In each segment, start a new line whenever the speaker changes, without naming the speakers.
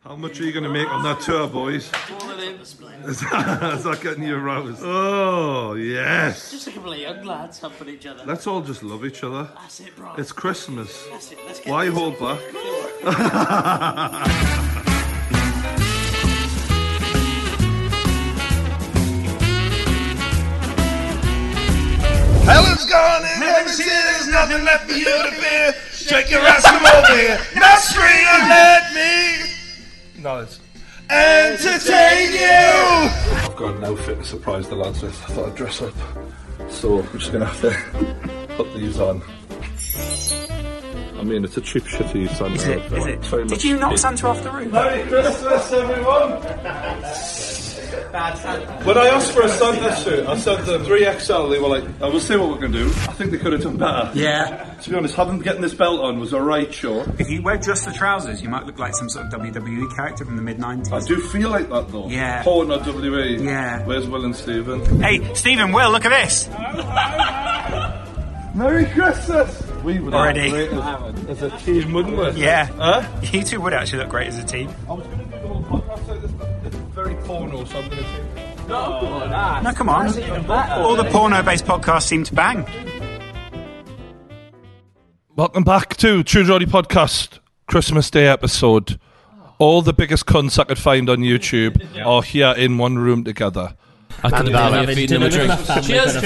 How much are you going to make on that tour, boys?
All of them.
That's not getting you aroused. Oh, yes.
Just a couple of young lads helping each other.
Let's all just love each other.
That's it, bro.
It's Christmas.
That's it. Let's get
Why
this.
hold back?
Helen's gone and heaven's here. There's nothing left for you to fear. Shake your ass, come over here. Now scream and let me
No, it's.
entertain you.
I've got an outfit to surprise the lads with. I thought I'd dress up. So I'm just gonna have to put these on. I mean, it's a cheap, shitty Santa is it, outfit. Is it? Very much
Did you knock Santa off the roof?
Merry Christmas, everyone! When I asked for a Santa suit, I said the 3XL, they were like, I will see what we can do. I think they could have done better.
Yeah.
To be honest, having getting this belt on was a right chore.
If you wear just the trousers, you might look like some sort of WWE character from the mid
I
90s.
do feel like that though.
Yeah.
Porn or WWE.
Yeah.
Where's Will and Stephen?
Hey, Stephen, Will, look at this.
Merry Christmas! We would
Already.
have great as, as a team, wouldn't we?
Yeah.
Huh?
You two would actually look great as a team.
I was going to do the whole podcast like this, but it's very porno, so I'm going to take it.
No, come on. All the porno based podcasts seem to bang.
Welcome back to True Geordie Podcast Christmas Day episode. All the biggest cunts I could find on YouTube are here in one room together.
I couldn't believe it. Feeding them a drink.
Cheers,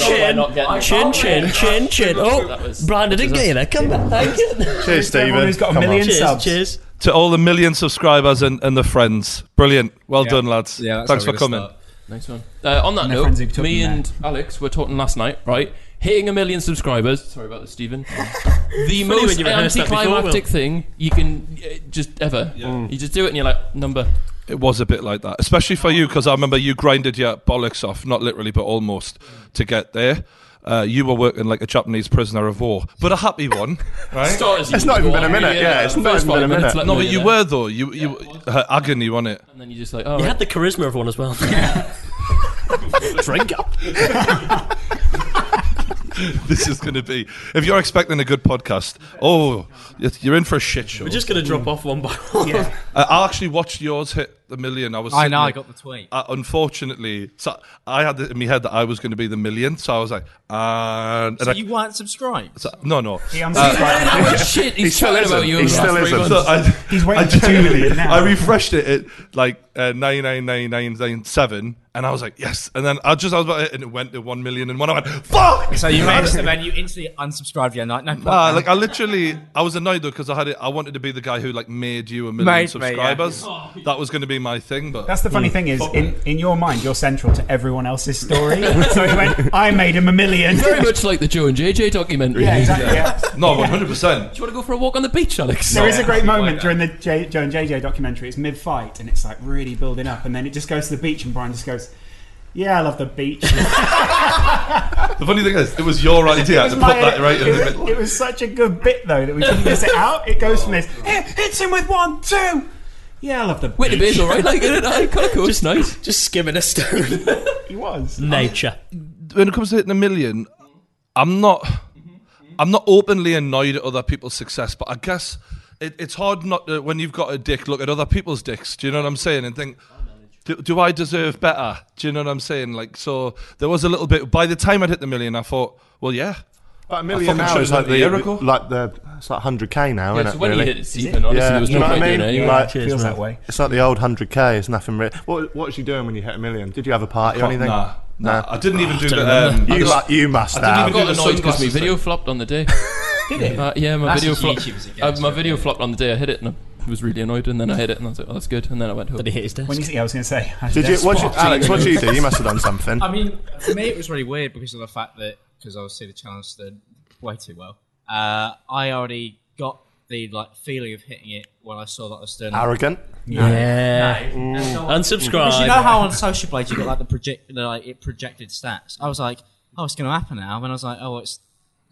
Cheers.
Cheers. Chin, chin, chin, chin, chin. Oh, Brian, I didn't get you there. Come back. Thank you.
Cheers,
Everyone who's got a million
Cheers,
subs.
cheers.
To all the million subscribers and, and the friends. Brilliant. Well done, lads.
Yeah, that's
Thanks
how
for
we're
coming.
gonna
Nice one. Uh, on that
And the friends who've
note,
took
me
them
and Alex were talking last night, right? Hitting a million subscribers. Sorry about this, Stephen. the most
when you rehearse that before, Will.
anticlimactic thing you can uh, just ever.
Mm.
You just do it and you're like, number.
It was a bit like that, especially for you, because I remember you grinded your bollocks off, not literally, but almost, to get there. Uh, you were working like a Japanese prisoner of war, but a happy one, right?
Starters,
It's not even been a minute, yeah, it's not even been a minute.
No, but you were though. You you her agony on it.
And then you just like, oh,
You
right.
had the charisma of one as well.
Drink up.
This is going to be. If you're expecting a good podcast, oh, it's- you're in for a shit show.
We're just going to drop off one by one.
I, I actually watched yours hit the million. I was.
I
sitting
know, I
there-
got the tweet.
Uh, unfortunately, so I had it in my head that I was going to be the million, so I was like, and, and I,
You weren't subscribed.
so- no, no.
Oh.
how much shit he's, chatting about you. over
He
the
still
last three
isn't.
months.
So I,
He's waiting
I
for two
genuinely-
million now.
I refreshed it at like uh, 999997 and I was like, yes. And then I just, I was about it and it went to 1 million and one. I went, fuck!
So you managed to then you instantly unsubscribed your night. No,
Ah, like I literally, I was annoyed though because I had it. I wanted to be the guy who like made you a million
Made me,
subscribers. That was going to be my thing, but
Oh. That's the funny thing is, in, in your mind, you're central to everyone else's story. so he went, I made him a million.
Very much like the Joe and JJ documentary.
Yeah, exactly. Yeah.
no, one hundred percent.
Do you want to go for a walk on the beach, Alex?
There is a great moment during the J- Joe and JJ documentary. It's mid fight and it's like really building up, and then it just goes to the beach, and Brian just goes, "Yeah, I love the beach." It
The funny thing is, it was your idea
was
to put
my-
that right in the
it,
middle.
was, it was such a good bit though that we couldn't miss it out. It goes from this, "Eh, hits him with one, two. Yeah, I love the beach.
Wait a bit, all right? Like, kind of cool. It's nice.
Just skimming a stone.
He was.
Nature.
when it comes to hitting a million, I'm not I'm not openly annoyed at other people's success, but I guess it, it's hard not to, when you've got a dick, look at other people's dicks. Do you know what I'm saying? And think, do, do I deserve better? Do you know what I'm saying? Like, so there was a little bit. By the time I'd hit the million, I thought, well, yeah.
But a million
I fucking
now is
should've
like
done it a year ago.
the like the it's like 100k now,
Yeah,
isn't
so
it?
when
really?
you hit Stephen, honestly,
Yeah,
there was
you
no
know
point
what I
doing
mean?
it.
Like-
cheers,
feels
man.
that way.
It's like the old 100k. It's nothing real. What What was you doing when you hit a million? Did you have a party or anything?
Nah, nah.
Nah. Oh,
I didn't even do the. Um,
You, mu- you must
didn't
have.
even
I got
the
annoyed because my
sunglasses
video flopped on the day. Did it? Uh, yeah, my
That's
video
what
flopped.
YouTubers are
Uh,
against,
my
really.
video flopped on the day I hit it, and I was really annoyed. And then I hit it, and I was like, "Oh, that's good." And then I went home.
Did he hit his desk?
When you see, I was going to say,
Did you? What you
Spot.
Alex? What did you do? You must have done something.
I mean, for me, it was really weird because of the fact that because obviously the challenge stood way too well. Uh, I already got the like feeling of hitting it when I saw that I was doing.
Arrogant.
Yeah.
Because
Unsubscribe.
Mm.
you know how on Social Blade you got like the project, the, like it projected stats. I was like, oh, it's going to happen now. And then I was like, oh, it's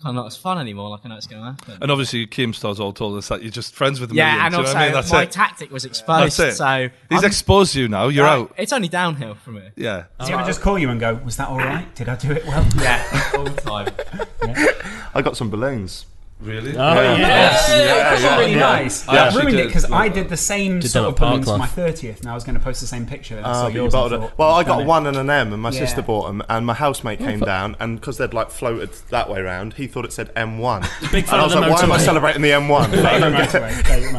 kind of not as fun anymore. Like I know it's going to happen.
and obviously, Keemstar's all told us that you're just friends with the million.
Yeah, and
do you know
also
what I mean? That's
my
it.
tactic was exposed.
That's it.
So
He's
I'm-
exposed you now. You're out.
It's only downhill from here.
Yeah.
Is he going to just call you and go, "Was that all right? Did I do it well?"
Yeah.
I got some balloons.
Really?
Oh, yeah.
That's really nice.
I
I
actually
ruined it
did.
because I did the same
Did
sort
that
of balloon
at
to
Parklife.
my 30th and I was going to post the same picture. And I saw
Ah, but you
yours and
bottled
thought,
it. Well, I
damn
got
it.
one and an M, and my
Yeah.
sister bought them, and my housemate came down, and because they'd like floated that way round, he thought it said M1.
Big
And
fan
I
of
was
the
like, why am I
motorway.
celebrating the M1? Like, I don't get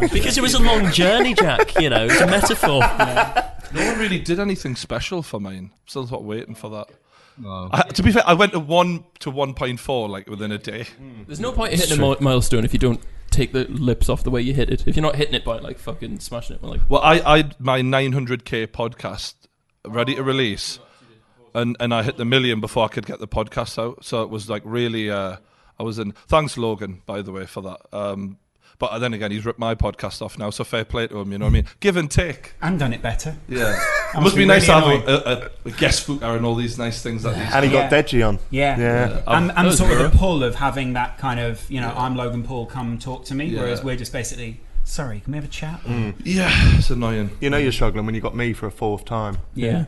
it.
Because it was a long journey, Jack. You know, it's a metaphor.
No one really did anything special for mine. Still sort of waiting for that. I, to be fair, I went to one to one point four like within a day.
There's no point in hitting a mi- milestone if you don't take the lips off the way you hit it. If you're not hitting it by like fucking smashing it, with, like
Well, I I my nine hundred k podcast ready to release, and and I hit the million before I could get the podcast out. So it was like really. Uh, I was in. Thanks, Logan, by the way, for that. Um, but then again, he's ripped my podcast off now, so fair play to him. You know what I mean? Give and take.
And done it better.
Yeah, it
must
must
be
be nice to
really
have a, a, a guest footer and all these nice things that these
And he got
Yeah.
Deji on.
Yeah.
Yeah.
I'm, I'm
was
sort of the
thorough.
pull of having that kind of, you know, I'm Logan Paul, come talk to me.
Yeah.
Whereas we're just basically, sorry, can we have a chat?
Yeah, it's annoying.
You know you're struggling when you got me for a fourth time.
Yeah.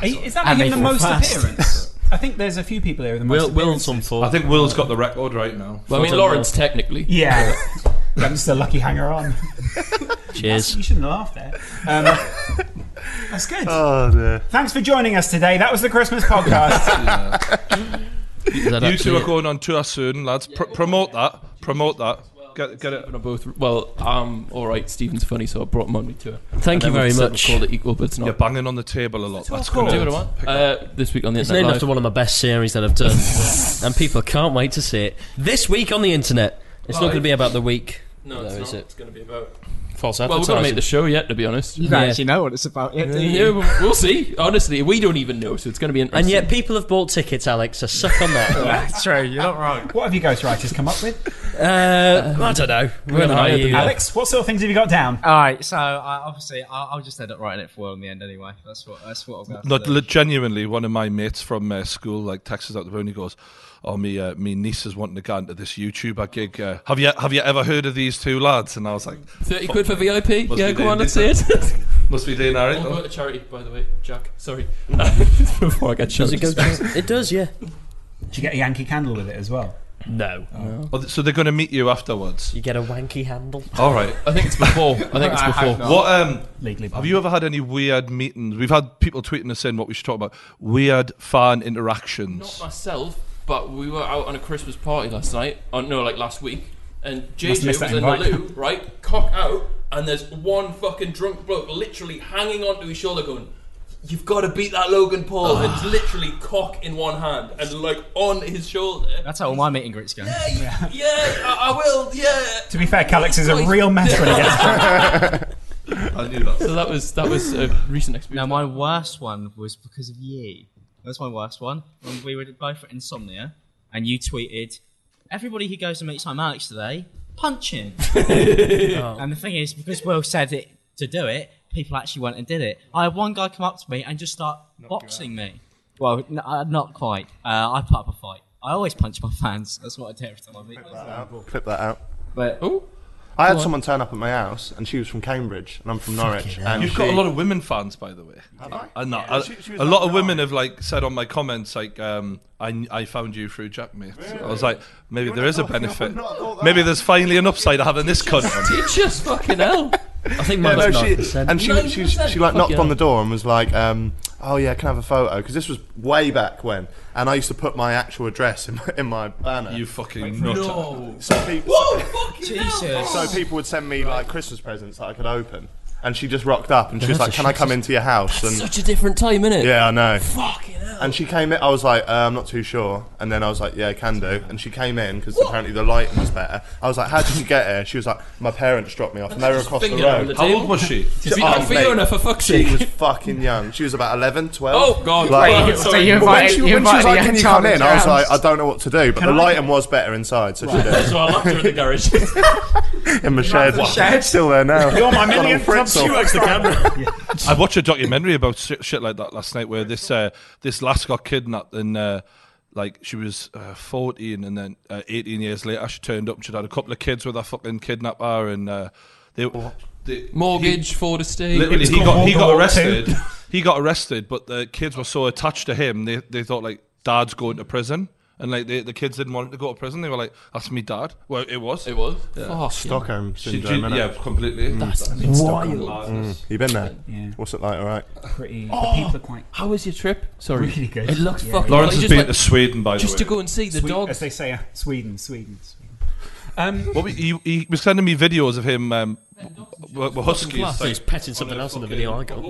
Are you- Is that
And
even
they
the
fall
most
fast.
appearance? I think there's a few people here with the most
Will, Will on
appearances.
some
I
form.
think Will's got the record right now.
Well, I mean,
Photo
Lawrence technically.
Yeah. I'm just a lucky hanger on.
Cheers.
You shouldn't laugh there. Um, that's good.
Oh, dear.
Thanks for joining us today. That was the Christmas podcast.
Is that
You two
actually
are going on tour soon, lads. Pr- promote that. Promote that. Get get it.
it? We're both well. I'm all right. Stephen's funny, so I brought him on with me too.
Thank you very much.
Called it equal, but it's
You're
not.
banging on the table a lot. That's
all
gonna
Do what I want. Uh, this week on the
It's named
internet
after
live.
one of my best series that I've done, and people can't wait to see it this week on the internet. It's not
Live?
going to be about the week.
No,
Though,
it's
is it?
not. It's going to be about.
False
Well, we've got to make the show yet, to be honest.
You don't actually know what it's about yet, do
Yeah,
you?
we'll we'll see. Honestly, we don't even know, so it's going to be interesting.
and yet people have bought tickets, Alex. So suck on that.
That's true, you're not wrong.
what have you ghostwriters come up with?
uh, I don't know. We're
haven't
gonna hire
hired them
you.
yet.
Alex, what sort of things have you got down?
Alright, so I, obviously I'll, I'll just end up writing it for Will in the end anyway. That's what that's what I'm going
No,
to
le- genuinely, one of my mates from uh, school, like texts us out the phone. He goes, "Oh, me, uh, me niece is wanting to go into this YouTuber gig. Uh, have you have you ever heard of these two lads?" And I was like,
30 quid for VIP?
Must
yeah,
be
go
the
on, let's see
indie
it.
"Must be doing all right."
All
though."
go to charity, by the way, Jack. Sorry. Before I get
Does
shut.
it go? to- It does, yeah.
Did you get a Yankee candle with it as well?
No,
Oh, th- so they're going to meet you afterwards.
you get a wanky handle.
All right.
I think it's before. I think it's before.
What um,
Legally.
Have
binding.
you ever had any weird meetings? We've had people tweeting us saying what we should talk about. Weird fan
Not
interactions.
myself, but we were out on a Christmas party last night. Oh, no, like last week. And JJ
missed
was
that
in the
invite.
loo, right? Cock out, and there's one fucking drunk bloke literally hanging onto his shoulder going, You've got to beat that Logan Paul. and it's literally cock in one hand and like on his shoulder.
That's how all my meeting greets go.
Yeah, yeah, I, I will, yeah.
To be fair, Calix is a real mess when he gets drunk.
I knew that.
So that was that was a recent experience.
Now, my worst one was because of ye. That's my worst one. When we were both at Insomnia, and you tweeted, "Everybody who goes to meet Simon Alex today, punch him."
Oh.
And the thing is, because Will said it to do it, people actually went and did it. I had one guy come up to me and just start boxing me. Well, n- uh, not quite. Uh, I put up a fight. I always punch my fans. That's what I do every time I meet. them.
Clip that out.
But
I had someone turn up at my house, and she was from Cambridge, and I'm from Norwich. And
You've
she,
got a lot of women fans, by the way. I know. I-
She- she was
a lot
like,
of women have like said on my comments, like, um, I, I found you through Jack, mate. I was like, maybe there is a benefit.
not thought that.
Maybe there's finally an upside to having this cunt. on.
It's just fucking hell.
I think
Yeah,
mine
no,
was nine
she,
percent.
and she, she,
9%,
she, like
fuck
knocked
yeah.
on the door and was like, um, "Oh yeah, can I have a photo?" Because this was way back when, and I used to put my actual address in my, in my banner.
You fucking nut.
so, people,
Oh,
Jesus.
so people would send me like Christmas presents that I could open, and she just rocked up and she was
That's
like,
a
"Can I
shit-
come into your house?" And
Such a different time, innit?
yeah, I know.
Fucking hell.
And she came in. I was like, uh, I'm not too sure. And then I was like, Yeah, can do. And she came in because apparently the lighting was better. I was like, How did you get here? She was like, My parents dropped me off, and they were
Just
across the
finger on
road.
How old was she?
Just
Oh,
like Fiona,
mate.
for fuck's
She
sake.
was fucking young. She was about 11, 12.
Oh, God.
Like-
Wait, so you
But when
invited-
she,
you
when she was
invited
like,
the
"Can you
young
come
child
in?" I was
around?
like, "I don't know what to do," but the
I-
lighting was better inside, so she did.
So I locked her in the garage.
In my shed,
shed?
still there now.
You're my million
Fritz
club
off.
I watched a documentary about shit, shit like that last night, where this uh, this lass got kidnapped and uh, like she was uh, fourteen, and then uh, eighteen years later she turned up. and She'd had a couple of kids with her fucking kidnapper, and uh, they, they
Mortgage, Ford
he-
estate.
literally, he
called
got he
World
got
War
arrested. He got arrested, but the kids were so attached to him, they they thought like dad's going to prison. and like the the kids didn't want him to go to prison. They were like, "That's me dad." Well, it was.
It was.
Oh, Stockholm
She-
syndrome.
she-
innit? Mm.
yeah, completely.
Mm. Wild.
Madness.
You been there?
Yeah.
What's it like? All right.
Pretty. The people are quite
How was your trip? Sorry.
really good.
It looks
Yeah.
Lawrence
fucking lovely.
has
Just
been
like-
to Sweden, by the
Just
way.
to go and see the
Swe-
dogs.
as they say, uh, Sweden, Sweden, Sweden. Um,
What we, he, he was sending me videos of him. Um, with with huskies.
Class,
like-
he's petting something else in the video. I got.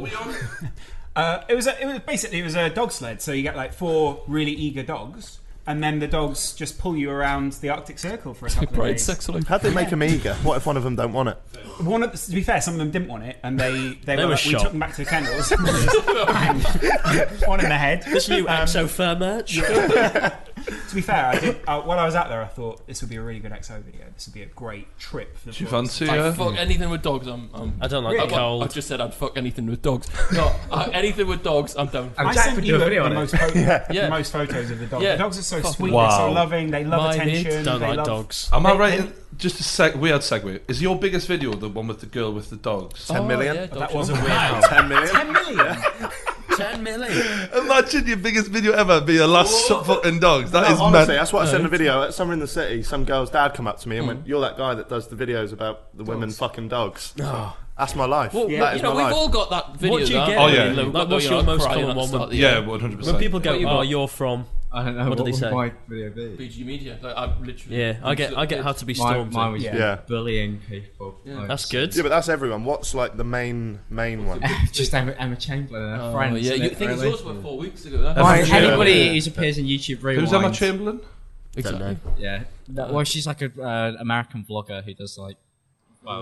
uh, it was a, it was basically it was a dog sled. So you get like four really eager dogs, and then the dogs just pull you around the Arctic Circle for a couple of
Brain
days.
sex like.
How'd they make them eager? What if one of them don't want it?
One of, to be fair, some of them didn't want it, and they they, were,
were
like, we
shocked.
took them back to the kennels. Bang. One in the head.
This new
Um,
exo fair match.
To be fair, I did, uh, while I was out there, I thought this would be a really good XO video. This would be a great trip for the
Do you
vlogs."
fancy
I
her?
fuck anything with dogs. I'm. I'm
I don't like
I,
the
I
cold.
just said I'd fuck anything with dogs. No, uh, anything with dogs, I'm down.
I
Jack
sent
would
you
do a
the,
video
the
on it.
most, pho-
Yeah.
the most photos of the dogs.
Yeah.
The dogs are so
Fucking
sweet. They're so
Wow.
loving. They love
My mate
attention.
Don't
they
like
love,
dogs.
Am I
They-
right?
they-
in- Just a seg- weird segue. Is your biggest video the one with the girl with the dogs?
Oh.
Ten
million?
Oh, Yeah,
That
dogs.
was a weird.
Ten million.
Ten million.
Ten million.
Imagine your biggest video ever be your last shot fucking dogs. That is
Honestly, that's what I said in the video. At Summer in the City, some girl's dad come up to me and went, "You're that guy that does the videos about the women fucking dogs." That's my life.
Well,
that
you
is
know,
my
we've
life.
all got that video.
What do you
that,
get?
Oh, yeah.
Like,
Like,
where
what's
you're,
your
like,
most
crying
common one
at the start
when-
of the
Yeah,
year.
one hundred percent.
When people go,
you
"Oh,
got?
you're from,"
I don't know.
What did he
was
say?
My video be?
BG Media. Like, I literally.
yeah, I get, I get how to be
My,
stormed.
mine was
Yeah.
yeah.
bullying people. Like,
That's good.
Yeah, but that's everyone. What's like the main main one?
just Emma, Emma Chamberlain and her
Oh,
friends.
yeah,
isn't
you
it,
think
really?
those were four weeks ago. That
Like,
Yeah.
anybody
Yeah.
who appears in YouTube Rewind.
Who's Emma Chamberlain?
Don't know.
Yeah. well, she's like an uh, American vlogger who does like.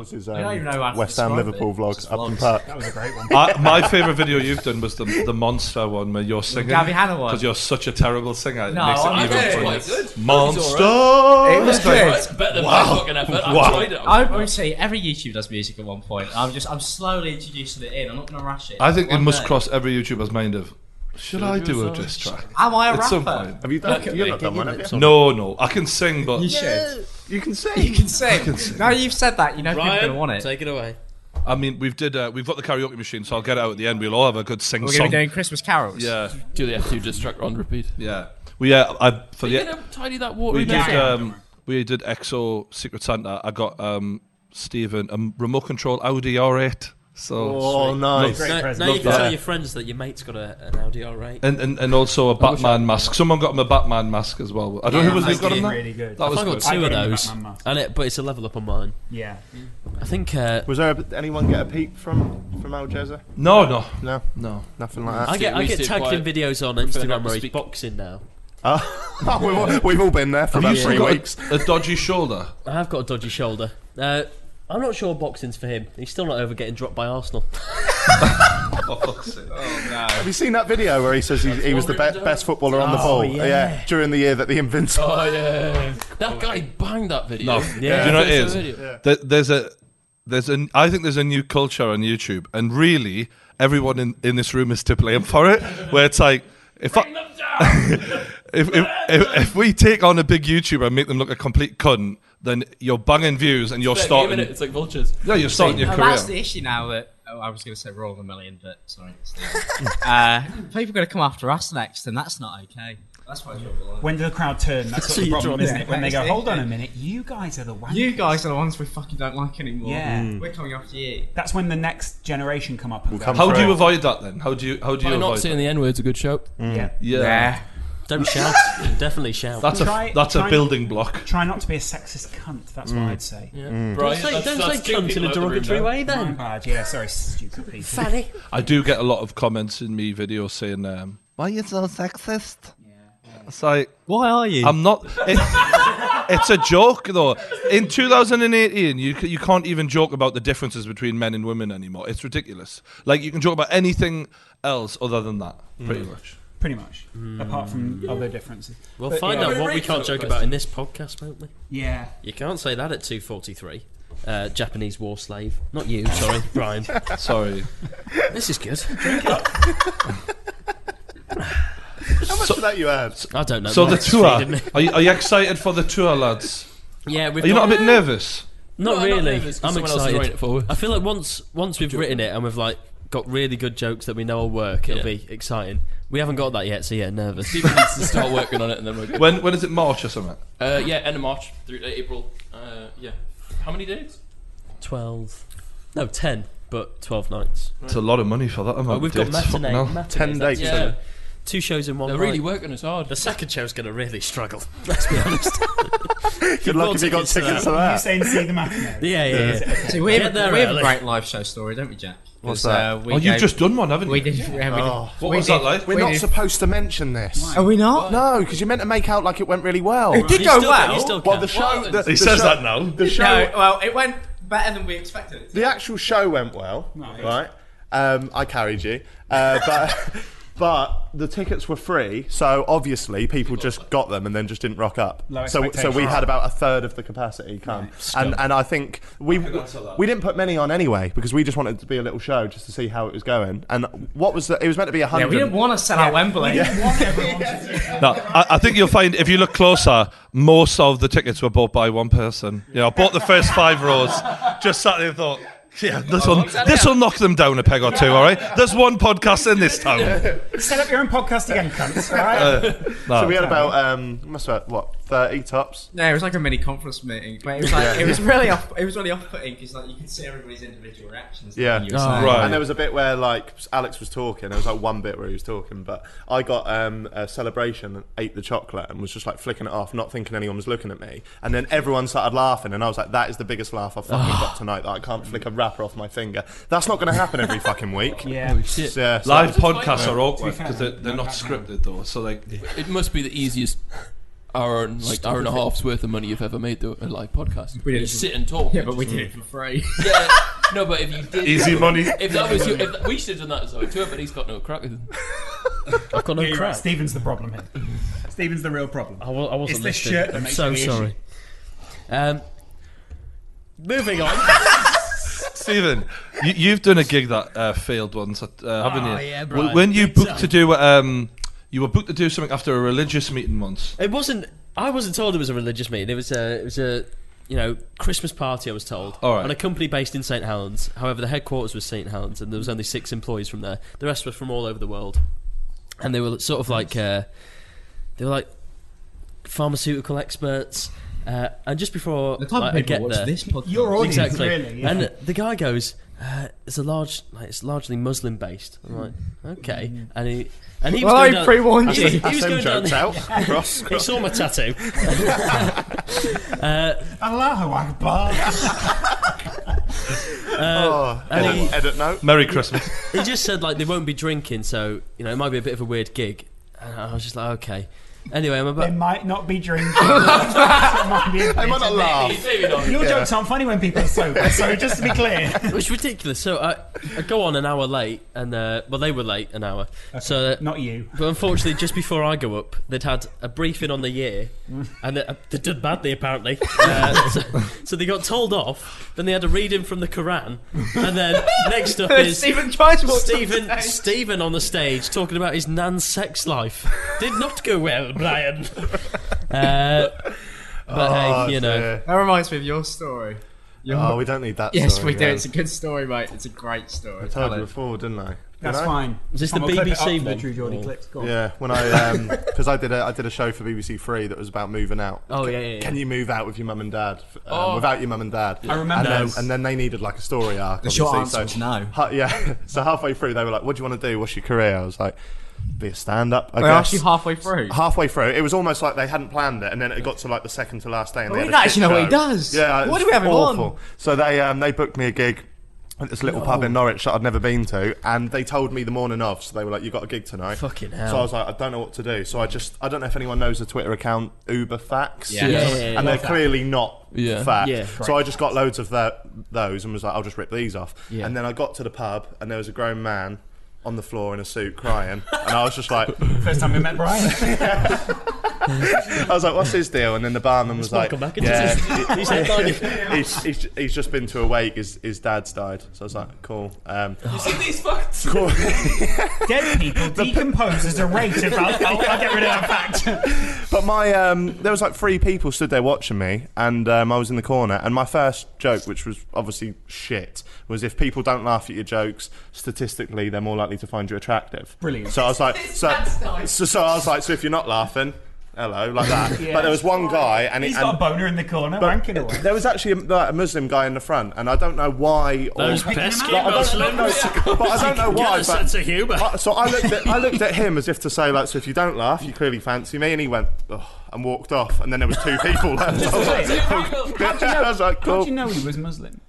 This is,
I don't
um,
even know how to
West Ham
describe
Liverpool
it.
vlogs,
Just
Upton
vlogs.
Park.
That was a great one.
I, my favorite video you've done was the the monster one where you're singing.
Gabby Hanna one.
Because you're such a terrible singer. It
No,
makes it
I'm
even
okay.
That's
funnier.
quite good.
Monster.
It was
That's better than my fucking effort. I
Wow.
tried it.
I I would say every YouTuber does music at one point. I'm just I'm slowly introducing it in. I'm not gonna rush it.
I think it
One
must
day.
cross every YouTuber's mind of. Should I do a diss track?
Am I a
At some
rapper?
point.
Have you done? You've not done one, have you?
No, no, I can sing, but
should.
You can say.
You can sing. Now you've said that, you know people are gonna want it.
take it away.
I mean, we've did uh, we've got the karaoke machine, so I'll get it out at the end. We'll all have a good sing
We're gonna
song.
be doing Christmas carols.
yeah,
Do the F2 distract on repeat.
yeah, we uh, I for
Are you
the
gonna tidy that water
we
in there?
did
Yeah.
um, we did EXO Secret Santa. I got um Stephen a m- remote control Audi R8. So
Oh, nice.
Great
Now,
present.
now you
Love
can
that.
tell your friends that your mate's got a, an Audi R8.
and, and and also a Batman mask. Someone got him a Batman mask as well. I don't know who was who
That's
got him that.
really good.
That was
I got
good.
I
two of
got him the
those,
Batman mask.
and it, but it's a level up on mine.
Yeah.
I think uh,
Was there a, anyone get a peep from from Al Jezza?
No, no,
No,
no.
nothing like that.
I get I
we
get
sit
tagged in
quiet.
videos on
Prefer not
Instagram
to
where he's
speak.
boxing now.
Oh, we've, all, we've all been there for about
Have you
three
still got a-
weeks.
a dodgy shoulder?
I have got a dodgy shoulder. Uh, I'm not sure boxing's for him. He's still not over getting dropped by Arsenal.
Oh, fuck's sake.
Have you seen that video where he says he, he was the be- best footballer on the ball?
yeah.
during the year that the Invincible.
Oh, yeah. That guy banged that video.
No,
Yeah.
do you know what it
That's
is?
the video.
There- there's a there's an I think there's a new culture on YouTube, and really everyone in, in this room is to blame for it. Where it's like if I, if, if, if if we take on a big YouTuber and make them look a complete cunt, then you're banging views and you're
Wait, give
starting.
it, It's like vultures.
Yeah, you're starting your
Well, that's
career.
the issue now that oh, I was going to say we're all a million, but sorry. it's not. uh, people are going to come after us next, and that's not okay. That's why you're the one.
When did the crowd turn? That's sort
So
of
you
the problem,
drop
isn't
it.
it? When they
That's
go,
it.
hold on a minute, you guys are the wankers.
You guys are the ones we fucking don't like anymore.
Yeah.
Hmm.
Mm.
We're coming after you.
That's when the next generation come up. And go,
come
How do you
Right.
avoid that then? How do you how do you
By
avoid?
not saying the N word's a good shout.
Mm.
yeah.
that? Yeah,
Don't shout. Definitely shout.
that's a
Try-
that's a
try-
building block.
Try not to be a sexist cunt. That's what I'd say. Yeah.
Brian,
Say-
that's-
don't
that's
say
two
cunt in
people
a
out the room
derogatory
now.
way
I'm
then.
bad. Yeah. Sorry, stupid people.
Fanny.
I do get a lot of comments in me videos saying, um, "Why are you so sexist?" It's like.
Why are you?
I'm not. It, it's a joke, though. In 2018, you c- you can't even joke about the differences between men and women anymore. It's ridiculous. Like you can joke about anything else other than that, pretty much.
Pretty much. Apart from other differences.
we'll
But,
find
yeah.
out what we can't joke about in this podcast, won't we?
Yeah.
You can't say that at 2:43. Uh, Japanese war slave. Not you, sorry, Brian.
Sorry.
This is good.
How much of that you had?
I don't know.
So the
Mike's
tour.
feeding me.
Are you, are you excited for the tour, lads?
Yeah, we've
Are you
got-
not a bit nervous?
Not
No, I'm not
really.
nervous 'cause
I'm
someone else is writing
excited.
it for us.
I feel like once once we've written it and we've like got really good jokes that we know will work, it'll
Yeah.
be exciting. We haven't got that yet, so yeah, nervous.
Stephen needs to start working on it, and then we're good.
When when is it March or something?
Uh, yeah, end of March through uh, April. Uh, yeah, how many days?
12. No, 10, but 12 nights.
It's a lot of money for that amount.
Oh, we've got
of dates. Fuck
matinee.
no.
matinees, that's
10 dates,
it.
yeah.
So, Two shows in one
They're
night.
really working us hard.
the second show's going to really struggle, let's be honest.
Good luck if you got
to that.
tickets to
Are you
that.
saying see the matinee?
Yeah, yeah, yeah.
So we have,
Get there
we have a
early.
great live show story, don't we, Jack? 'Cause,
What's that?
Uh, we
Oh,
gave-
you've just done one, haven't
We
you?
did. we- we-
Oh.
What
we
was that
did-
like?
We're
we
not
did-
supposed to mention this.
Are we not?
No, because you meant to make out like it went really well.
It did
You
go
still- you
well.
still
Well,
can.
the show. The,
He
the
says
show-
that now.
The show.
No, well, it went better than we expected.
The actual show went well, right? Um, I carried you, uh, but but the tickets were free, so obviously people just got them and then just didn't rock up.
Low
So so we
expectations.
had about a third of the capacity come, and and I think we we didn't put many on anyway because we just wanted it to be a little show just to see how it was going. And what was the? It was meant to be a
Yeah,
hundred.
we didn't want to sell out Wembley.
No, I, I think you'll find if you look closer, most of the tickets were bought by one person. You know, I bought the first five rows, just sat there and thought, yeah, this will this will knock them down a peg or two. All right, there's one podcast in this town.
Set up your own podcast again, cunts, alright?
No.
so we had about um must have had, what thirty tops.
No, it was like a mini conference meeting, but it was like it was really off. It was really off-putting because like you could see everybody's individual reactions. to
Yeah.
what you were saying.
Right.
Oh, And there was a bit where like Alex was talking. There was like one bit where he was talking, but I got um, a celebration and ate the chocolate and was just like flicking it off, not thinking anyone was looking at me. And then everyone started laughing, and I was like, "That is the biggest laugh I've fucking got tonight. That I can't flick a wrapper off my finger. That's not going to happen every fucking week."
Yeah.
So, yeah, so
Live
that was-
podcasts are awkward because they're, they're not scripted though. So like,
It must be the easiest hour and like hour and a half's worth of money you've ever made though a live podcast.
We
We
didn't-
just sit and talk.
Yeah, but we did it for free.
Yeah, no, but if you did,
easy money.
if that was you, if that, we should have done that as well too. But he's got no crack. with it.
I've got no
You're right,
crap.
Stephen's the problem here. Stephen's the real problem.
I, wa- I wasn't
It's this
listening.
shirt that
I'm
makes
so
me itchy.
sorry. Um, moving on.
Stephen, you, you've done a gig that uh, failed once, uh, haven't
Oh,
you?
yeah,
W-
Brian,
when you
big
booked
time.
to do um, you were booked to do something after a religious meeting once.
It wasn't. I wasn't told it was a religious meeting. It was a. It was a. You know, Christmas party. I was told.
All right.
On a company based in St Helens. However, the headquarters was St Helens, and there was only six employees from there. The rest were from all over the world, and they were sort of like. Uh, they were like pharmaceutical experts. Uh, and just before
The type
like,
of
I
people
get
watch
there,
this podcast.
Your audience,
exactly.
really. yeah.
And the guy goes, uh, "It's a large, like, it's largely Muslim based." I'm like,
Mm.
"Okay," and he and he was going down-
pre-warned
he was- he
That's
was
them
going down
jokes
the-
out. Cross.
He saw my tattoo. Uh,
Allahu Akbar.
Oh, edit, edit note.
Merry Christmas.
He just said like they won't be drinking, so you know it might be a bit of a weird gig. And I was just like, okay. Anyway, I'm
They
about.
might not be drinking. It
I
might
might not laugh.
Maybe not.
be- Your jokes aren't funny when people are sober, so just to be clear.
It was ridiculous. So I, I go on an hour late, and uh, well, they were late an hour. So, uh,
Not you.
but unfortunately, just before I go up, they'd had a briefing on the year, and they, uh, they did badly apparently. Uh, so, so they got told off. Then they had a reading from the Quran, and then next up is
Stephen tries to
Stephen Stephen on the stage talking about his nan's sex life. Did not go well, Brian. Uh, but hey, you know.
Oh, dear.
That reminds me of your story.
Oh, we don't need that.
Yes,
story,
we do.
yeah.
It's a good story, mate. It's a great story.
I told
Tell
you
it.
before, didn't I? Did
That's
I?
fine.
Is this
Tom,
the
we'll clip it
BBC
up for the
one?
Drew Geordie
Or-
clips. Go on.
Oh. Yeah, when I because I did a I did a show for BBC Three that was about moving out.
Oh,
Can-
yeah, yeah, yeah.
Can you move out with your mum and dad f- um,
Oh.
without your mum and dad?
I remember
And,
this.
then, and then they needed like a story arc.
The short
obviously,
answer was no.
Ha- yeah. So halfway through, they were like, "What do you want to do? What's your career?" I was like, "Be a stand-up." I
We're
guess.
actually halfway through.
Halfway through, it was almost like they hadn't planned it, and then it got to like the second to last day. And
Well,
they
we
had a
don't Oh, actually
shit
know what he
show.
does.
Yeah,
What
it's
do we have him
awful.
on?
So they um, they booked me a gig at this little pub in
Oh.
Norwich that I'd never been to, and they told me the morning of. So they were like, "You got a gig tonight."
Fucking
So I
hell.
was like, I don't know what to do. So I just, I don't know if anyone knows the Twitter account Uber Facts.
Yeah.
Yeah, yeah, yeah,
and they're clearly not
Yeah.
fact.
Yeah.
so I just got loads of that, those and was like, I'll just rip these off.
Yeah.
And then I got to the pub and there was a grown man on the floor in a suit crying, and I was just like,
First time we met Brian.
I was like, what's his deal? And then the barman was like,
Malcolm Mackintosh.
yeah,
He's headlining.
he's, he's, he's just been to a wake. His, his dad's died. So I was like, cool. Um,
You
Oh.
see these fucks?
cool.
Dead people decompose as a rate of alcohol. I'll get rid of that fact.
But my um, there was like three people stood there watching me, and um, I was in the corner. And my first joke, which was obviously shit, was if people don't laugh at your jokes, statistically they're more likely to find you attractive.
Brilliant.
So I was like, so, so, so I was like, so if you're not laughing, hello, like that.
Yeah.
But there was one guy, and he,
He's
and
got a boner in the corner,
but
wanking away.
there was actually a, like, a Muslim guy in the front, and I don't know why. Or,
Those
but
pesky
I don't know,
Muslims.
but I don't know
Got
why.
a
But
sense of humour.
I- so I looked, at, I looked at him as if to say, like, so if you don't laugh, you clearly fancy me. And he went, Ugh, and walked off. And then there was two people left. I was like, I was like,
How
cool.
do you know he was Muslim?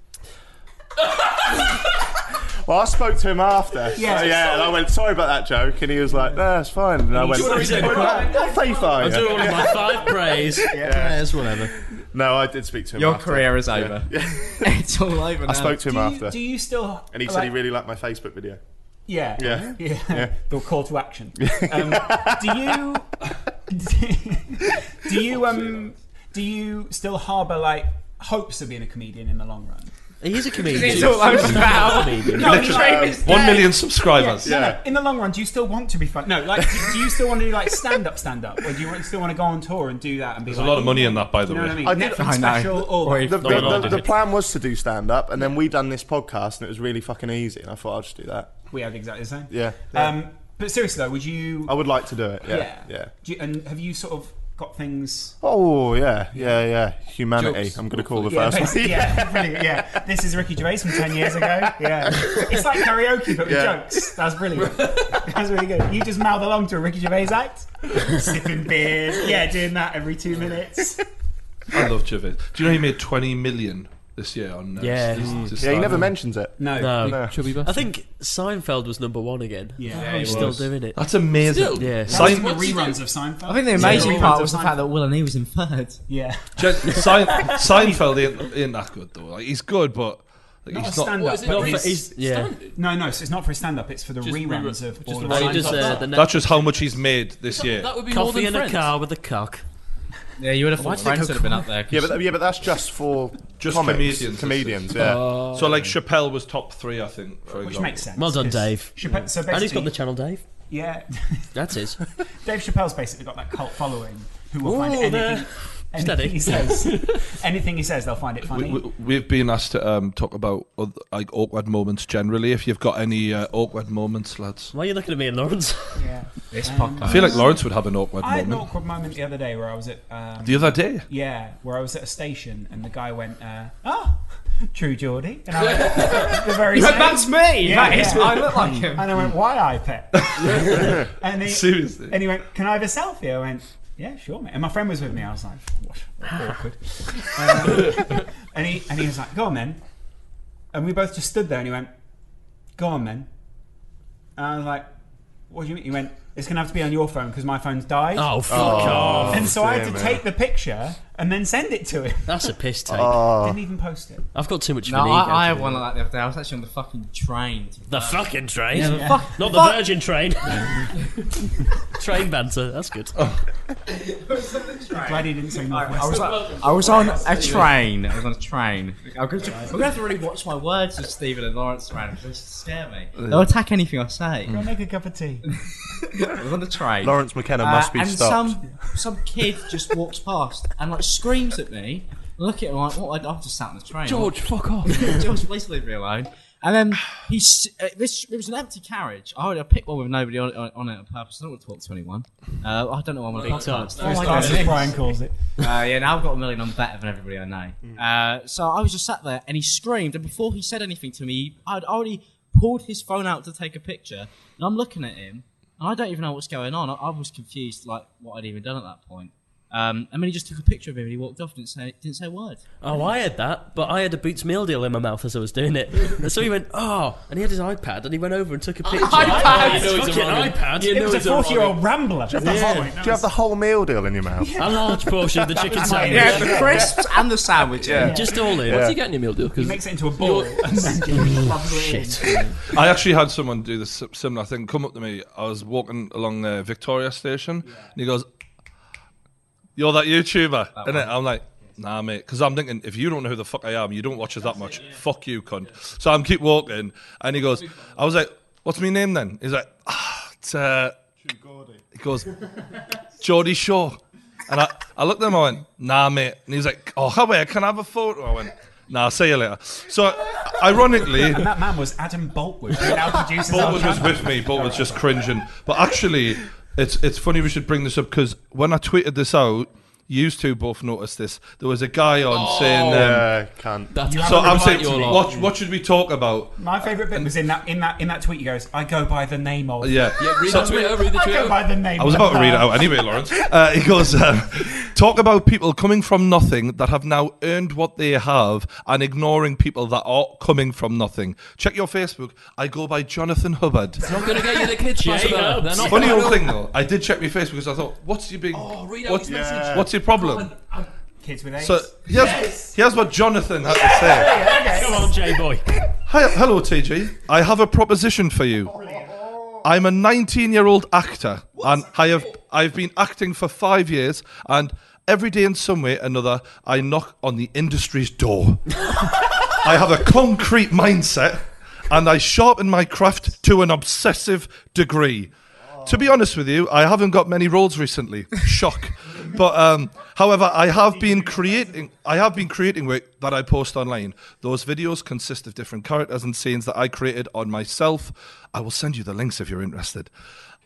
Well, I spoke to him after.
Yeah.
Yeah, yeah. And I went, sorry about that joke, and he was like, no, it's fine. And I went,
you want to do it?
what faith are
I do
you?
all of my five prays.
Prayers, whatever.
No, I did speak to him.
Your
after.
career is over. it's all over now.
I spoke to him
Do you,
after,
do you still?
and he said
like-
he really liked my Facebook video.
Yeah.
Yeah.
Yeah.
Yeah.
The call to action. Um, do you do you um do you still harbour like hopes of being a comedian in the long run?
He's a comedian.
It's all over now.
No, I mean, like,
One million subscribers.
no, no,
Yeah.
in the long run, do you still want to be fun? No, like, do, do you still want to do like stand up, stand up, or do you still want to go on tour and do that and be
There's
like,
a lot of money in that, by the
You know
way.
what I mean?
I did-
Netflix
I know.
special, all
Or
that.
if-
The,
No, no,
the,
I
the,
did.
the plan was to do stand up, and then we done this podcast, and it was really fucking easy. And I thought I'll just do that.
we have exactly the same.
Yeah.
Um, but seriously though, would you?
I would like to do it. Yeah. Yeah.
Do you, and have you sort of got things?
Oh yeah, yeah, yeah. Humanity.
Jokes.
I'm gonna call the
Yeah,
first
basically,
one.
yeah, brilliant. Yeah, this is Ricky Gervais from ten years ago. Yeah, it's like karaoke but with
Yeah.
jokes. That's brilliant. That's really good. You just mouth along to a Ricky Gervais act, sipping beers. Yeah, doing that every two minutes.
I love Gervais. Do you know he made 20 million this year on uh,
Yeah.
s- s- s-
Yeah, he
stand-up?
never mentions it.
No.
No.
Chubby
I
bastard.
think Seinfeld was number one again.
Yeah.
He's
That
still doing it.
That's amazing.
Still.
Yeah.
was
Sein-
the reruns of Seinfeld.
I think the amazing
Yeah.
part was the fact that Will and he was in third.
Yeah.
Gen- Sein- Seinfeld ain't, ain't that good though. Like he's good, but like,
Not
he's
a
not.
stand
What
up,
is it?
but
Not for-
his-
he's- yeah.
Standard.
No, no, so it's not for stand up, it's for the
Just
reruns
reruns.
of
Just
all
the
of
Well, he
Seinfeld.
does uh, the
That's just how much he's made this year.
That would be
coffee
more
in
than
a
friends.
car with a cock.
Yeah, you would have thought Friends would have been up there. 'cause-
Yeah, but th- yeah, but that's just for
Just
comics,
comedians,
Comedians, yeah.
Uh,
so like Chappelle was top three, I think. For
Which
example.
makes sense.
Well done,
'cause
Dave.
Chappelle, so basically,
And he's got the channel, Dave.
yeah,
That's his.
Dave Chappelle's basically got that cult following who will find
Ooh,
anything,
there.
anything
Steady.
he says. anything he says, they'll find it funny.
We, we, have been asked to um, talk about oth- like awkward moments generally. If you've got any uh, awkward moments, lads,
Why are you looking at me and Lawrence?
yeah.
This
Um,
I
podcast.
feel like Lawrence would have an awkward
I had an
moment.
awkward moment the other day where I was at. Um,
The other day,
yeah, where I was at a station and the guy went, uh, "Ah, true Geordie," and I went, the very same.
That's me!
Yeah,
that is,
yeah.
I look like him.
And I went, why iPad? and, he,
seriously,
and he went, can I have a selfie? I went, yeah, sure, mate. And my friend was with me. I was like, what? Awkward. Um, and, he, and he was like, go on, then. And we both just stood there and he went, go on, then. And I was like, what do you mean? He went, it's going to have to be on your phone because my phone's died.
Oh, fuck off.
and so I had to
dear, man.
take the picture and then send it to him.
That's a piss take.
Didn't even post it.
I've got too much of
No,
an ego.
I, I had
for
one
that.
like that the other day. I was actually on the fucking train. to-
The fucking train.
Fuck.
Not the Virgin train. train banter. That's good.
Glad he didn't say
I
Northwest.
was, like, I was on a train. I was on a train. I'm going to, I'm gonna have to really watch my words with Stephen and Lawrence around because they scare me. They'll attack anything I say.
Go make a cup of tea.
I was on a train.
Lawrence McKenna
Uh,
must be
and
stopped.
some some kid just walks past and like screams at me. I Look at him like, what? I've just sat on the train.
George, fuck off.
George, please leave me alone. And then he, s- uh, this, it was an empty carriage. I would have picked one with nobody on, on, on it on purpose. I don't want to talk to anyone. Uh, I don't know why I'm going to be
Dark.
touched. Oh my God.
That's what Brian calls it.
Uh, yeah, now I've got a million on better than everybody I know. Uh, so I was just sat there and he screamed. And before he said anything to me, I'd already pulled his phone out to take a picture. And I'm looking at him and I don't even know what's going on. I, I was confused, like, what I'd even done at that point. Um, and then he just took a picture of him and he walked off and didn't say, didn't say a word.
Oh, I had that, but I had a Boots meal deal in my mouth as I was doing it. And so he went, oh, and he had his iPad, and he went over and took a picture.
iPad! You know he's a
Fucking
wrong one.
iPad.
You
It was a
it's a wrong
40 year old rambler.
Do you have the whole meal deal in your mouth?
A large portion of the chicken sandwich.
Yeah, the crisps and the sandwiches.
Just all in.
What's he getting your meal deal? Because
Makes it into a ball. and then
Shit.
I actually had someone do this sim- similar thing. Come up to me. I was walking along uh, Victoria Station, and he goes, "You're that YouTuber," and I'm like. Nah, mate, because I'm thinking if you don't know who the fuck I am, you don't watch us that much. Fuck you, cunt. So I'm keep walking, and he goes, I was like, "What's my name then?" He's like, "Ah, it's uh, He goes, Geordie Shaw, and I, I looked at him. I went, Nah, mate. And he's like, Oh, how can I have a photo? I went, Nah, see you later. So, ironically,
and that man was Adam Boltwood, who now produces. our
Boltwood was
channel.
with me. Boltwood's just cringing. But actually, it's it's funny we should bring this up because when I tweeted this out, you two both noticed this. There was a guy on saying, um,
Yeah, can't.
That's-
You
so
haven't
I'm
replied
saying,
to me.
what what should we talk about?
My favourite bit was in that in that in that tweet. He goes, "I go by the name of."
Uh, Yeah.
Yeah, read
So-
the Twitter, read the
I
Twitter.
go by the name.
I was
of
about to read it
her.
out anyway, Lawrence. Uh, he goes, um, talk about people coming from nothing that have now earned what they have and ignoring people that are coming from nothing. Check your Facebook. I go by Jonathan Hubbard.
I'm gonna get you the kids,
Jay
Barcelona. They're
Hubs.
not
Funny
gonna
old
know.
thing though, I did check my Facebook because I thought, what's your big,
Oh, read out
what's,
his message. Oh,
what's your problem?
Come on,
Kids with AIDS.
So here's, here's what Jonathan had to say.
Come on, J boy.
Hi, hello, TG. I have a proposition for you. I'm a 19 year old actor, and I have I've been acting for five years, and every day in some way or another, I knock on the industry's door. I have a concrete mindset, and I sharpen my craft to an obsessive degree. To be honest with you, I haven't got many roles recently. Shock. But um, however, I have been creating I have been creating work that I post online. Those videos consist of different characters and scenes that I created on myself. I will send you the links if you're interested.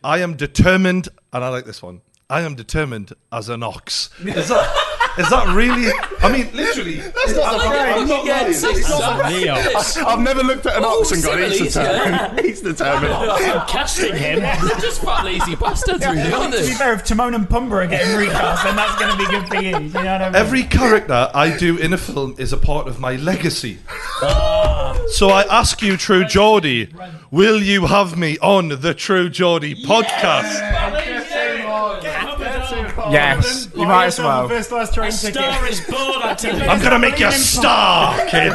I am determined and I like this one. I am determined as an ox. Is that is that really I mean literally that's not
I'm not lying. That's not
Suddenly,
right.
oh.
This.
I've never looked at an
Oh,
ox and gone,
similes,
he's determined. he's determined.
I'm casting him.
They're just fat lazy bastards, really, aren't
To be
they?
fair, if Timon and Pumbaa are getting recast, then that's going to be good for you. You know what I mean?
Every character I do in a film is a part of my legacy. so I ask you, True Geordie, will you have me on the True Geordie podcast?
yes, you might as well. First class train
Star is born, I tell you.
I'm gonna make you a star, kid.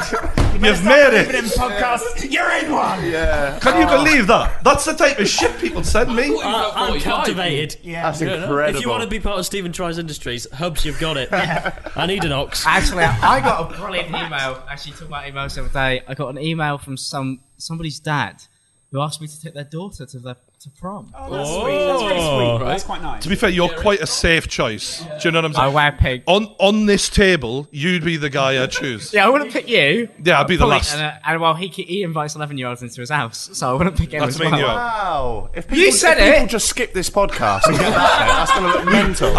You've made it.
In podcast, you're in one. Yeah,
Can you believe that? That's the type of shit people send me.
I- I'm
45.
captivated.
That's
If you want to
incredible.
be part of Stephen Tries Industries, Hubs, you've got it. I need an ox.
actually, I got a
Brilliant email. Actually, talking about emails the other day, I got an email from some somebody's dad who asked me to take their daughter to the to prom.
Oh, that's sweet. That's really sweet. That's quite nice.
To be fair, you're quite a safe choice. Do you know what I'm saying?
wear pink.
On on this table, you'd be the guy I choose.
Yeah, Oh, I wouldn't pick you.
Yeah, I'd be the last.
And, uh, and well, he, he invites eleven-year-olds into his house, so I wouldn't pick him
That's
as
me and
well.
you.
Wow. If people,
You said
if people
it.
just skip this podcast and get that, then that's going to look mental.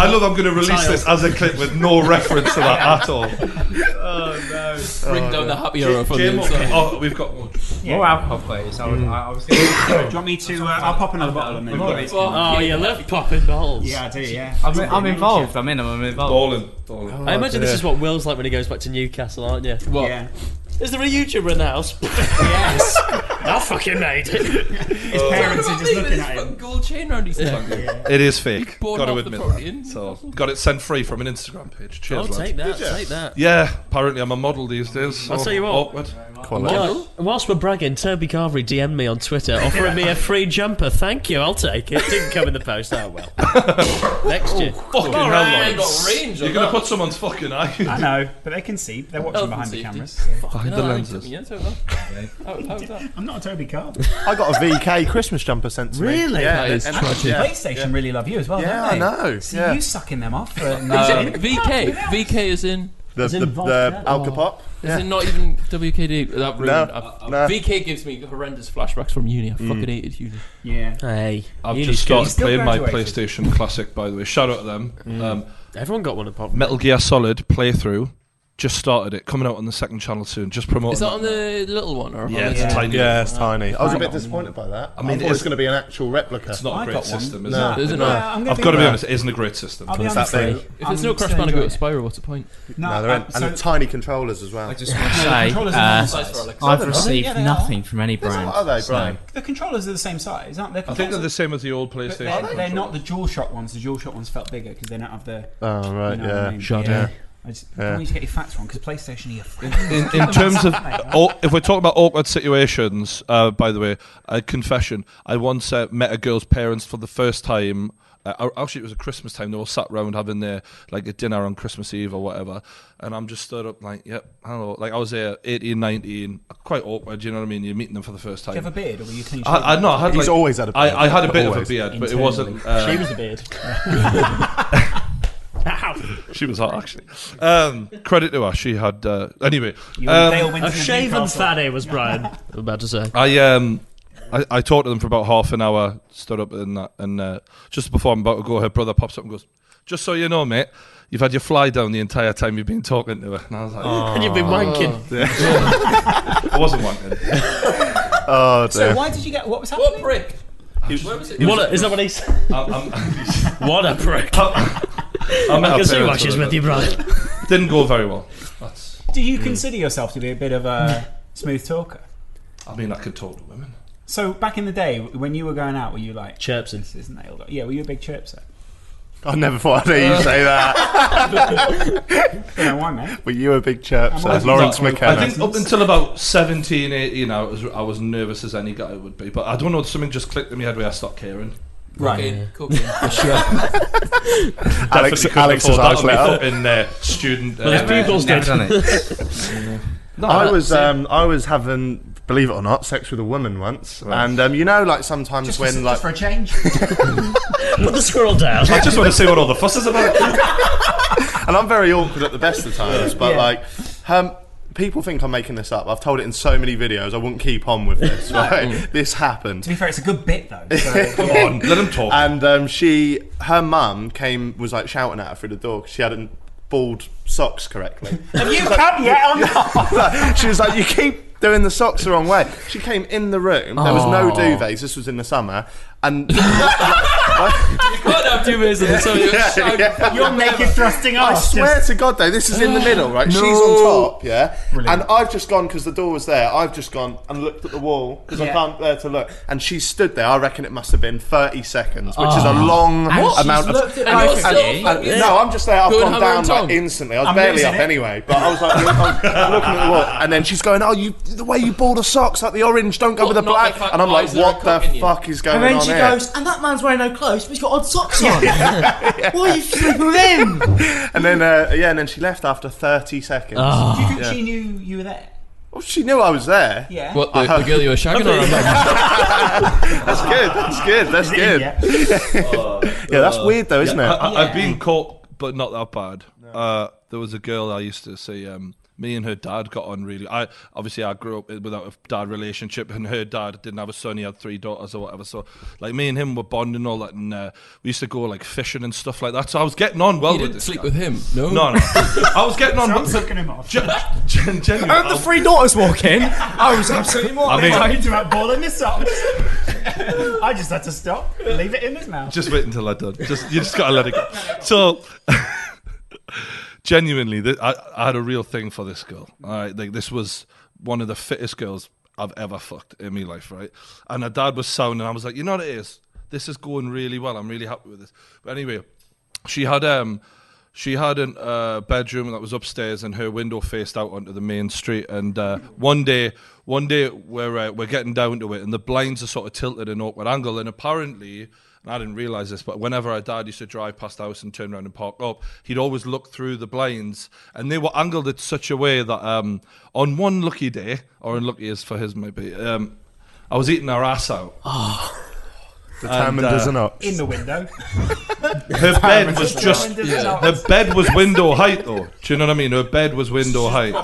I love I'm gonna release this as a clip with no reference to that at all.
Bring down the happy hour from the
Jim,
inside.
oh, we've got one.
More alcohol, please. I, would, I, I was gonna,
Do you want me to? Uh, I'll pop another bottle and then.
Oh, you love popping balls.
Yeah, I do. Yeah,
I'm, I'm involved. I'm in. I'm involved.
Ballin', ballin'.
I imagine this is what Will's like when he goes back to Newcastle, aren't you?
What?
Yeah.
Is there a YouTuber in the house? yes. I fucking made it.
His parents are
About
just
leaving
looking
his
at
fucking
him.
gold chain round his neck.
It is fake.
Born
Got to
off the
admit
property
that.
in
So got it sent free from an Instagram page. Cheers,
Oh,
lads.
take that, take that.
Yeah, apparently I'm a model these days. So
I'll tell you what.
Awkward.
Well, whilst we're bragging, Toby Carvery DM'd me on Twitter offering me a free jumper. Thank you, I'll take it. Didn't come in the post. Oh well. Next year.
Fucking hell,
Alright.
Lawrence.
range
You're
on
gonna
that.
put someone's fucking eye.
I know, but they can see. They're watching behind the
safety.
cameras.
Behind the
No,
lenses.
Yeah, so well. How, how's that?
I'm not a Toby Carp.
I got a VK Christmas jumper sent to me.
Really?
Yeah,
That is
and-
tragic.
yeah.
PlayStation really love you as well.
Yeah,
don't
I
they?
know.
See
Yeah.
you sucking them off. For
Um, VK. VK is in.
The, the,
involved,
the
yeah.
Alka Pop.
Is it not even WKD? That ruined. I-
no.
VK gives me horrendous flashbacks from uni. I fucking hated uni.
yeah.
Hey,
I've
you
just
need to-
started
still
playing my
graduated.
PlayStation Classic, by the way. Shout out to them. Um,
Everyone got one apart.
Metal Gear Solid playthrough. Just started it. Coming out on the second channel soon. Just promoting.
Is that on the Oh, little one or?
Yeah, it's
Yeah.
a tiny.
Yeah, it's tiny. I was a
Hang
bit
on.
disappointed by that. I
mean,
mean,
it
thought it was
is-
going to be an actual replica.
It's not
I
a great
got one.
system, is
No.
it?
Is it
Uh,
not?
I'm gonna
I've
be
got to be honest.
honest.
It isn't a great system.
I'll be
It's that
honest.
thing.
with you.
If there's
I'm
no Crash
still enjoying
Bandicoot or
it.
Spyro, what's the point?
No,
No, they're in,
I'm-
and
so-
tiny controllers as well.
I just want to
controllers
say,
are
uh,
the same size.
I've received
Yeah, they are.
nothing from any
What
brand.
are they,
so-
Brian?
The controllers are the same size, aren't they?
I think they're the same as the old PlayStation.
They're, they're
controller.
not the DualShock ones. The DualShock ones felt bigger because they don't have the.
Oh, right,
you know what I
yeah.
mean?
Sure,
yeah.
yeah.
I just
Yeah.
I need to get your facts wrong because PlayStation are your friend.
in, in terms of, oh, if we're talking about awkward situations, uh, by the way, a confession. I once uh, met a girl's parents for the first time. Uh, uh, actually, it was a Christmas time. They all sat round having their like a dinner on Christmas Eve or whatever, and I'm just stood up like, yep, hello. Like I was there, 18, 19, quite awkward. You know what I mean? You're meeting them for the first
Do you have a
time.
beard or were you clean shaven?
I, I no, I had
He's
like,
always had a beard.
I, I had a bit of a
Always.
beard, but it wasn't. Uh,
She was a beard.
she was hot, actually. Um, credit to her. She had. Uh, anyway. um,
a shaven fatty was Brian. I was about to say.
I um I, I talked to them for about half an hour, stood up and that, and uh, just before I'm about to go, her brother pops up and goes, "Just so you know, mate, you've had your fly down the entire time you've been talking to her." And I was like,
And you've been wanking.
Yeah. I wasn't wanking.
Oh,
So why did you get what was happening? What
prick?
Where
was it?
What a, is that what he said? what a prick.
I met
I
her
can see why
parents
she's
over
with you,
there.
Brian.
Didn't go very well.
Do you consider yourself to be a bit of a smooth talker?
I mean, I could talk to women.
So back in the day, when you were going out, were you like
chirpsing?
This is nailed. on." Yeah, were you a big chirpser?
I never thought I'd
Uh,
hear you say that.
You know why, mate?
Were you a big chirp?
I
So Lawrence
think-
McKenna.
I think up until about 17, 18, I was, I was nervous as any guy would be. But I don't know, something just clicked in my head where I stopped caring.
Cocaine, cocaine.
Alex-
Definitely couldn't
Alex's
afford that
eyes
on
lit
my
up.
fucking, uh, student. uh,
Well, if Bugle's dead.
No,
I was
that's it.
um, I was having believe it or not sex with a woman once, and um, you know like sometimes
Just,
when
for,
like
just for a change.
Put the squirrel down.
I just want to see what all the fuss is about.
and I'm very awkward at the best of times, but
Yeah.
like, um, people think I'm making this up. I've told it in so many videos. I wouldn't keep on with this. Right? this happened.
to be fair, it's a good bit though. So.
Come on, let him talk.
And um, she, her mum came, was like shouting at her through the door because she hadn't balled socks correctly.
Have you come yet or not?
she was like, "You keep doing the socks the wrong way." She came in the room. There was no duvets. This was in the summer, and
God, I've two minutes of this. So you're
Yeah,
so
yeah.
You're naked thrusting
I
us.
swear to God, though, this is in the middle, right? She's on top, yeah. And I've just gone because the door was there. I've just gone and looked at the wall because I
Yeah.
can't bear to look. And she stood there. I reckon it must have been thirty seconds, which is a long amount of.
looked at
and-
both
and-
of
and-
you?
and- no, I'm just there. I've
Good
gone
hammer
down
and
like
tongs.
instantly. I was
I'm
barely
losing
up
it.
anyway, but I was like look- I'm looking at the wall, and then she's going, "Oh, you the way you ball the socks, like the orange, don't go
What,
with
not
the
the
black."
fact
and I'm like,
eyes are
"What the
cocking you?"
fuck is going
And then
on
she
here?"
goes, and that man's wearing no clothes, but he's got odd socks on. Why are you sleeping with him?
and then uh, yeah, and then she left after thirty seconds.
Do you think
Yeah.
she knew you were there?
Well, Oh, she knew I was there.
Yeah.
What the, the girl you were shagging on?
That's good. That's good. That's good.
Yeah.
Yeah, that's weird though, isn't
I,
it?
I, I've been caught, but not that bad. Uh, there was a girl I used to see. Um, me and her dad got on really. I obviously I grew up without a dad relationship, and her dad didn't have a son. He had three daughters or whatever. So like me and him were bonding all that, and uh, we used to go like fishing and stuff like that. So I was getting on well
You
with
didn't
this
sleep
guy.
with him, no?
No, no. I was getting on.
Someone's
with-
hooking him off.
Gen- gen- genuine. I was-
three daughters walk in.
I was absolutely
I mean-
mortified about balling this up. I just had to stop, leave it in his mouth.
just wait until I done. Just you just gotta let it go. So genuinely, th- I, I had a real thing for this girl. All right, like this was one of the fittest girls I've ever fucked in my life. Right, and her dad was sound, and I was like, you know what it is. This is going really well. I'm really happy with this. But anyway, she had um she had a uh, bedroom that was upstairs and her window faced out onto the main street and uh, one day one day we're uh, we're getting down to it and the blinds are sort of tilted in an awkward angle and apparently and I didn't realize this but whenever our dad used to drive past the house and turn around and park up he'd always look through the blinds and they were angled in such a way that um on one lucky day or unlucky as for his maybe um I was eating her ass out And,
Determined
uh,
as an ox.
In the window.
her bed was just
Windows is out.
her bed was window height though. Do you know what I mean? Her bed was window height.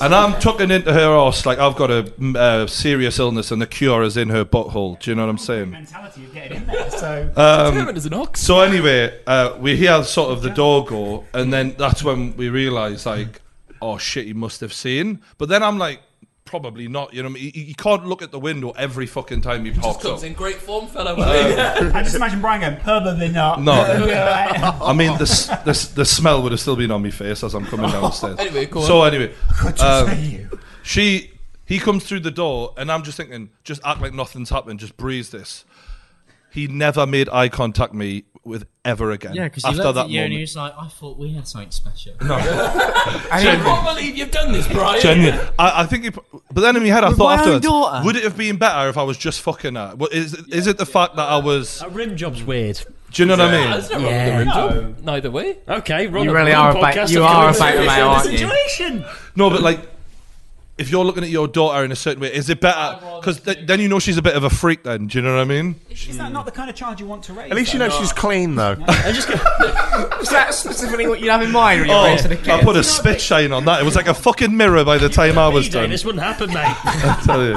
And I'm tucking into her ass like I've got a mm, uh, serious illness and the cure is in her butthole. Do you know what I'm saying?
Mentality of getting in there. So
Uh,
Determined as an ox.
So anyway, uh, we hear sort of the door go, and then that's when we realise like, oh shit, he must have seen. But then I'm like, probably not. You know, what I mean? you, you can't look at the window every fucking time he pops up.
comes in great form, fella.
I just imagine Brian going, probably not.
No.
Yeah.
I mean, the, s- the, s- the smell would have still been on my face as I'm coming downstairs.
Anyway, go on.
So anyway, um,
you.
she he comes through the door, and I'm just thinking, just act like nothing's happened, just breeze this. He never made eye contact me with ever again.
Yeah, because he
after
looked
that
at you and he
moment,
was like, I thought we had something special.
I can't believe you've done this, Brian.
genuine. I, I think, he, p- but then in my head, I thought
my own
afterwards,
daughter.
would it have been better if I was just fucking her? Well, Is is it the fact that I was?
A rim job's weird.
Do you know what I mean?
That's not wrong with the rim job.
Neither way.
Okay, run
You
a-
really
run
are a ba-
podcast
you
of
are a
comedy.
baiter, mate, aren't you?
Situation.
No, but like, if you're looking at your daughter in a certain way, is it better? Because th- then you know she's a bit of a freak. Then do you know what I mean?
Is that not the kind of child you want to raise?
At least you
though?
know she's
clean though.
Is that specifically what you have in mind when you're
Oh,
raising a kid?
I put a spit shine on that. It was like a fucking mirror by the time I was done.
This wouldn't happen, mate.
I tell you,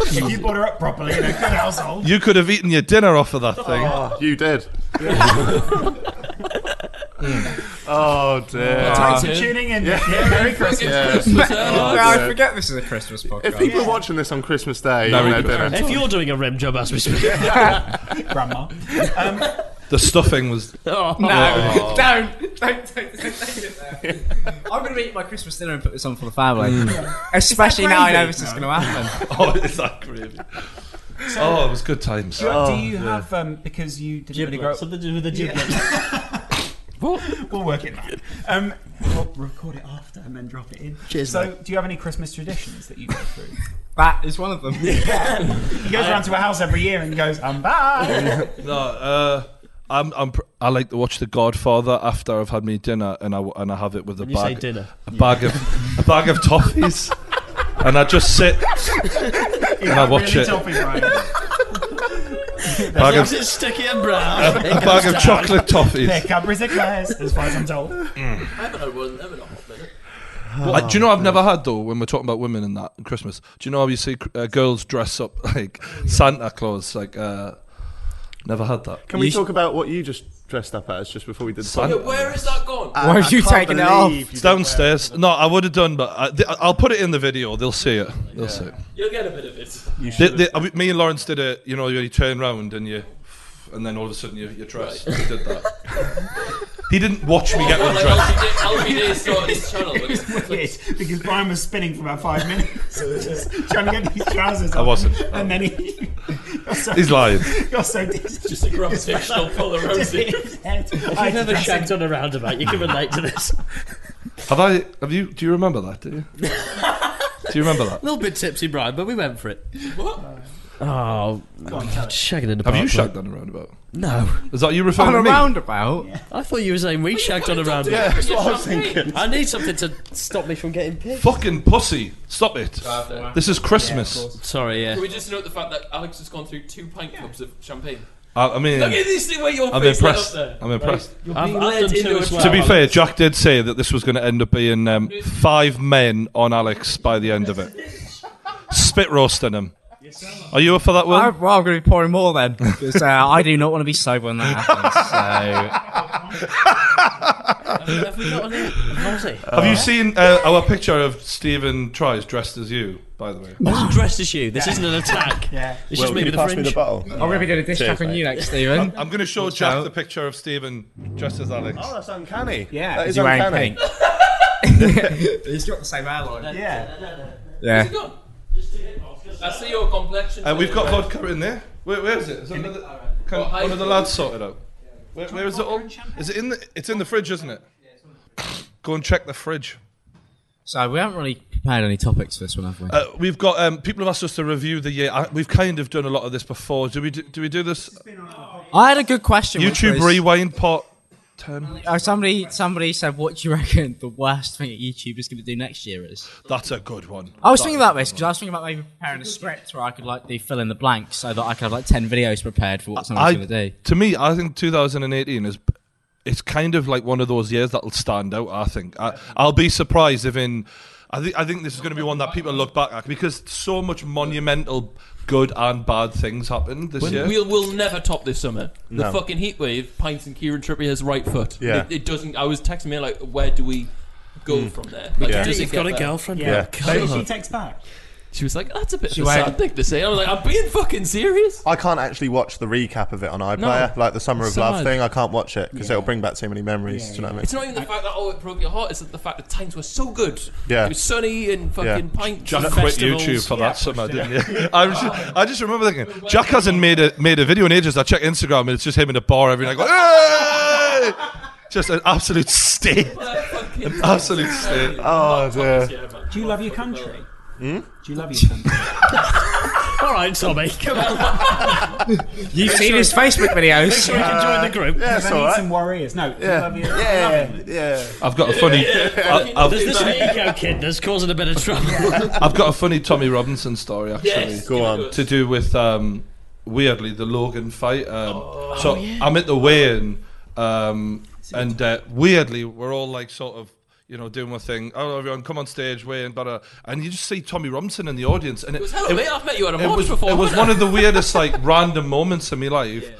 if you brought her up properly in a good household.
you could have eaten your dinner off of that thing.
Oh, you did. oh dear.
Well,
Uh,
thanks for tuning in.
Yeah.
Yeah, Merry Christmas.
Yeah.
Oh, I forget this is a Christmas
If
podcast.
people are watching this on Christmas Day,
Merry
you know,
Christmas.
dinner.
if you're doing a REM job as we speak,
Grandma.
The stuffing was.
oh,
No, don't, don't, don't, don't take it there. I'm going to eat my Christmas dinner and put this on for the family. Especially
Is that
now I
crazy?
know this is going to happen.
Oh, it's that gravy. Oh, it was good times.
Do, do you have um, because you didn't really grow up?
something to do with the giblets.
We'll work it out. Um, we'll record it after and then drop it in.
Cheers,
So, do you have any Christmas traditions that you go through?
That is one of them.
he goes around to a house every year and goes, "I'm back."
No, uh, I'm, I'm pr- I like to watch The Godfather after I've had my dinner, and I w- and I have it with a
When you say
bag,
dinner.
a bag of a bag of toffees, and I just sit and I watch
really
it.
tough, Brian.
Bag
Is
of,
it sticky and brown?
a bag of chocolate toffees.
Their cupboards are closed, as far as I'm told.
I haven't had one of them in a hot minute.
Like, do you know what I've never had though? When we're talking about women and that and Christmas, do you know how you see uh, girls dress up like Santa Claus? Like, uh, never had that.
Can we talk about what you just dressed up as just before we did the
Sun-
podcast?
Yeah, where is that gone?
Why are you taking it off?
It's downstairs. No, I would have done, but I, th- I'll put it in the video. They'll see it. They'll see it.
You'll get a bit of it.
They, they, uh, me and Lawrence did it. You know, you turn round and you, and then all of a sudden you, you're dressed. He did that. he didn't watch me get
Like
undressed.
LBJ, LBJ started his channel. But it's like,
Yes, because Brian was spinning for about five minutes, just trying to get these trousers.
I
on.
wasn't.
And then he. You're so,
He's lying.
You're so dis-
just a gravitational polarizing.
I've
I've never shagged on a roundabout. You can relate to this.
Have I? Have you? Do you remember that? Do you? do you remember that?
A little bit tipsy, Brian, but we went for it.
Oh, shagging in
Have
the park,
you
right?
shagged on a roundabout?
No,
Is that you referring
On a
to me?
roundabout?
I thought you were saying we shagged on a roundabout.
That's what I was thinking.
I need something to stop me from getting pissed.
Fucking pussy! Stop it. This is Christmas.
Sorry, yeah.
Can we just note the fact that Alex has gone through two pint cups of champagne?
I, I mean,
Look at this where your
I'm
face lit
impressed.
up there.
I'm impressed.
I've, I've done two as well.
To be fair, Jack did say that this was going to end up being um, five men on Alex by the end of it. Spit roasting him. Are you up for that, Will?
I, well, I'm going to be pouring more then. 'cause, uh, I do not want to be sober when that happens.
Have we got any? How was he?
Have you seen uh, our picture of Stephen Tries dressed as you? By the way,
I wasn't dressed as you. This isn't an attack.
Yeah.
It's
Well,
just me
can you
with
pass me
fringe.
the bottle?
So I'm going to be doing a dish track on you next, Stephen.
I'm going to show Jack the picture of Stephen dressed as Alex.
Oh, that's uncanny.
Yeah.
that
Is
Is
is
he wearing
uncanny.
pink? He's got the same hairline.
Yeah.
Yeah.
Gone. I see your complexion.
Uh, we've got vodka in there. Where, where is it? Is another, can
Well, I-
one of the lads sort it out? Where, where is it all? Is it in the? It's in the fridge, isn't it? Go and check the fridge.
So we haven't really prepared any topics for this one, have we?
Uh, we've got um, people have asked us to review the year. I, we've kind of done a lot of this before. Do we do, do we do this
I had a good question. which
YouTube
was-
rewind part ten?
Uh, somebody, somebody said, "What do you reckon the worst thing that YouTube is going to do next year is?"
That's a good one.
I was thinking about this because I was thinking about maybe preparing a script where I could like do fill in the blanks so that I could have like ten videos prepared for what someone's going to do.
to me, I think 2018 is it's kind of like one of those years that'll stand out. I think I, I'll be surprised if in I think I think this is going to be one that people look back at because so much monumental good and bad things happened this year.
We'll, we'll never top this summer. The fucking heat wave pints and Kieran Trippier's right foot.
Yeah.
It, it doesn't. I was texting me like, where do we go from there? Like,
Yeah.
does it
You've
get
got a
better?
girlfriend.
Yeah.
God.
She takes back.
She was like, that's a bit
She
of a
went-
sad thing to say. I was like, I'm being fucking serious.
I can't actually watch the recap of it on iPlayer, like the Summer of
So
Love
bad.
thing. I can't watch it because it'll bring back too many memories. do you know what I mean?
It's not even the fact that oh it broke your heart. It's that the fact that times were so good.
Yeah.
It was sunny and fucking
Yeah.
pints.
Jack
and
quit
festivals.
YouTube for that somehow, didn't you? I, was just, I just remember thinking, Jack hasn't made a made a video in ages. I check Instagram and it's just him in a bar every night going, hey! Just an absolute state. An absolute state.
Oh dear.
Do you love your country? Do you love your country?
All right, line, Tommy. Come on.
You've seen his Facebook videos.
Make sure you can join the group.
Yeah, I need some warriors. No, yeah,
yeah, yeah.
I've got a funny. I- I've,
There's this Nico kid that's causing a bit of trouble.
I've got a funny Tommy Robinson story actually.
Yes, Go give it on. to us.
To do with um, weirdly the Logan fight. Um,
Oh,
so I'm at the weigh-in, um, and uh, weirdly we're all like sort of. You know, doing my thing. Oh, everyone, come on stage, weigh in, but and you just see Tommy Robinson in the audience, and it,
was, "Hello, mate, I've met you at a
it
mobs
was,
before."
It was one of the weirdest, like, random moments in my life.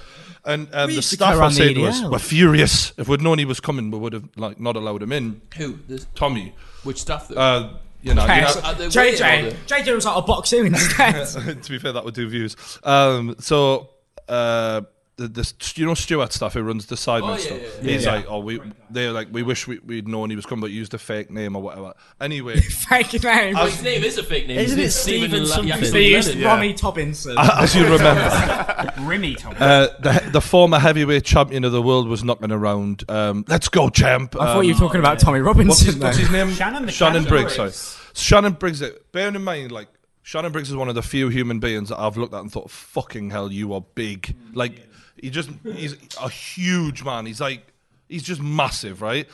And um,
We
the
used to
staff
go
were
around the E
saying to us,
EDL.
"We're furious. If we'd known he was coming, we would have like not allowed him in."
Who? This-
Tommy.
Which staff? though?
Uh, you know, you
Okay,
know-
so JJ, JJ was out of boxing instead.
to be fair, that would do views. Um, so uh, the, the st- you know Stuart stuff who runs the
yeah,
Sidemen stuff.
yeah,
yeah.
He's
Yeah.
like, oh, we they're like, we wish we, we'd known he was coming, but used a fake name or whatever. Anyway,
Fake name.
Well,
his name is a fake name.
Isn't it
Stephen
Stephen
La-
something?
Yakovlev?
They used
Yeah.
Ronnie
Tobinson.
as you remember.
Rimmy Tom.
Uh, the, the former heavyweight champion of the world was knocking around. Um, Let's go, champ!
I thought you were
Um,
talking about Tommy Robinson.
What's his,
though.
what's his name?
Shannon the
Shannon
Cannon
Briggs.
Briggs.
Sorry, Shannon Briggs. uh, Bearing in mind, like Shannon Briggs is one of the few human beings that I've looked at and thought, "Fucking hell, you are big!" Like he just—he's a huge man. He's like. He's just massive, right?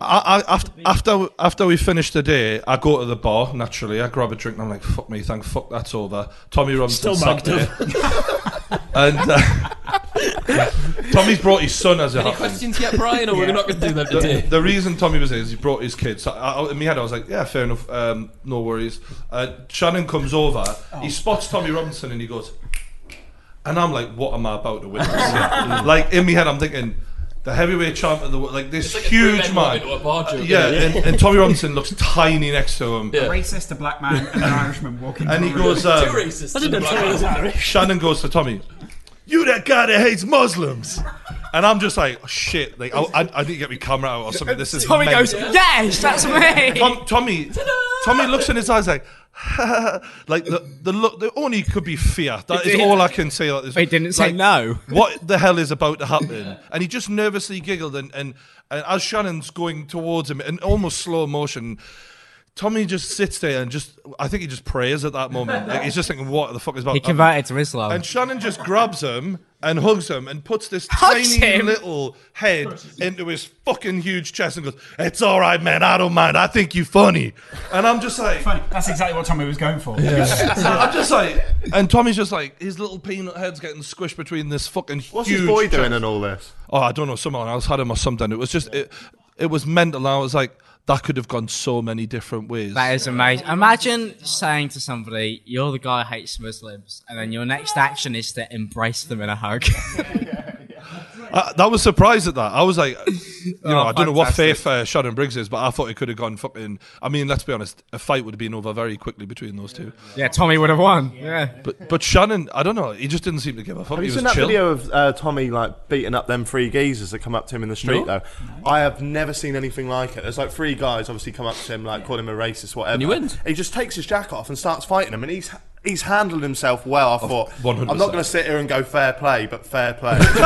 I, I, after, after after we finish the day, I go to the bar naturally. I grab a drink and I'm like, "Fuck me, thank fuck that's over." Tommy Robinson
Still
sat
mugged
there,
up.
and uh, Tommy's brought his son as a
Any questions yet, Brian? Or we're not going to do them today.
the, the reason Tommy was here is he brought his kids. So I, I, in my head, I was like, yeah, fair enough, um, no worries. Uh, Shannon comes over, he spots Tommy Robinson, and he goes, and I'm like, what am I about to witness? here? like in my head, I'm thinking. The heavyweight champ of the world, like this
It's like a
huge
three-man
man,
moment or a bar joke,
yeah,
isn't it?
And, and Tommy Robinson looks tiny next to him,
A racist, a black man, and an Irishman walking.
and he goes, um,
Two racists.
I didn't know Tommy was Irish.
Shannon goes to Tommy, "You that guy that hates Muslims," and I'm just like, "Oh, "Shit!" Like I, I, I need to get my camera out or something. This is
Tommy
mental.
goes, yes, that's me.
Tom, Tommy, Tommy looks in his eyes like, like the the look. The only could be fear. That is all I can say. Like this.
He didn't say
Like,
no.
What the hell is about to happen? And he just nervously giggled, and and, and as Shannon's going towards him in almost slow motion. Tommy just sits there and just, I think he just prays at that moment. Like, he's just thinking, what the fuck is about?
He converted to Islam.
And Shannon just grabs him and hugs him and puts this
Hugs
tiny
him?
little head into his fucking huge chest and goes, It's all right, man. I don't mind. I think you funny. And I'm just like,
Funny. That's exactly what Tommy was going for.
I'm just like, and Tommy's just like, his little peanut head's getting squished between this fucking
What's
huge.
his boy
chest.
doing in all this?
Oh, I don't know. Someone else had him or something. It was just, it, it was mental. I was like, that could have gone so many different ways.
That is amazing. Imagine saying to somebody, "You're the guy who hates Muslims," and then your next action is to embrace them in a hug.
I, that was surprised at that. I was like, you know,
Oh,
I don't know what
fantastic.
faith uh, Sharon Briggs is, but I thought it could have gone fucking. I mean, let's be honest, a fight would have been over very quickly between those two.
yeah, Tommy would have won. Yeah.
But but Shannon, I don't know, he just didn't seem to give a fuck.
Have you
he
seen
was
that
chill.
video of uh, Tommy like beating up them three geezers that come up to him in the
No.
street? Though I have never seen anything like it. There's like three guys obviously come up to him, like call him a racist, whatever.
And he wins.
He just takes his jacket off and starts fighting him, and he's he's handled himself well. I thought i am not
100%.
going to sit here and go fair play, but fair play.
Do you know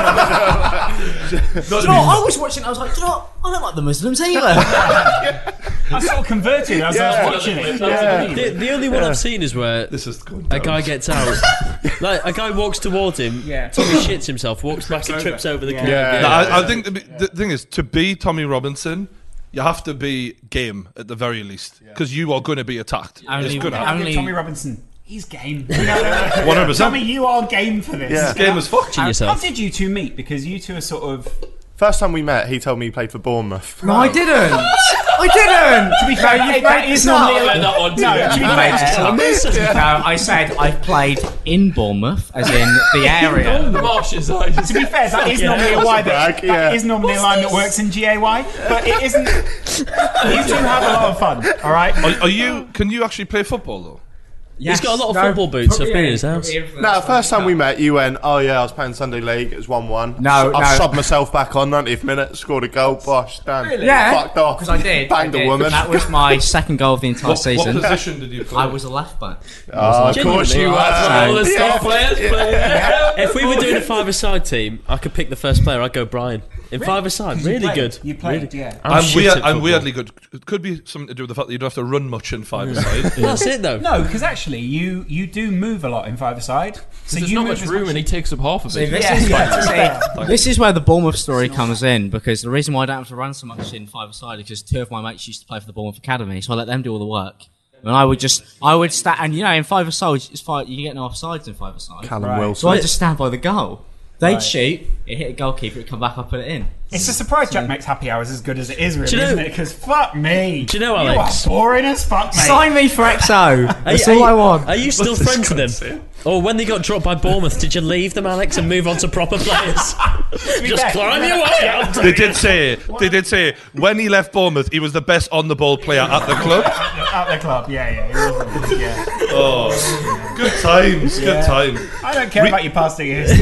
what? I was watching. I was like, "Do you know what? I don't like the Muslims either."
I sort of converted as I
Yeah.
was watching it.
The, the only one I've seen is where
This is going
a
down.
guy gets out. like a guy walks towards him.
Yeah.
Tommy shits himself. Walks back and
over.
trips over the
Yeah.
curb.
Yeah.
No, I, I think the, the thing is to be Tommy Robinson. You have to be game at the very least because you are going to be attacked. it's
Only-
going to happen.
only-
Tommy Robinson, he's game. You know,
100%.
Tommy, you are game for this.
Yeah.
Game as fuck.
How-
yourself.
How did you two meet? Because you two are sort of.
First time we met, he told me he played for Bournemouth.
no, I didn't. I didn't.
To be fair, you, that is normally.
Let that one do it.
to be
Mate,
fair,
stop. No, I said I played in Bournemouth, as in Oh, the area.
The marshes. I just.
to be fair, that is normally a why that,
brag, yeah.
that is normally a line that works in GAY, but it isn't. you two have a lot of fun, all right?
Are, are you? Can you actually play football though?
Yes.
got a lot of football boots. I've been in his house.
No, first time we met, you went, "Oh yeah, I was playing Sunday League. It was one-one.
No,
I
no.
subbed myself back on 90th minute, scored a goal. Bosh, done.
Yeah,
fucked off.
Because I did. I
banged
did.
a woman.
That was my second goal of the
What,
entire
what
season.
position did you play?
I was a left back.
Oh, of course you
All the
were.
staff players, players.
If we were doing a five-a-side team, I could pick the first player. I'd go Brian. In five-a-side, really good. Really-
I'm,
shit
weird,
at
I'm
football.
weirdly good. It could be something to do with the fact that you don't have to run much in five side.
No, because actually, you you do move a lot in five aside. So
there's
you
not
move
much
as
room and he takes up half of
So
it.
this is- yeah.
This is where the Bournemouth story comes in because the reason why I don't have to run so much in five side is because two of my mates used to play for the Bournemouth Academy, so I let them do all the work. And I would just, I would stand, and you know, in five aside, it's five, you get no offsides in five aside.
Callum Right. Wilson.
So I just stand by the goal. They'd
Right.
shoot, it hit a goalkeeper, it'd come back, I put it in.
It's a surprise Jack makes happy hours as good as it is, really,
Do you know-
isn't it? Because fuck me. Do
you know, Alex?
You are boring as fuck, mate.
Sign me for XO.
That's
you-
all I
you-
want.
Are you still
What's
friends with them? Or when they got dropped by Bournemouth, did you leave them, Alex, and move on to proper players? Just climb your way up.
They did say, they did say, when he left Bournemouth, he was the best on the ball player at the club.
At the club, yeah, yeah. it was- yeah.
Oh, good times,
Yeah.
good times.
I don't care
Re-
about your past years.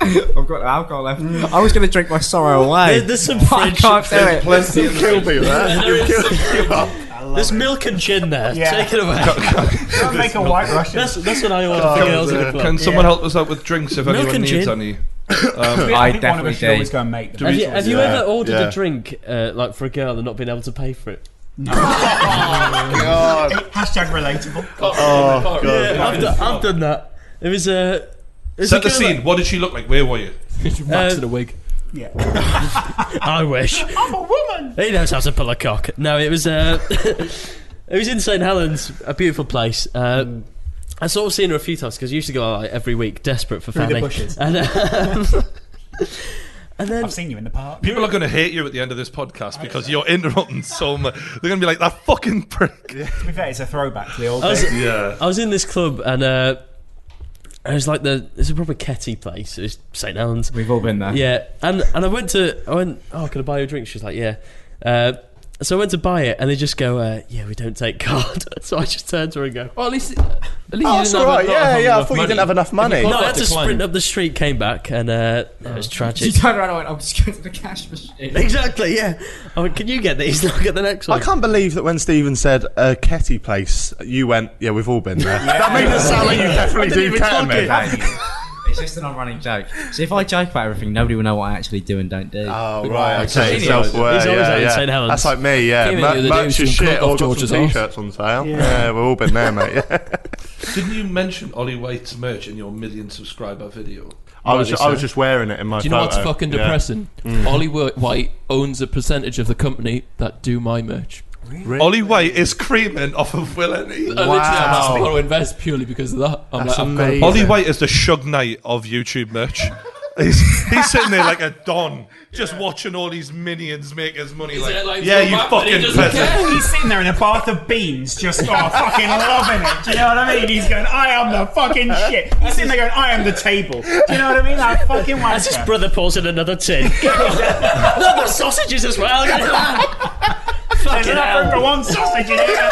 I've got alcohol left. I was going to drink my sorrow away.
There- There's some
But I
French.
can't do it.
There's milk and gin there.
Yeah.
Take it away.
Don't make a white Russian.
That's, that's what I order for girls in the club.
Can someone help us out with drinks if
Milk
anyone
and
needs
gin.
any?
I I think one of us should always go and make them.
Do
Have
we-
you, have you
Yeah.
ever ordered
Yeah.
a drink uh, like for a girl and not been able to pay for it?
Oh,
Hashtag relatable.
Oh, God.
Yeah, I've, done, I've done that. It was uh, it was a.
Set the
girl
scene. What did she look like? Where were you?
Max in a
wig.
Yeah.
I wish.
I'm a woman.
He knows how to pull a cock. No, it was uh, it was in St Helens, a beautiful place. Uh,
Mm.
I sort of seen her a few times because I used to go out like, every week, desperate for
Through the
family.
bushes.
And, uh, and then
I've seen you in the park.
People are going to hate you at the end of this podcast because you're interrupting so much. They're going to be like, that fucking prick.
To be fair, it's a throwback to the old
I was,
days.
Yeah.
I was in this club and uh, I was like the it's a proper ketty place. It's St Helens.
We've all been there.
Yeah, and and I went to I went oh can I buy you a drink? She's like yeah. Uh, so I went to buy it and they just go uh, yeah we don't take card. so I just turned to her and go.
Well, at least, at least
Oh,
you
that's
didn't have,
all right.
not
Yeah,
have
yeah, I
enough
thought you
money.
didn't have enough
If you
money.
can't
No, I had to
decline-
sprint up the street, came back, and uh, it was
You
tragic.
turned around and went, I'm just going to the cash machine.
exactly, yeah. I went, can you get these? Look at the next
I
one.
can't believe that when Stephen said uh, Ketty Place, you went, yeah, we've all been there. That made it sound like you definitely do ketamine.
It's just an on-running joke. So if I joke about everything, nobody will know what I actually do and don't do.
Oh, right, okay.
Genius.
self-aware,
He's always
yeah,
out in
yeah.
St. Helens.
That's like me, yeah.
Came in
Mer-
the other day with
Merch your
some
shit,
cloth
all
off
got
George's
some
arse.
t-shirts on sale.
Yeah.
Yeah, we've all been there, mate. yeah.
Didn't you mention Ollie White's merch in your million subscriber video?
I was,
Rightly
I was
so.
just wearing it in my
Do you know what's
photo.
fucking
Yeah. Mm.
depressing? Ollie Wo- White owns a percentage of the company that do my merch.
Ollie White is creaming off of Will E. Ennie.
I literally just want to invest purely because of that. I'm
That's
like, I've got-
amazing.
Ollie White is the Shug Knight of YouTube merch. He's, he's sitting there like a don, just watching all these minions make his money.
He's
Like,
there like,
yeah,
so
you
bad, but he
fucking
doesn't
peasant.
care.
He's sitting there in a bath of beans, just oh, fucking loving it. Do you know what I mean? He's going, I am the fucking shit. He's sitting there going, I am the table. Do you know what I mean? That fucking
As his
wanker.
brother pours in another tin. another sausages as well.
There's
Fucking
enough room for
hell.
one sausage in here.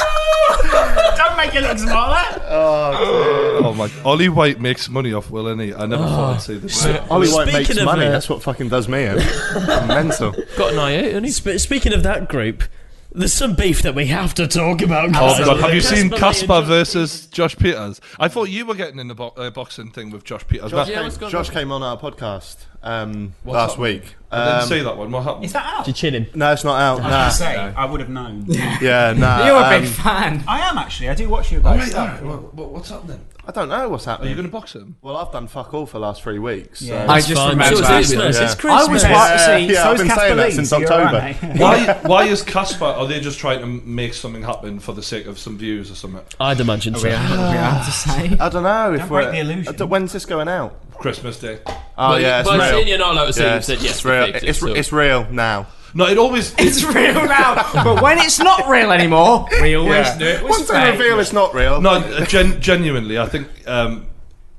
Don't make it look eh? smaller.
Oh my! Ollie White makes money off Will Ennie. I never thought I'd say this.
Ollie White
Speaking
makes
of,
money.
uh,
That's what fucking does me in. I'm mental.
Got an eye, and he's
Sp- speaking of that group, there's some beef that we have to talk about.
Oh
guys.
god! Have you seen
Casper
Caspar versus Josh Peters? I thought you were getting in the bo- uh, boxing thing with Josh Peters.
Josh,
I
Yeah, what's
came,
going
Josh came on our podcast um,
What's
last
up?
week.
didn't
Um,
see that one. What happened?
Is that out?
You're chilling.
no, it's not out.
I
Nah.
say, I would have known.
Yeah, nah.
You're a big
um,
fan.
I am actually. I do watch you
Oh,
Right,
guys.
alright, what- what- what's up then?
I don't know what's
Are
happening.
you going to box him?
Well, I've done fuck all for the last three weeks. So.
Yeah.
I just remember.
So it's Christmas.
Yeah.
It's
I
Christmas.
was
Yeah,
watching.
yeah,
so
I've
is
been
Casper
saying that
Lee,
since
so you're all
October.
right, mate.
Why? Why is Caspar? Are they just trying to m- make something happen for the sake of some views or something?
I'd imagine so.
to say.
I don't know if
Don't
we're.
break the illusion.
I don't- when's this going out?
Christmas Day.
Oh
Well,
yeah, it's
by
real.
saying you're not allowed to say
Yeah,
you've said yes
It's
to
real.
fake it,
It's,
so-
it's real now.
No, it always.
It's real now, but when it's not real anymore, we always
Yeah.
knew it was
Once they
fake.
reveal it's not real,
No, uh, gen- genuinely, I think um,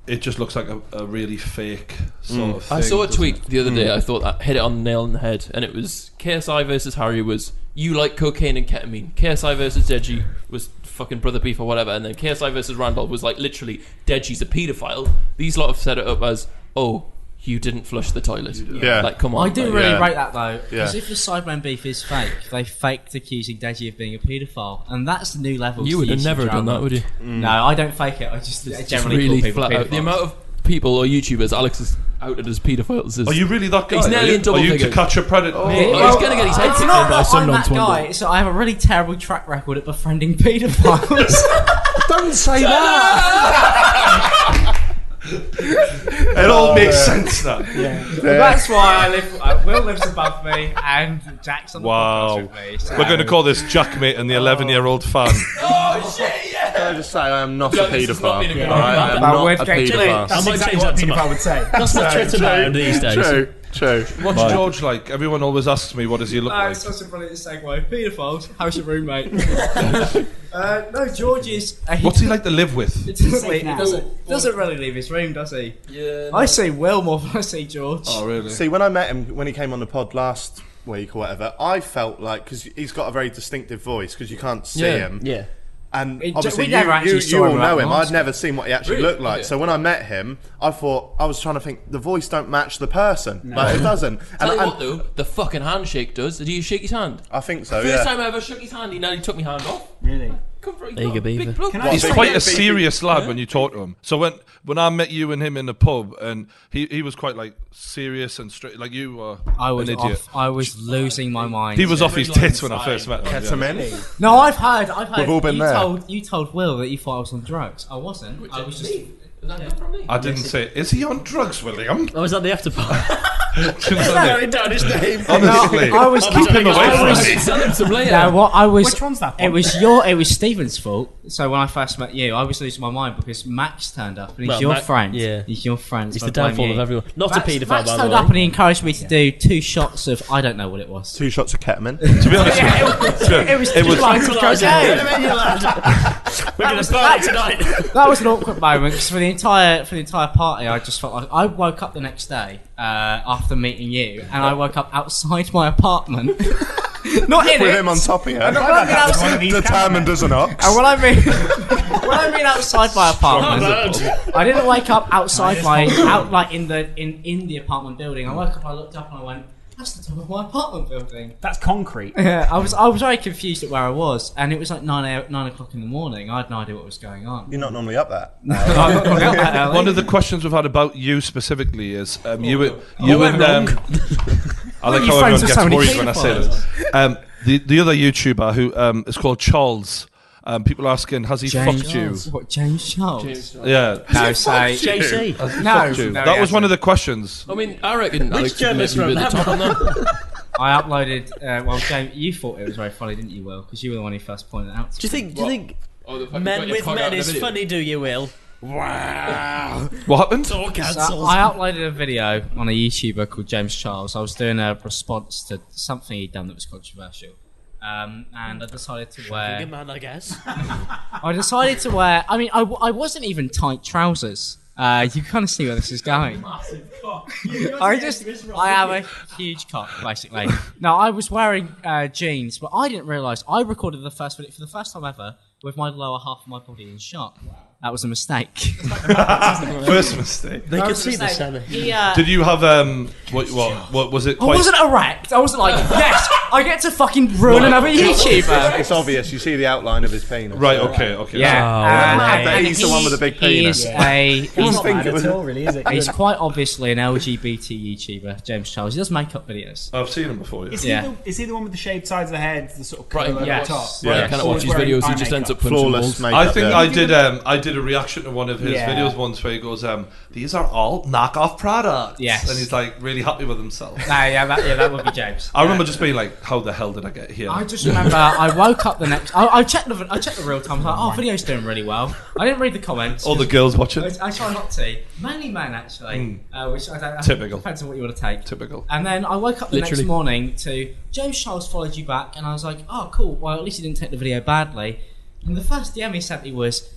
it just looks like a, a really fake sort of thing.
I saw a
doesn't
tweet
it? Hmm.
the other day. I thought that hit it on the nail on the head, and it was KSI versus Harry was you like cocaine and ketamine. KSI versus Deji was fucking brother beef or whatever, and then KSI versus Randolph was like literally Deji's a paedophile. These lot have set it up as oh you didn't flush the toilet.
Yeah.
like come on.
I do
like-
really
Yeah.
rate that though, because
Yeah.
if the Sidemen beef is fake, they faked accusing Deji of being a paedophile, and that's the new level.
You
to
would have
YouTube
never done
drama.
that, would you?
No, I don't fake it. I just, generally
really
call people
flat out. The
paedophiles.
amount of people or YouTubers Alex is outed as paedophiles. Is
Are Oh, you really that guy?
He's
Are
nearly
you-
in double
are you
figures. Oh.
To Catch a Predator?
Mate, he's going to get his head
It's
kicked in
not
by
that
some
I'm that
non-twin
guy. So I have a really terrible track record at befriending paedophiles.
Don't say that.
It all makes sense now.
That's why I live. I, Will lives above me, and Jack's on the podcast
Wow.
with me. so-
We're going to call this Jackmate and the 11 year old fan.
Oh shit! Yeah.
Can I just say I am not
No,
a
this has not
paedophile.
been a good
All right, I
argument.
am not a
That word
paedophile.
That's exactly what Pedophile would say.
That's
So-
what Twitter man these days.
True, true.
What's
Right.
George like? Everyone always asks me, what does he look
Ah,
like?
it's such a brilliant segue. Paedophiles, how's your roommate? uh, no, George is.
What's he like to live with?
It doesn't,
Safe
he
now.
doesn't, doesn't really leave his room, does he?
Yeah.
I see Will more than I see George.
Oh,
See, when I met him, when he came on the pod last week or whatever, I felt like because he's got a very distinctive voice because you can't see
Yeah,
him.
yeah.
And
It ju-
obviously,
we
you,
never actually
you,
saw
you
him
all
without
know him.
masks.
I'd never seen what he actually
Really?
looked like.
Yeah.
So when I met him, I thought I was trying to think the voice don't match the person,
No.
but it doesn't.
Tell you
and,
what though, the fucking handshake does. Do you shake his hand?
I think so.
First
yeah.
time I ever shook his hand, he nearly took my hand off.
Really?
Come for
There you go,
big
Beaver.
bloke.
Well, he's quite a serious lad when you talk to him. So when when I met you and him in the pub, and he, he was quite like serious and straight, like you were
I was
an idiot.
off. I was losing my mind.
He was off his tits when I first met him. yeah.
No, I've heard. I've heard.
We've all been
you
there.
Told, you told Will that you thought I was on drugs. I wasn't. I was just.
Yeah.
I didn't say, is he on drugs, William?
Oh, is that the after part?
Honestly.
No, I was
Keep him away from
us.
me. Sell him some later.
No, what I was.
Which one's that
It
one?
was your. It was Stephen's fault. So when I first met you, I was losing my mind because Max turned up and he's
Well,
your
Mac-
friend.
yeah.
he's your friend.
He's
so
the
I blame
downfall
you.
of everyone. Not a
Max,
paedophile,
Max
by the
turned
way.
up and he encouraged me to do two shots of I don't know what it was.
Two shots of ketamine.
to be honest,
Yeah, it was- it was two lines of cocaine.
We're going to
that-
burn it tonight.
that was an awkward moment 'cause for the entire for the entire party, I just felt like I woke up the next day uh, after meeting you, and I woke up outside my apartment, not in
With
it.
him on top of you.
And when I mean outside,
Determined as an ox.
and when I mean when I mean outside my apartment, I didn't wake up outside my out like in the in in the apartment building. I woke up, I looked up, and I went. That's the top of my apartment building.
That's concrete.
Yeah, I was I was very confused at where I was, and it was like nine o- nine o'clock in the morning. I had no idea what was going on.
You're not normally up that.
I'm not normally up that early.
One of the questions we've had about you specifically is um, you, you
Oh,
and
I'm
um, I like
Why are you
how everyone
friends with
gets
so many
worried when I say this. Um, the the other YouTuber who um, is called Charles. Um, people are asking, has he
James
fucked
Charles.
you?
What, James Charles? James Charles.
Yeah.
No, Has he say- fucked you? JC.
Has he
No,
fucked you?
no, he
that was
hasn't.
one of the questions.
I mean, I reckon
Which
Alex could
journalist
maybe be
wrote
at the
that
top on that.
I uploaded. Uh, well, James, you thought it was very funny, didn't you, Will? Because you were the one who first pointed it out. To
Do you
me.
think? Do you think?
Oh, the fucking got
Men
your
with
cock out
men
in the
is
video.
funny. Do you, Will? Wow.
What happened?
Talk
So
cancels.
I uploaded a video on a YouTuber called James Charles. I was doing a response to something he'd done that was controversial, um, and I decided to wear.
Good man, I guess.
I decided to wear. I mean, I, w- I wasn't even tight trousers. Uh, you kind of see where this is going. I just, I have a huge cock, basically. No, I was wearing uh, jeans, but I didn't realise I recorded the first video for the first time ever with my lower half of my body in shot. That was a mistake.
First mistake.
They
That
could
was a
see this,
mistake.
hadn't they?
He, uh,
Did you have um? What what what was it?
I
Quite
wasn't erect. I wasn't like, yes, I get to fucking ruin another
It's,
YouTuber.
it's obvious. You see the outline of his penis.
Right, okay, okay.
Yeah, Oh,
Yeah.
and- and
he's the one with the big
he
penis.
Is a,
He's
he's,
not bad at all, really, is it?
he's quite obviously an LGBT YouTuber, James Charles. He does makeup videos.
I've seen him before.
Is,
Yeah.
he the, is he the one with the shaved sides of the head, the sort of curl
Right,
over
yes.
the top?
Yeah. Right, I kinda watch his videos, he just ends up punching Flawless walls. makeup,
I think
yeah.
I did. Um, I did a reaction to one of his
Yeah.
videos once where he goes, um, "These are all knockoff products,"
Yes.
and he's like really happy with himself.
No, yeah, that, yeah, that would be James.
I remember just being like, "How the hell did I get here?"
I just remember I woke up the next. I, I checked the I checked the real time. I was like, oh, video's doing really well. I didn't read the comments.
All the girls watching.
I, I try not to. Mainly men actually,
Mm.
uh, which I don't.
Typical.
Depends on what you want to take.
Typical.
And then I woke up the
Literally.
next morning to James Charles followed you back, and I was like, oh, cool. Well, at least he didn't take the video badly. And the first DM he sent me was,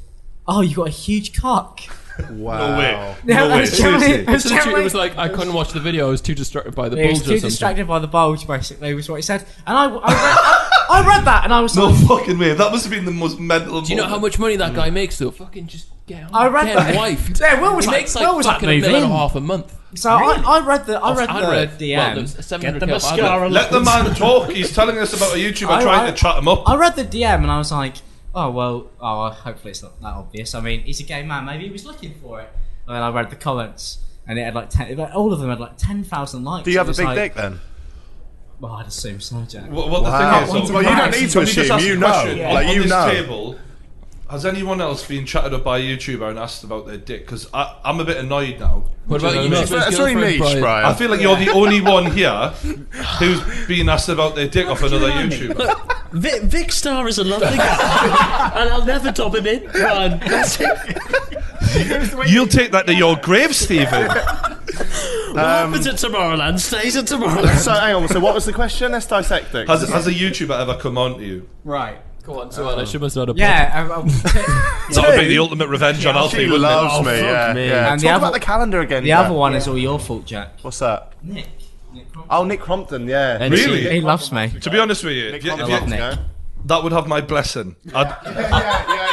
oh, you got a huge cock.
Wow.
No way.
Yeah,
No way.
that's generally-
Seriously.
that's
So literally
generally-
it was like I couldn't watch the video. I was too distracted by the
He was
bulge or
too
something.
distracted by the bulge, basically, was what he said. And I, I, read, I, I read that, and I was
no
like,
fucking way. That must have been the most mental.
Do you know how much money that guy makes though? Fucking just get on.
I read
get
that.
wifed.
Yeah, Will was
he
like-
makes like
Will was like,
fucking a
move
million and
in.
a half a month.
So I, I read the I read
I
the
read-
DM.
well, there was a 700 Get the cab ad. mascara
Let the man talk. He's telling us about a YouTuber
I-
trying
I-
to chat him up.
I read the DM and I was like, oh well, oh hopefully it's not that obvious. I mean, he's a gay man. Maybe he was looking for it.
And then I read the comments, and it had like ten. Like, all of them had like ten thousand likes.
Do you have
It
a
was
big
like-
dick then?
Well, I'd assume so, Jack.
Well, what the
Wow.
thing is,
Well,
so-
you don't need to
Let me just
assume,
ask
you
a
know.
question.
Yeah.
On-
Like,
on
you
this
know.
table, has anyone else been chatted up by a YouTuber and asked about their dick? Because I'm a bit annoyed now.
What
Do
about
know
you,
I mean?
It's- it's very girlfriend, niche, Brian? Brian.
I feel like you're the only one here who's being asked about their dick off another YouTuber.
Vic, Vic Star is a lovely guy, and I'll never dob him in. Brian, that's it.
You'll take that to your grave, Stephen.
What happens at Tomorrowland stays at Tomorrowland.
So hang on. So what was the question? Let's dissect it.
Has, has a YouTuber ever come on to you?
Right.
Go on, so Alex, you must have had a
Yeah, uh, I,
That would be the ultimate revenge on Alfie,
She
wouldn't
loves
it?
me. yeah, yeah.
And
Talk
the
about
other-
the calendar again.
The
Jack.
other one is all your fault, Jack.
What's that?
Nick.
Oh, Nick Crompton. Yeah.
And he-
Really?
He loves me.
To be honest with you, if you,
Nick
if
Crompton.
you-
Yeah,
that would have my blessing. I'd,
yeah,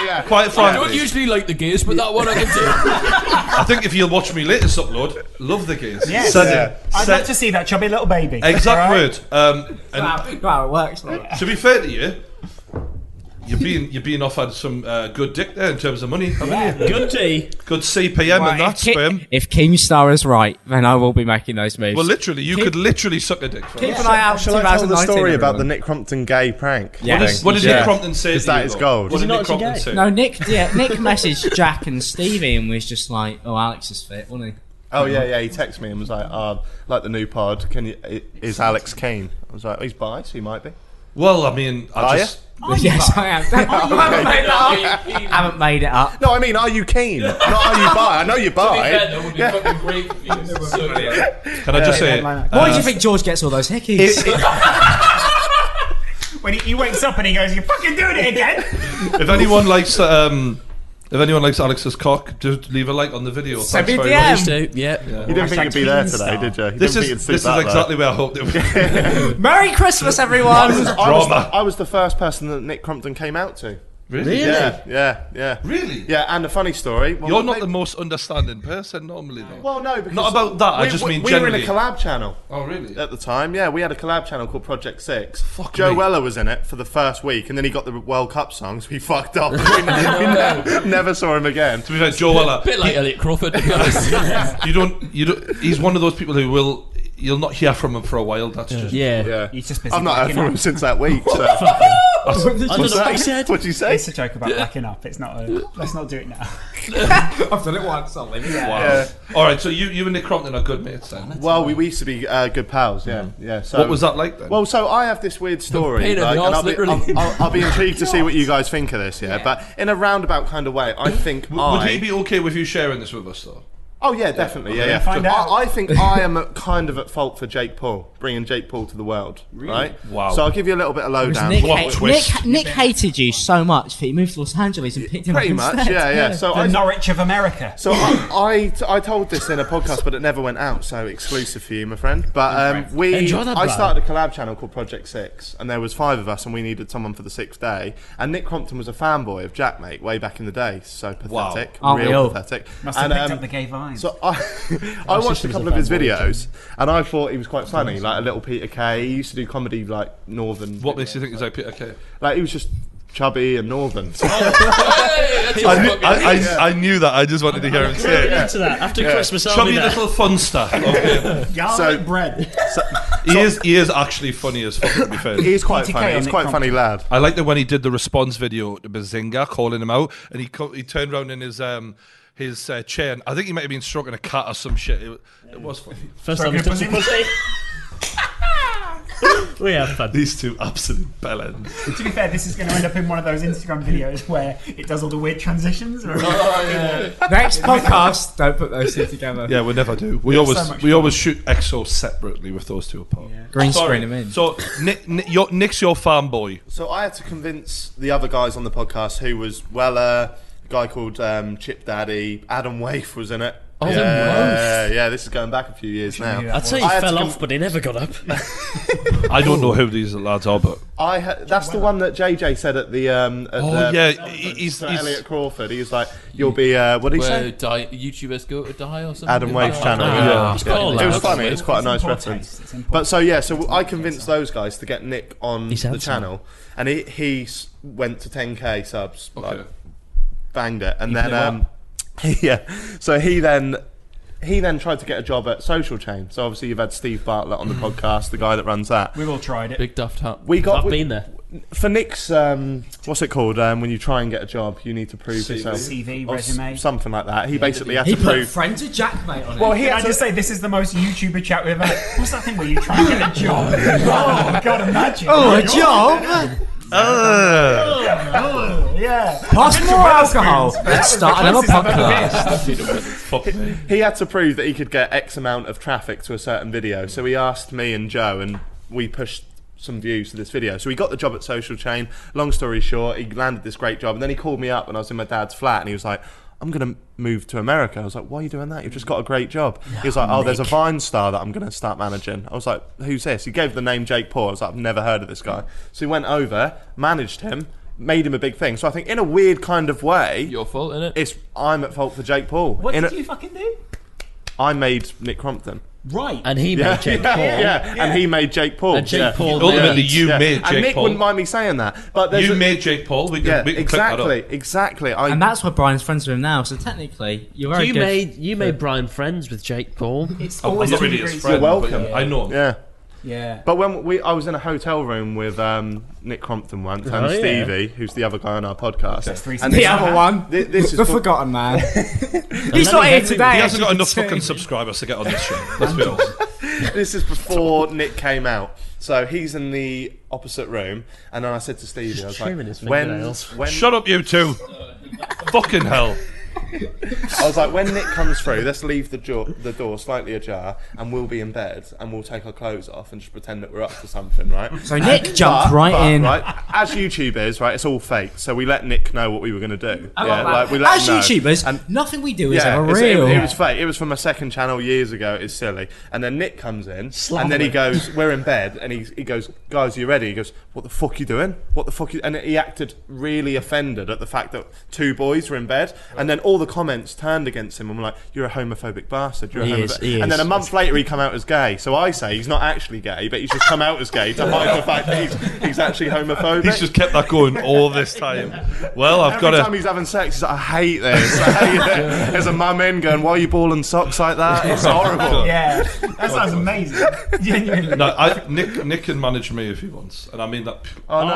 yeah.
quite
I don't
frankly,
usually like the gays, but that one I can do.
I think if you'll watch me latest upload, love the gays.
Yes.
Send
Yeah.
it.
I'd
Send-
love to see that chubby little baby.
Exact
All right?
word. Um, and
Wow, wow, it works. Like,
to be fair to you, you're being you're being offered some uh, good dick there in terms of money. haven't you?
Good day.
Good CPM and that sperm.
if Keemstar is right, then I will be making those moves.
Well, literally, you could literally suck a dick from.
Keep an eye out.
Shall I tell the
2019,
story about the
everyone.
Nick Crompton gay prank?
Yeah.
thing?
Yes.
What did
Yeah.
Nick Crompton say?
Because
to you,
that is
though?
gold.
What did
Is he
Nick
not actually
Crompton
gay?
say?
No, Nick. Yeah, Nick messaged Jack and Stevie and was just like, "Oh, Alex is fit, wasn't he?"
Oh yeah, yeah. He texted me and was like, "Ah, like the new pod. Can you? i- Is Alex Kane?" I was like, oh, "He's bi, so he might be."
Well, I mean, I
Are
just.
Oh,
yes, I am. I haven't made it up.
No, I mean, are you keen? Not are you bi? I know you're bi.
Yeah, that would be fucking great for you. So, yeah.
Can I just say?
Headline-
Why do you think George gets all those hickeys?
When he, he wakes up and he goes, "You're fucking doing it again."
If anyone likes, um, if anyone likes Alex's cock, just leave a like on the video. Thanks
me
very
DM.
much.
Used to, yeah.
You didn't think you'd be there
Hashtag
today, did you? you
This
didn't think
is
you'd
this
see
is
that, though.
exactly where I hoped it would.
Merry Christmas,
I was,
everyone.
I, was the,
Drama.
I was the first person that Nick Crompton came out to.
Really?
Yeah, yeah, yeah.
Really?
Yeah, and a funny story. well,
You're not the
maybe-
most understanding person normally, though.
Well, no, because
Not about that, I
we-
just
we-
mean
we were
generally.
in a collab channel
oh, really?
at the time. Yeah, we had a collab channel called Project Six.
Fuck
Joe
me.
Weller was in it for the first week, and then he got the World Cup songs. we fucked off. we never, never saw him again.
To be fair, Joe Weller,
bit like Elliot Crawford, to be honest.
you don't, you don't. He's one of those people who will. You'll not hear from him for a while. That's just.
Yeah.
Yeah,
He's just busy
I've not
blacking
heard from
out.
him since that week. So.
I don't know what he said.
What'd you say?
It's a joke about backing up. It's not. A, let's not do it now.
I've done it once. I'll leave it.
Wow. All right, so you, you and Nick Crompton are good mates then.
Well, we, we used to be uh, good pals. Yeah, yeah. So
What was that like then?
Well, so I have this weird story,
pain in
like,
the
and
arse,
I'll be,
literally.
I'll, I'll, I'll be intrigued to see what you guys think of this. Yeah, but in a roundabout kind of way, I think
W-
I.
Would he be okay with you sharing this with us though?
oh yeah, definitely. Yeah, yeah.
Find
I,
out.
I think I am at- kind of at fault for Jake Paul bringing Jake Paul to the world. Right.
Wow.
So I'll give you a little bit of lowdown.
Nick,
What a
hate-
twist.
Nick, Nick hated you so much that he moved to Los Angeles and picked him
Pretty
up
much.
instead.
Yeah, yeah. So
The
I.
Norwich of America.
So I, I, I told this in a podcast, but it never went out. So exclusive for you, my friend. But um, we,
Enjoy that,
I
bro.
started a collab channel called Project Six, and there was five of us, and we needed someone for the sixth day. And Nick Crompton was a fanboy of Jack, mate, way back in the day. So pathetic,
Aren't we all?
real pathetic.
Must have
And,
picked
um,
up the gay vines.
so I, I watched a couple of his videos, and I thought he was quite funny, like a little Peter Kay. He used to do comedy like Northern,
What makes you think he's like Peter Kay?
like he was just chubby and Northern.
I knew, I, I, I knew that. I just wanted to hear him say it.
Into that after Christmas, I'll
Chubby
be there.
little funster. Okay.
so-
Garlic bread.
he is he is actually funny as fuck. To be fair.
He's quite
PTK
funny.
on
He's
Nick
quite a funny lad.
I liked it when he did the response video to Bazinga, calling him out, and he co- he turned around in his um his uh, chair. And I think he might have been stroking a cat or some shit. It, wa- it was funny.
First time we touched a pussy. We have fun.
These two absolute bellends.
to be fair, this is going to end up in one of those Instagram videos where it does all the weird transitions. Or
Oh,
Next podcast, don't put those two together.
Yeah, we never do. We always we always shoot EXO separately with those two apart.
Green
Sorry.
screen them in.
So Nick, Nick, your, Nick's your fanboy.
So I had to convince the other guys on the podcast who was Weller, a guy called um, Chip Daddy, Adam Waif was in it.
Adam
yeah, yeah, this is going back a few years now.
I'd say he
I had to
fell
com-
off, but he never got up.
I don't know who these lads are, but
I ha- that's the one that JJ said at the um, at
Oh,
the,
yeah, he- he's-
to
he's-
Elliot Crawford. He was like, "You'll be uh, what did
Where
he say?"
die, YouTubers go to die or something?
Adam Waif's channel.
Ah,
yeah.
it's
Yeah.
called that.
It was
That's
funny. It
weird.
was quite a nice
poor
reference.
taste, it's in poor
But so yeah, so I convinced those guys to get Nick on the channel, and he he s- went to 10k subs. like,
Okay.
banged it. And then um, yeah. So he then he then tried to get a job at Social Chain. So obviously you've had Steve Bartlett on the
Mm.
podcast, the guy that runs that.
We've all tried it.
Big
duffed hat.
We got.
I've
we-
been there.
For Nick's, um, what's it called? Um, when you try and get a job, you need to prove
CV.
yourself.
CV,
Or s-
resume.
something like that. He basically had
He
to
put
prove.
friends with Jack, mate, on
Well, here I
to-
just say this is the most YouTuber chat we've ever. had. What's that thing where you try and get a job? oh, I can't imagine.
Oh, a
You're-
job?
Oh,
uh,
oh, yeah.
Pass
Richard
more
Witherspoon.
alcohol.
That was the closest I've ever been.
he had to prove that he could get X amount of traffic to a certain video. So he asked me and Joe, and we pushed some views to this video. So he got the job at Social Chain. Long story short, he landed this great job. And then he called me up when I was in my dad's flat, and he was like, I'm going to move to America. I was like, why are you doing that? You've just got a great job. He was like, oh, there's a Vine star that I'm going to start managing. I was like, who's this? He gave the name Jake Paul. I was like, I've never heard of this guy. So he went over, managed him, made him a big thing. So I think in a weird kind of way... Your
fault, innit?
It's, I'm at fault for Jake Paul.
What
In
did
a-
you fucking do?
I made Nick Crompton.
Right.
And he
made Jake
yeah,
Paul.
Yeah,
Yeah.
and he made Jake Paul.
And Jake
yeah.
Paul Ultimately, made- you made Jake
and Nick
Paul.
wouldn't mind me saying that. But there's
You
a-
made Jake Paul. We can,
yeah,
we can
exactly,
click that up.
exactly. I,
and that's why Brian's friends with him now. So technically, you're very
you
good.
made you made Brian friends with Jake Paul.
It's
Oh, I'm always not two really his degrees. friend,
You're welcome.
but yeah, I know him.
Yeah.
Yeah.
But when we, I was in a hotel room with um, Nick Crompton once and
Oh, yeah.
Stevie, who's the other guy on our podcast.
And the other one,
thi- This is
the
for-
forgotten man.
He's not here today,
He
as
hasn't
you
got
can
enough
see.
fucking subscribers to get on this show. Let's be honest.
this is before Nick came out. So he's in the opposite room, and then I said to Stevie, I was like,
trimming his
when,
fingernails.
when,
Shut up, you two. fucking hell.
I was like, when Nick comes through, let's leave the, jo- the door slightly ajar, and we'll be in bed, and we'll take our clothes off and just pretend that we're up to something, right?
So Nick jumped
But-
right
but,
in.
Right, as YouTubers, right, it's all fake. So we let Nick know what we were going to do.
Oh,
yeah,
wow.
like we let
As
him know.
YouTubers, nothing we do is ever
it's- it-
real.
It, was fake. It was from my second channel years ago. It's silly. And then Nick comes in, and then he goes, "We're in bed," and he, he goes, "Guys, are you ready?" He goes, "What the fuck you doing? What the fuck?" You? And he acted really offended at the fact that two boys were in bed, and then all the comments turned against him and were like, "You're a homophobic bastard." You're a
He
homophobic.
is, he
and then a
is.
month later, he come out as gay. So I say he's not actually gay, but he's just come out as gay to hide the fact that he's, he's actually homophobic.
He's just kept that going all this time. Well, I've
Every
got
time
to.
he's having sex, he's like, I hate this. I hate it. There's a mum in going, Why are you balling socks like that? It's horrible.
Yeah, that sounds amazing. Genuinely.
No, I, Nick, Nick can manage me if he wants, and I mean that.
Oh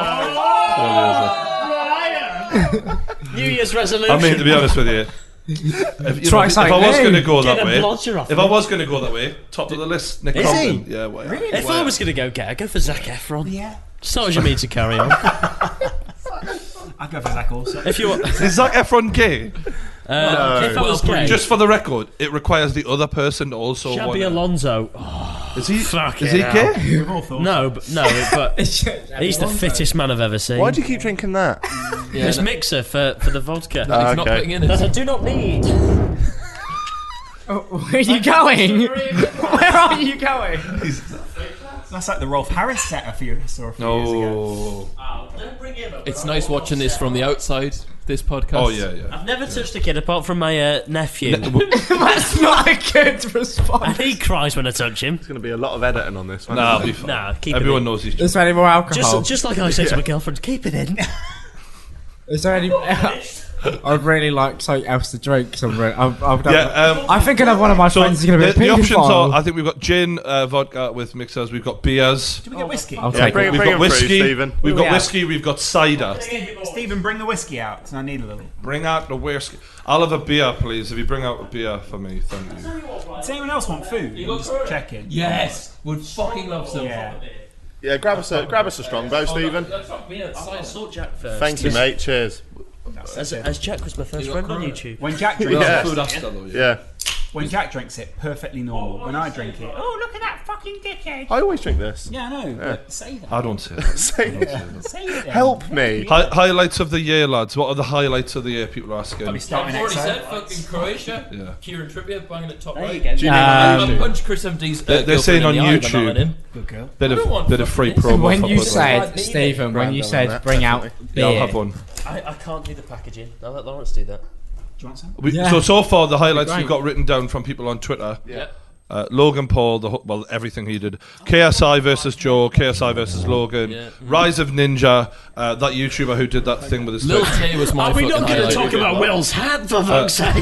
no!
New Year's resolution.
I mean, to be honest with you, if, you
Try
know, if I
something
was
new.
going to go
Get
that
a
way,
blodger off
if
me.
I was going to go that way, top of the list, Nick
Is
Crompton.
he?
Yeah, well,
If I was going to go gay, I'd go for Zac Efron. Yeah. So as you mean to carry on.
I'd go for Zach also.
If you want- Uh,
Is Zac Efron gay?
No. if I was gay-
Just for the record, it requires the other person to also.
Shabby
want it.
Alonso.
is he?
Fuck
is he gay?
No, but no, but he's the
Alonso.
fittest man I've ever seen.
Why do you keep drinking that?
this mixer for, for the vodka
That he's not Okay. putting in it.
That I do not need.
Where are you going? Where are you going?
That's like the Rolf Harris setup for you saw a few years ago.
It's nice watching this from the outside. This podcast.
Oh, yeah, yeah.
I've never touched a kid apart from my uh, nephew.
That's not a good response.
he cries when I touch him. There's
going to be a lot of editing on this.
Nah, I'll be fine.
Nah, keep
Everyone
it in.
knows he's.
Is there any more alcohol?
Just, just like I say to my girlfriend, keep it in.
Is there any? I'd really like something else to drink. Some. Re- I've, I've done
Yeah, um,
I think another one of my friends is going to be
the,
a
the options are.
paedophile.
I think we've got gin, uh, vodka with mixers. We've got beers. Do
we get whiskey?
I'll
Yeah,
take it.
we've
Bring
got
it
through,
whiskey.
Stephen.
We've
Yeah.
got whiskey. We've got cider.
Stephen, bring the whiskey out 'cause I need a little.
Bring out the whiskey. I'll have a beer, please. If you bring out a beer for me, thank you.
Does anyone else want food? I'm just checking.
Yes, would fucking love some.
Yeah.
Yeah, grab us a grab us a strongbow, Stephen.
I saw Jack first.
Thank you, mate. Cheers.
As, as Jack was my first
You got
friend on
corona.
YouTube.
When Jack drinks
Yeah.
it,
Yeah.
when Jack drinks it, perfectly normal. When I drink it, oh look at that fucking dickhead.
I always drink this.
Yeah, I know.
Yeah.
But say that.
I don't say that.
Say
it. Say it. Then.
Help me.
Hi- highlights of the year, lads. What are the highlights of the year? People are
Probably
asking.
starting
I've already
next
said
time.
fucking Croatia.
Yeah.
Kieran Trippier banging at top
There you
right.
go. Do
Um,
you
Uh,
I'm
need-
gonna punch Chris
uh,
MD's.
They're, they're saying on YouTube.
Good girl.
Bit
I don't
of
want
bit of free
fucking-
promo.
When
for
you
Budweiser.
said, Stephen, when you said bring out
yeah,
beer,
I'll have one.
I, I can't do the packaging. I'll let Lawrence do that.
Do you want some?
We,
Yeah.
So so far, the highlights
Great.
we've got written down from people on Twitter.
Yeah.
Uh, Logan Paul, the whole- well, everything he did. KSI versus Joe, KSI versus Logan,
Yeah.
Rise of Ninja, uh, that YouTuber who did that thing with his
Lil
face.
Tay was my Are we not fucking gonna highlight. talk about Will's
hat, for fuck's
sake?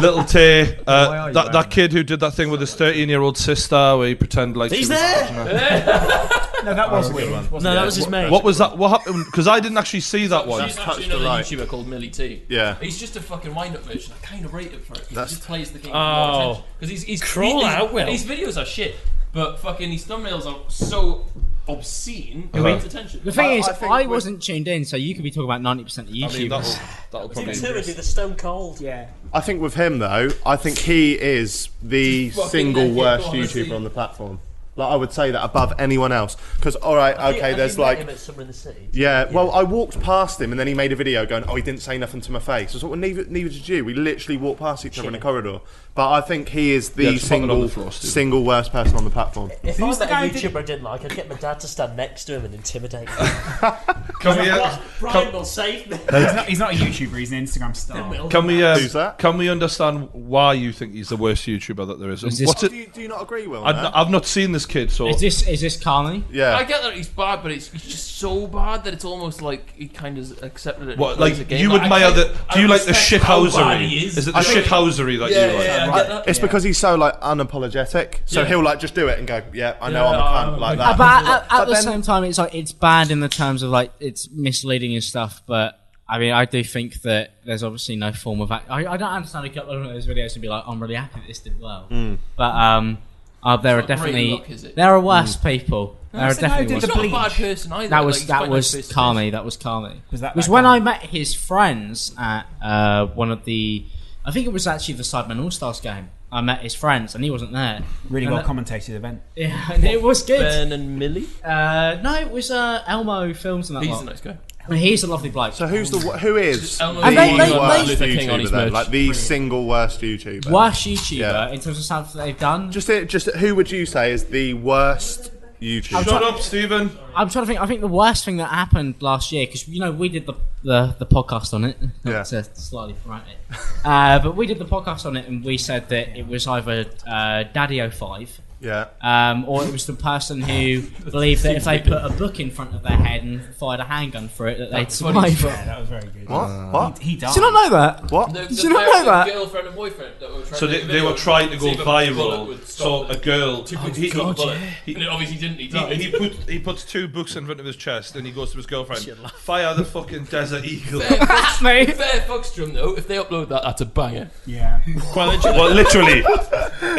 Little Tay, uh, that, that kid who did that thing with his 13 year old sister where he pretended like
He's
she was-
there.
no, that was weird.
No, that was his mate.
What was that? What happened? Because I didn't actually see that one.
She's actually another YouTuber called Millie T.
Yeah.
He's just a fucking wind up version. I kind of rate him for it. 'cause
That's-
He just plays the game.
Oh.
Oh. Because he's, he's.
Crawl
he's,
out, Will.
His videos are shit, but fucking his thumbnails are so obscene. It
Who
needs
we-
attention.
The thing
I-
is,
I
I,
think we-
wasn't tuned in, so you could be talking about ninety percent of YouTubers.
that'll
probably-
Timothy the Stone Cold.
Yeah.
I think with him though, I think he is the
Fucking
single
naked,
worst
honestly.
YouTuber on the platform. Like I would say that above anyone else. Because all right,
Have you-
okay,
have
there's
you met
like
him at Summer in the City?
Yeah, well, I walked past him and then he made a video going, "Oh, he didn't say nothing to my face." I was like, "Well, neither, neither did you. We literally walked past each other in the
Yeah.
corridor." But I think he is the
Yeah, just pop it on
single
the floor, Steve.
single worst person on the platform.
If
Who's
I
the guy
met
who
a
did-
YouTuber I didn't like, I'd get my dad to stand next to him and intimidate him. Come
we, uh,
Brian
come-
will save me.
he's, not, he's not a YouTuber. He's an Instagram
Then
star.
we'll-
Can we? Um,
Who's that?
Can we understand why you think he's the worst YouTuber that there is?
Is
And
this-
What's it?
Do you-
do you not agree, Will,
I've,
on that?
I've not seen this kid, so
Is this is this Carney?
I get that he's bad, but it's, it's just so bad that it's almost like he kind of accepted it. and
What,
plays
like,
the game.
you admire
I can't-
the-
I
do you like the
respect how bad
shithousery?
he Is.
Is it the
I think-
shithousery that
yeah,
you like?
Yeah, yeah, I
Right.
get that.
It's because he's so like unapologetic. So
Yeah.
he'll like just do it and go, "Yeah, I know
Yeah,
I'm a cunt," like that.
Uh, But at, at
But
the
then-
same time, it's like it's bad in the terms of like it's misleading and stuff. But I mean, I do think that there's obviously no form of. Act- I, I don't understand a couple of those videos and be like, I'm really happy that this did well.
Mm.
But um, uh, there
It's
are
not great
definitely
luck, is it?
there are worse people.
No,
there are
it's the guy who
definitely worse.
did the He's not a bad bleach. person either,
That
like,
was
he's quite
that
nice face
was
to
Carney. That was Carney.
Was that
was
that
when I met his friends at uh, one of the. I think it was actually the Sidemen All Stars game. I met his friends and he wasn't there.
Really
And
well
that-
commentated event.
yeah, and it was good.
Ben
and Millie.
Uh, no, it was uh, Elmo films and that.
He's
lot.
a nice guy.
And he's a lovely bloke.
So who's the who is the
Elmo and they, they,
worst
they,
YouTuber then? Like the single worst YouTuber.
Worst YouTuber
Yeah.
in terms of stuff that they've done.
Just it, just who would you say is the worst YouTuber?
Shut
up, Stephen.
I'm trying to think. I think the worst thing that happened last year because you know we did the the, the podcast on it.
Yeah.
To slightly promote it. Uh, but we did the podcast on it and we said that it was either uh, Daddy 05
Yeah.
um, or it was the person who believed that if they put a book in front of their head and fired a handgun for it, that they'd
That's funny as
survive.
well. Yeah, that was very good.
What?
What?
He, he died.
Did you not know that?
What?
The, the
Did you not know
parents,
that?
the girlfriend and boyfriend that were trying
So
to
they,
make a
they were
video
trying to
and
go
see if a bullet
viral.
would
So
stop
a
it.
girl,
Two
he-
Oh,
bullets
he,
got a bullet.
he-
And it obviously didn't. He
No,
did.
he put he puts two books in front of his chest, and he goes to his girlfriend. Fire the fucking Desert Eagle.
Mate.
Fair fucks to him though. If they upload that, that's a banger.
Yeah.
well, literally,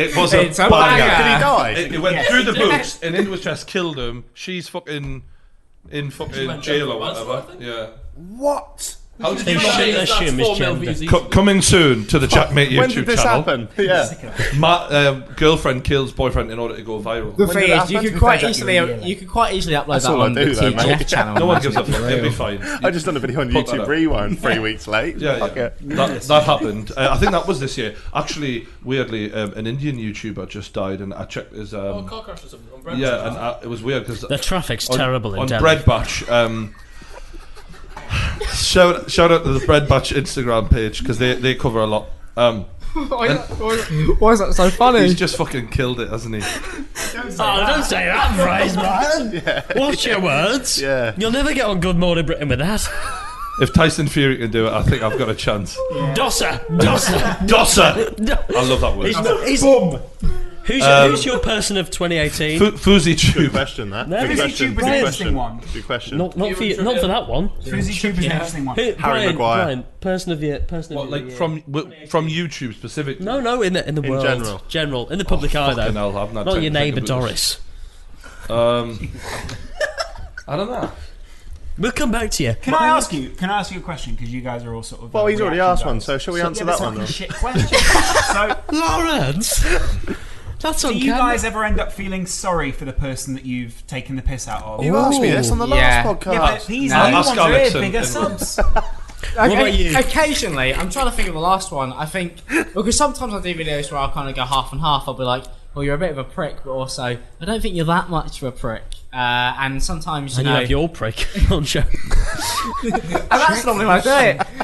it was
It's
a,
a
banger.
banger. Did he die?
It, it went
Yes.
through the
He did.
boots and into his chest, killed him. She's fucking in
She
fucking
went
jail or
down for
whatever. Yeah.
What?
How did you not
shame-
know?
that's
assume his
four mil
gender.
views each.
Co- coming soon to the Checkmate YouTube
When did this
channel.
happen? Yeah.
My um, girlfriend kills boyfriend in order to go viral.
The thing is, you could quite easily you could quite easily upload
That's
that
all I
on
do
the
though, mate.
TGF channel.
No one
and
gives
that's
a
it.
fuck. It'd be fine.
I just done a video on
Put that
YouTube
up.
Rewind three weeks late.
Yeah,
Fuck
yeah.
it.
That, that happened. Uh, I think that was this year. Actually, weirdly, um, an Indian YouTuber just died, and I checked his. Um,
Oh, car crash or something, on Breadbatch
yeah,
or
and I, it was weird because
The traffic's terrible in
on
Delhi.
Breadbatch. Um, shout shout out to the Breadbatch Instagram page because they they cover a lot. Um,
Why, why- why is that so funny?
he's just fucking killed it, hasn't he?
Oh, don't say that, phrase, man. Watch your words.
Yeah.
You'll never get on Good Morning Britain with that.
If Tyson Fury can do it, I think I've got a chance.
Dosser. Dosser.
Dosser. I love that word.
He's not- he's- Who's, your-
Um,
who's your person of 2018?
Fu- Fuzzy
Good
Tube.
question. That.
No,
Good
Fuzzy
question.
Tube was an
Good question.
interesting one.
Good question.
Not, not, for, you, not for that one.
Frizzy Tube is an interesting one.
Who-
Harry
Brian,
Maguire.
Brian, person of the person
What,
of
like
the
from w- from YouTube specifically?
No, no, in the in the
In
world,
general. Oh,
general, in the public eye though.
Fucking hell, I've not
not
taken
your
a second
neighbour
to do
Doris.
this. Um, I don't know.
We'll come back to you.
Can I ask you? Can I ask you a question? Because you guys are all sort of.
Well,
uh,
he's already
reaction
asked one,
guys.
so shall we answer
yeah,
that
but
one,
it's
though?
a Shit question. so,
Lawrence, that's
do
on
you
camera.
guys ever end up feeling sorry for the person that you've taken the piss out of?
You asked me this on the last
Yeah.
podcast.
Yeah, but these
No.
new
Ask
ones
Alex
are
and-
bigger
and-
subs.
Okay,
about you?
Occasionally, I'm trying to think of the last one. I think because sometimes I do videos where I kind of go half and half. I'll be like, "Well, you're a bit of a prick, but also I don't think you're that much of a prick." Uh, and sometimes you
and you
know,
have your prick on show.
and that's normally when I do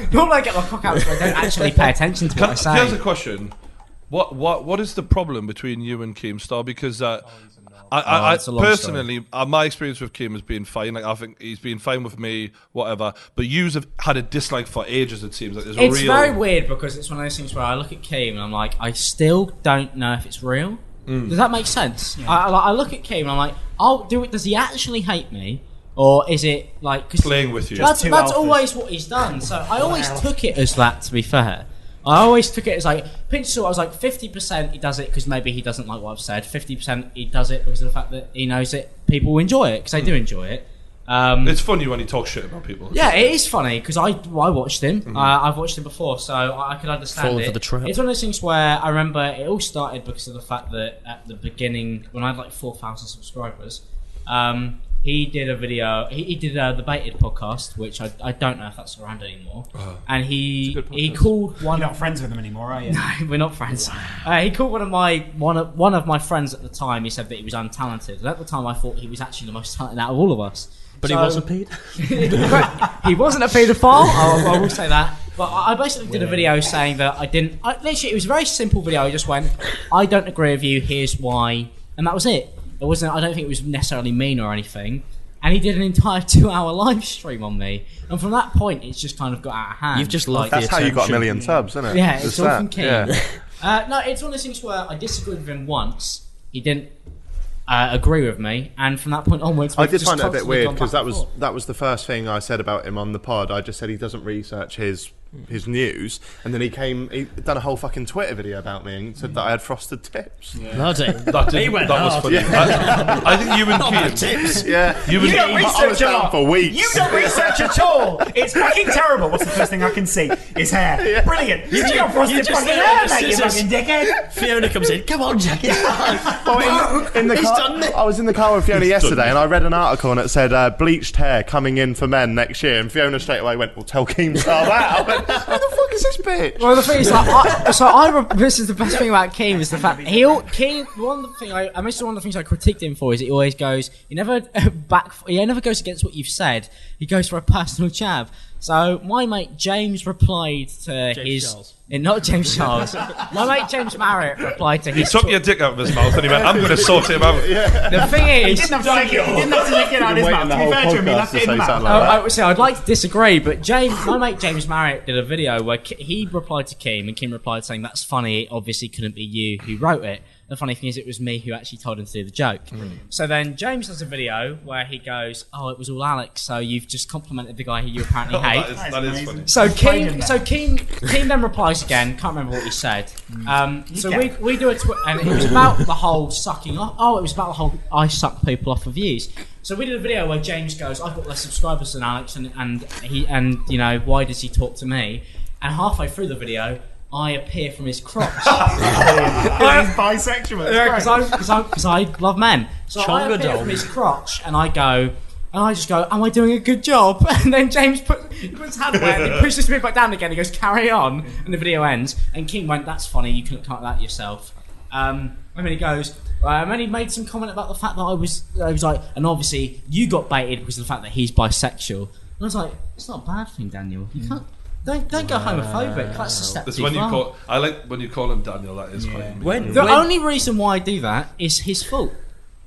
it. Normally I get my cock out, so I don't actually pay attention to what I
Here's a
say.
question: What what what is the problem between you and Keemstar? Because uh, I,
Oh,
I, I
it's a long
personally, uh, my experience with Keem has been fine. Like I think he's been fine with me, whatever. But yous have had a dislike for ages. It seems like there's
It's
a real.
very weird because it's one of those things where I look at Keem and I'm like, I still don't know if it's real.
Mm.
Does that make sense? I, I, I look at Keem and I'm like, oh, do it, does he actually hate me? Or is it like 'cause-
Playing with you.
That's,
Just two
that's
alphas.
always what he's done. So I always
Wow.
took it as that. To be fair, I always took it as like pinch of salt. I was like fifty percent he does it because maybe he doesn't like what I've said. Fifty percent he does it because of the fact that he knows it. People enjoy it because they
Mm.
do enjoy it. Um,
it's funny when he talks shit about people.
Yeah, it is funny because I I watched him. Uh, I've watched him before, so I, I could understand
Fallen
it.
Mm-hmm. for the trap.
It's one of those things where I remember it all started because of the fact that at the beginning, when I had like four thousand subscribers, um, he did a video. He, he did uh, the Baited podcast, which I, I don't know if that's around anymore.
Ah.
And he he called one.
You're not friends with them anymore, are you?
No, we're not friends. Uh, he called one of my one of, one of my friends at the time. He said that he was untalented, and at the time I thought he was actually the most talented out of all of us.
But he
So-
wasn't paid.
he wasn't a paedophile. Oh, I, I will say that. But I I basically did a video saying that I didn't. I, literally, it was a very simple video. I just went, I don't agree with you. Here's why, and that was it. It wasn't. I don't think it was necessarily mean or anything. And he did an entire two-hour live stream on me, and from that point, it's just kind of got out of hand.
You've just loved That's the how you got a attention. million subs, isn't it?
Yeah,
Just
it's all from
that,
King.
yeah.
Uh, no, it's one of those things where I disagreed with him once. He didn't uh, agree with me, and from that point onwards,
I
we've
did
just
find it a bit
constantly
weird
gone
because
back
that
and
was that was the first thing I said about him on the pod. I just said he doesn't research his his news, and then he came. He done a whole fucking Twitter video about me and said that I had frosted tips.
Yeah. Bloody. That did- He went that was hard. funny.
Yeah.
I- I think you and Not my Keane- tips.
Yeah,
You and You don't Keane-
I was
research
down
a lot.
for weeks.
You don't research at all. It's fucking terrible. What's the first thing I can see? His hair. Brilliant. You,
You
you
ju-
got frosted
you just
fucking
said it
hair,
with
mate. You
scissors.
fucking dickhead.
Fiona comes in. Come on, Jack. It's fine.
Well, in, in the
He's
car,
done it.
I was in the car with Fiona
He's done
yesterday,
it.
and I read an article and it said uh, bleached hair coming in for men next year. And Fiona straight away went, "Well, tell Keemstar that." I went, Who the fuck is this bitch?
Well, the thing is, like, I, so I. Re- this is the best thing about Keane is the fact he al- Keane. One of the thing I, I mentioned one of the things I critiqued him for is he always goes. He never back. He never goes against what you've said. He goes for a personal jab. So my mate James replied to his. eh, not James Charles. My mate James Marriott replied to
He
his.
took your dick out of his mouth and he went, "I'm going to sort him out."
The thing is,
He didn't have to lick it, he didn't have to lick it out of his
Waiting the
mouth. To be
whole
fair to him, he
podcast
left
to
it in
say
the mouth.
something
I, I would say I'd like to disagree, but James, my mate James Marriott did a video where K- he replied to Kim, and Kim replied saying, "That's funny. It obviously couldn't be you who wrote it." The funny thing is, it was me who actually told him to do the joke.
Hmm.
So then James has a video where he goes, "Oh, it was all Alex. So you've just complimented the guy who you apparently
Oh,
hate."
that is- that That is is funny.
So
amazing.
Kim, so Kim, Kim then replies again. Can't remember what he said. Um, so we, we do a twi- and it was about the whole sucking off. Oh, it was about the whole I suck people off of views. So we did a video where James goes, I've got less subscribers than Alex, and and he and you know why does he talk to me? And halfway through the video. I appear from his crotch.
He's bisexual.
Because I, 'cause I, 'cause I love men. So I
Chonga
appear
dong.
from his crotch and I go, and I just go, am I doing a good job? And then James put, he puts his hand away and he pushes me back down again. He goes, carry on. And the video ends. And King went, that's funny, you couldn't cut that yourself. Um, and then he goes, um, and he made some comment about the fact that I was, I was like, and obviously you got baited because of the fact that he's bisexual. And I was like, it's not a bad thing, Daniel. You can't, don't, don't go homophobic. That's a step
That's
too
when you
far.
call. I like when you call him Daniel. That is quite. mean.
The only reason why I do that is his fault.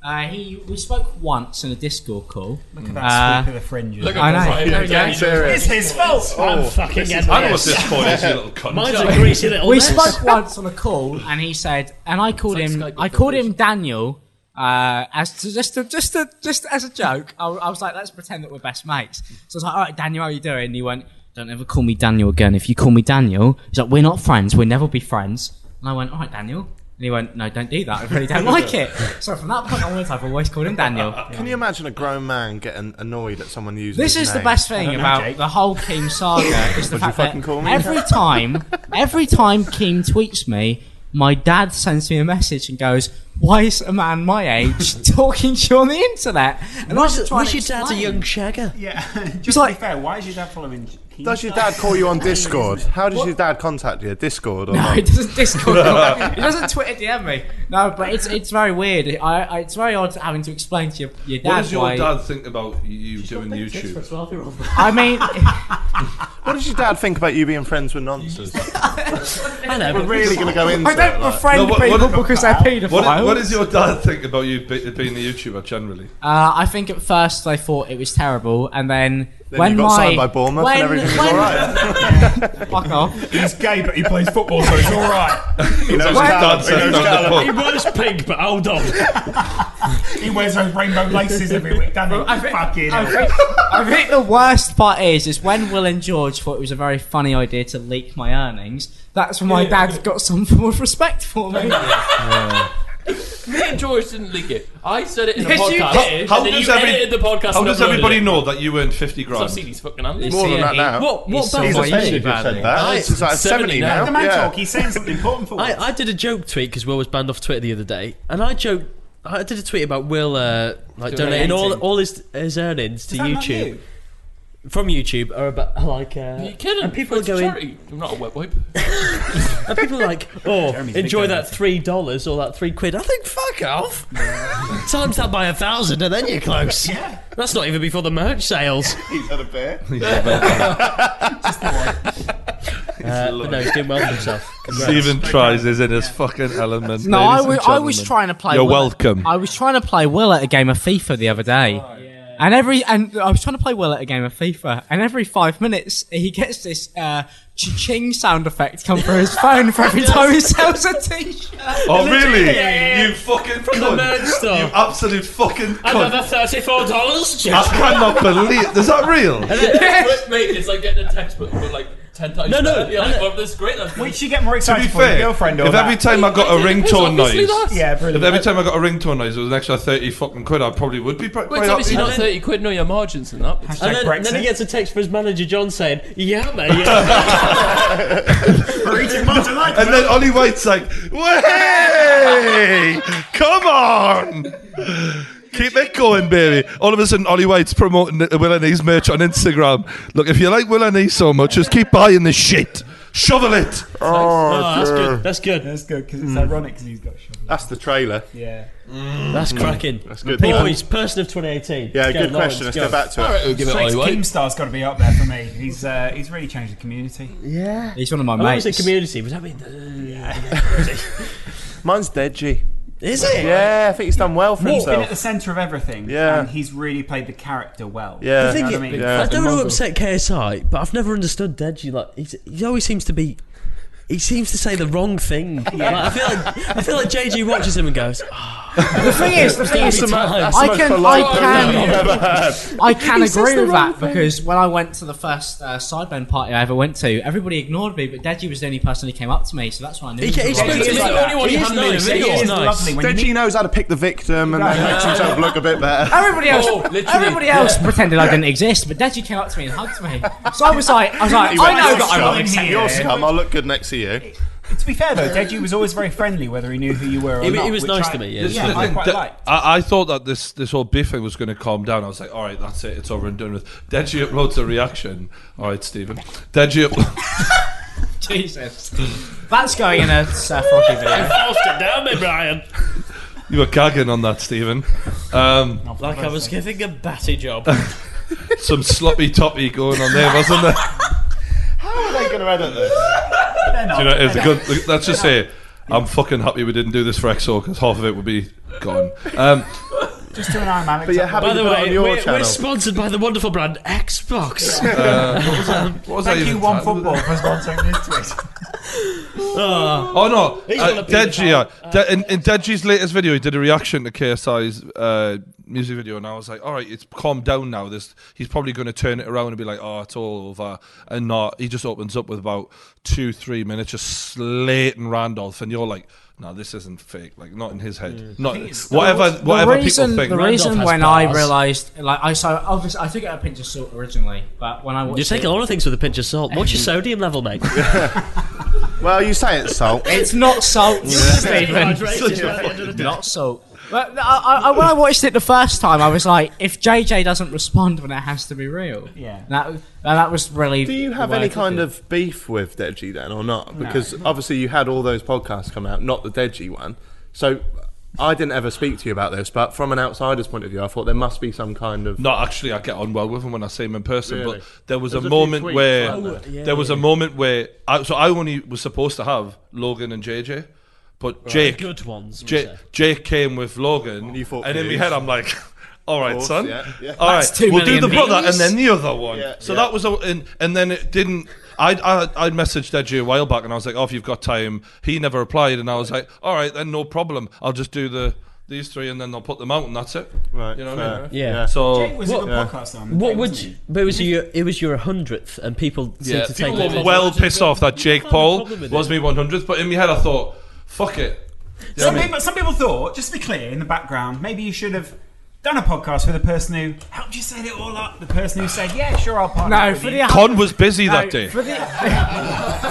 Uh, he we spoke once in a Discord call. Uh,
Look at that sweep of the fringes. Look at that
Ah. I
sweep of
know.
the fringes. It's his fault.
I'm
Oh,
fucking
this
getting
is- I know
pissed.
what this fault is, you little cunt. Mine's a
greasy little
We
mess.
spoke once on a call, and he said, and I called him. I called him Daniel. Uh, as to, just to, just to, just as a joke, I, I was like, let's pretend that we're best mates. So I was like, all right, Daniel, how you doing? And he went, don't ever call me Daniel again. If you call me Daniel, he's like, we're not friends. We'll never be friends. And I went, all right, Daniel. And he went, no, don't do that. I really don't like it. So from that point onwards, I've always called him Daniel.
Can you imagine a grown man getting annoyed at someone using?
This
his
is the
name?
best thing about the whole Keem saga is the
Would you
fact
fucking
that
call me?
every time, every time Keem tweets me, my dad sends me a message and goes, "Why is a man my age talking to you on the internet?" And I was
Was-
just trying
was
to
your dad a
explain.
young shagger?
Yeah. Just to be fair, why is your dad following
Does your dad call you on Discord? How does your dad contact you? Discord or
No,
not?
he doesn't Discord. he doesn't Twitter DM me. No, but it's it's very weird. I, I it's very odd having to explain to your your dad
What does your
why.
dad think about you doing YouTube?
I mean,
what does your dad think about you being friends with nonsense?
I know,
We're
but-
really going to go into
I don't
it, like-
befriend people because they're paedophiles.
What, did- what does your dad think about you be, being a YouTuber generally?
Uh, I think at first they thought it was terrible, and then,
Then
when
you got
my
signed by Bournemouth
when,
and everything was
when,
Fuck
off.
He's gay, but he plays football, so he's all right.
He knows his dad says down the pub.
He wears pink, but hold on. he wears those rainbow laces every week, doesn't he? Fucking
I
hell.
think, I think the worst part is is when Will and George thought it was a very funny idea to leak my earnings. That's when my dad got some form of respect for me.
Me and George didn't leak it. I said it in
Yes,
a
you
podcast.
did. How
and then
does
you
every-
edited the podcast?
How
and
does
uploaded
everybody
it.
know that you earned 50
Because I've
grand?
seen these fucking hands.
More than that now.
What? What?
He's
about-
offended you've said that.
Nice.
He's like 70 now.
Let the man
Yeah.
talk. He's saying something important for
I,
once.
I did a joke tweet because Will was banned off Twitter the other day, and I joked. I did a tweet about Will uh, like donating
Donating.
all all his his earnings to
that not
YouTube
you?
from YouTube or about like. Uh,
Are you kidding?
And people are
It's a
going.
charity. I'm not a wet wipe.
And people are like, oh,
Jeremy's a big
enjoy
guy,
that three dollars or that three quid. I think fuck off. Times that by a thousand, and then you're close.
Yeah.
That's not even before the merch sales.
He's had a beer.
Uh, but no, he's doing well for himself. Congrats.
Stephen tries is in his fucking element.
No, I
ladies
was,
and
I was
gentlemen.
trying to play.
You're
Will-
welcome.
I was trying to play Will at a game of FIFA the other day, and every and I was trying to play Will at a game of FIFA, and every five minutes he gets this uh, ching sound effect come through his phone for every time he sells a T-shirt.
Oh really?
Yeah, yeah, yeah.
You fucking
From the
cunt.
merch store.
You absolute fucking cunt.
thirty-four dollars.
I cannot believe. Is that real?
Mate, it's like getting a textbook for like ten times.
No, no,
better. You're like,
and-
oh, this is great. That's
Which you get more
To
excited
be
for, your
fair,
girlfriend or
if
that.
every time I got a ringtone noise,
Yeah,
if
brilliant.
every time I got a ringtone noise, it was an extra thirty fucking quid, I probably would be. Pre-
Well, it's obviously not thirty quid. No, your margins and that. but-
And then, and then he gets a text from his manager John saying, "Yeah, mate." Yeah.
and then Ollie White's like, "Way, come on, keep it going, baby." All of a sudden, Ollie White's promoting the Will and E's merch on Instagram. Look, if you like Will and E so much, just keep buying this shit. Shovel it.
Oh, that's good. That's good.
That's good because it's ironic because he's got shit.
That's the trailer.
Yeah.
That's cracking.
That's good.
Boys, person of 2018.
Yeah,
Let's go,
good
Lawrence,
question. Let's
go.
go back to it. All right, we'll give it
Straight
Ollie White.
Keemstar's got to be up there for me. He's uh, he's really changed the community.
Yeah.
He's one of my
Oh, that was
mates.
the community. Was that mean? Yeah.
Mine's Deji.
Is it?
Yeah, I think he's done well for
He's been at the
himself.
centre of everything.
Yeah.
And he's really played the character well.
Yeah.
You know
I,
what I mean?
I don't know upset KSI, but I've never understood Deji. Like he's, he always seems to be, he seems to say the wrong thing. Like, I feel like I feel like JG watches him and goes. "Ah,
The thing is, the
It's
thing
gotta
is,
be time. That's
I
the
can,
most
I
polite thing I've ever heard.
can, I can
He says
agree
the
with
wrong
that
thing.
because when I went to the first uh, sideband party I ever went to, everybody ignored me, but Deji was the only person who came up to me, so that's why I knew.
He
was
ca-
the
he
right
spoke to
person.
me like that. He is nice. He is nice.
Deji knows how to pick the victim and that makes himself look a bit better.
Everybody else,
Oh, literally.
everybody else pretended I didn't exist, but Deji came up to me and hugged me. So I was like, I was like, I
He
know
went, "You're
that I'm
scum.
not accepted.
You're scum. I'll look good next to you.
To be fair though, Deji was always very friendly, whether he knew who you were or
He wa-
not.
he was
which
nice
I-
to me, yeah.
This is the
I
thing.
quite
That-
liked.
I, I thought that this this whole beef thing was going to calm down. I was like, all right, that's it, it's over and done with. Deji uploads a reaction. All right, Stephen. Deji up-
Jesus, that's going in a Seth Rocky video.
Forced it down me, Brian.
you were gagging on that, Stephen. Um,
Like I was giving a batty job.
some sloppy toppy going on there, wasn't there?
How are they going to edit this?
They're not-
Do you know, it's a
they're
good. look, Let's just say, I'm fucking happy we didn't do this for EXO because half of it would be gone. Um,
not. Just do an Iron Man.
But you're
example.
happy
By the
to put it on
way,
your
we're,
channel.
we're sponsored by the wonderful brand Xbox.
what was I
Thank you,
even
One
talking about?
Football, for sponsoring this tweet.
Oh no,
gonna
uh,
be the
Deji. yeah. De- in, in Deji's latest video, he did a reaction to KSI's uh, music video, and I was like, "All right, it's calmed down now." This he's probably going to turn it around and be like, "Oh, it's all over," and not. He just opens up with about two, three minutes just slating Randolph, and you're like. No, this isn't fake. Like not in his head. Not whatever.
The
whatever
reason,
people think.
The
Randolph
reason
has
when I
bars.
realised, like, I so obviously I took it a pinch of salt originally, but when I watched
You're
it,
taking a lot of things with a pinch of salt. What's your sodium level, mate?
Well, you say it's salt.
it's not salt, Stephen.
Carbohydrates is right at the end of the day.
Not salt. But I, I, when I watched it the first time, I was like, if JJ doesn't respond, then it has to be real.
Yeah.
That, and that was really.
Do you have any kind of beef with Deji then or not?
No.
Because obviously you had all those podcasts come out, not the Deji one. So I didn't ever speak to you about this, but from an outsider's point of view, I thought there must be some kind of.
No, actually, I get on well with him when I see him in person.
Really?
But there was
There's
a
a few
moment
tweets,
where
Oh,
aren't there?
there
Yeah,
was a
yeah.
moment where I, so I only was supposed to have Logan and JJ, but
Right.
Jake
Good ones, we
Jake,
say.
Jake came with Logan, and in my
Dave.
head I'm like. All right,
course,
son.
yeah, yeah.
All
That's
right,
two
we'll do
million
the brother
views.
and then the other one.
Yeah,
so
yeah.
that was a, and, and then it didn't. I I I messaged Edgy a while back and I was like, "Oh, if you've got time." He never replied, and I was like, "All right, then no problem. I'll just do the these three, and then I'll put them out, and that's it."
Right,
you know what I mean?
Yeah.
So
what, What would you, but it was your it was your hundredth, and people
Yeah,
seem to
people
take
were well pissed off that Jake
Not a
Paul
problem with
was
it.
me 100th, but in my head I thought, fuck it. You know
Some
what I mean?
people, some people thought, just to be clear, in the background, maybe you should have done a podcast with the person who helped you set it all up. The person who said, "Yeah, sure, I'll partner."
No,
up
for
with
the
you.
Con was busy that day.
For the,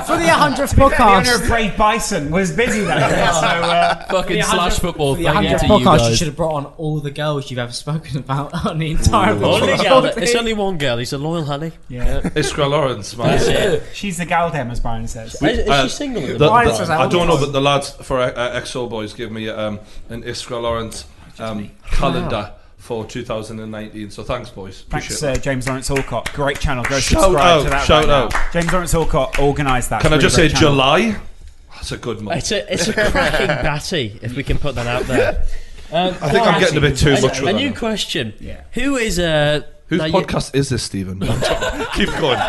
for the 100th
To be fair, The owner
podcast.
of Brave Bison was busy that day, so uh,
Fucking
the
slash
100th
football.
for the
Thank you
100th
to you
podcast, you,
guys.
should have brought on all the girls you've ever spoken about on the entire
Only girl that- it's
podcast.
only one girl. He's a loyal honey.
Yeah.
Iskra Lawrence, man.
That's it.
She's the gal dem, as Brian says.
We- uh, the- the-
Brian says that
I
all the
don't know,
time.
but the lads for uh, XO Boys gave me um, an Iskra Lawrence um, calendar for 2019. So thanks, boys. Appreciate
Thanks,
it.
uh, James Lawrence Alcott. Great channel. Go
Shout
subscribe
out,
to that.
shout
right now.
out.
James Lawrence Alcott organised that.
Can I
Really
just say
great channel.
July? That's a good month.
It's a it's a cracking batty if we can put that out there. Um,
I think I'm getting a bit too much
A,
with
a
that
new
now.
question. Who is uh,
Whose
now you-
podcast is this, Stephen? Keep going.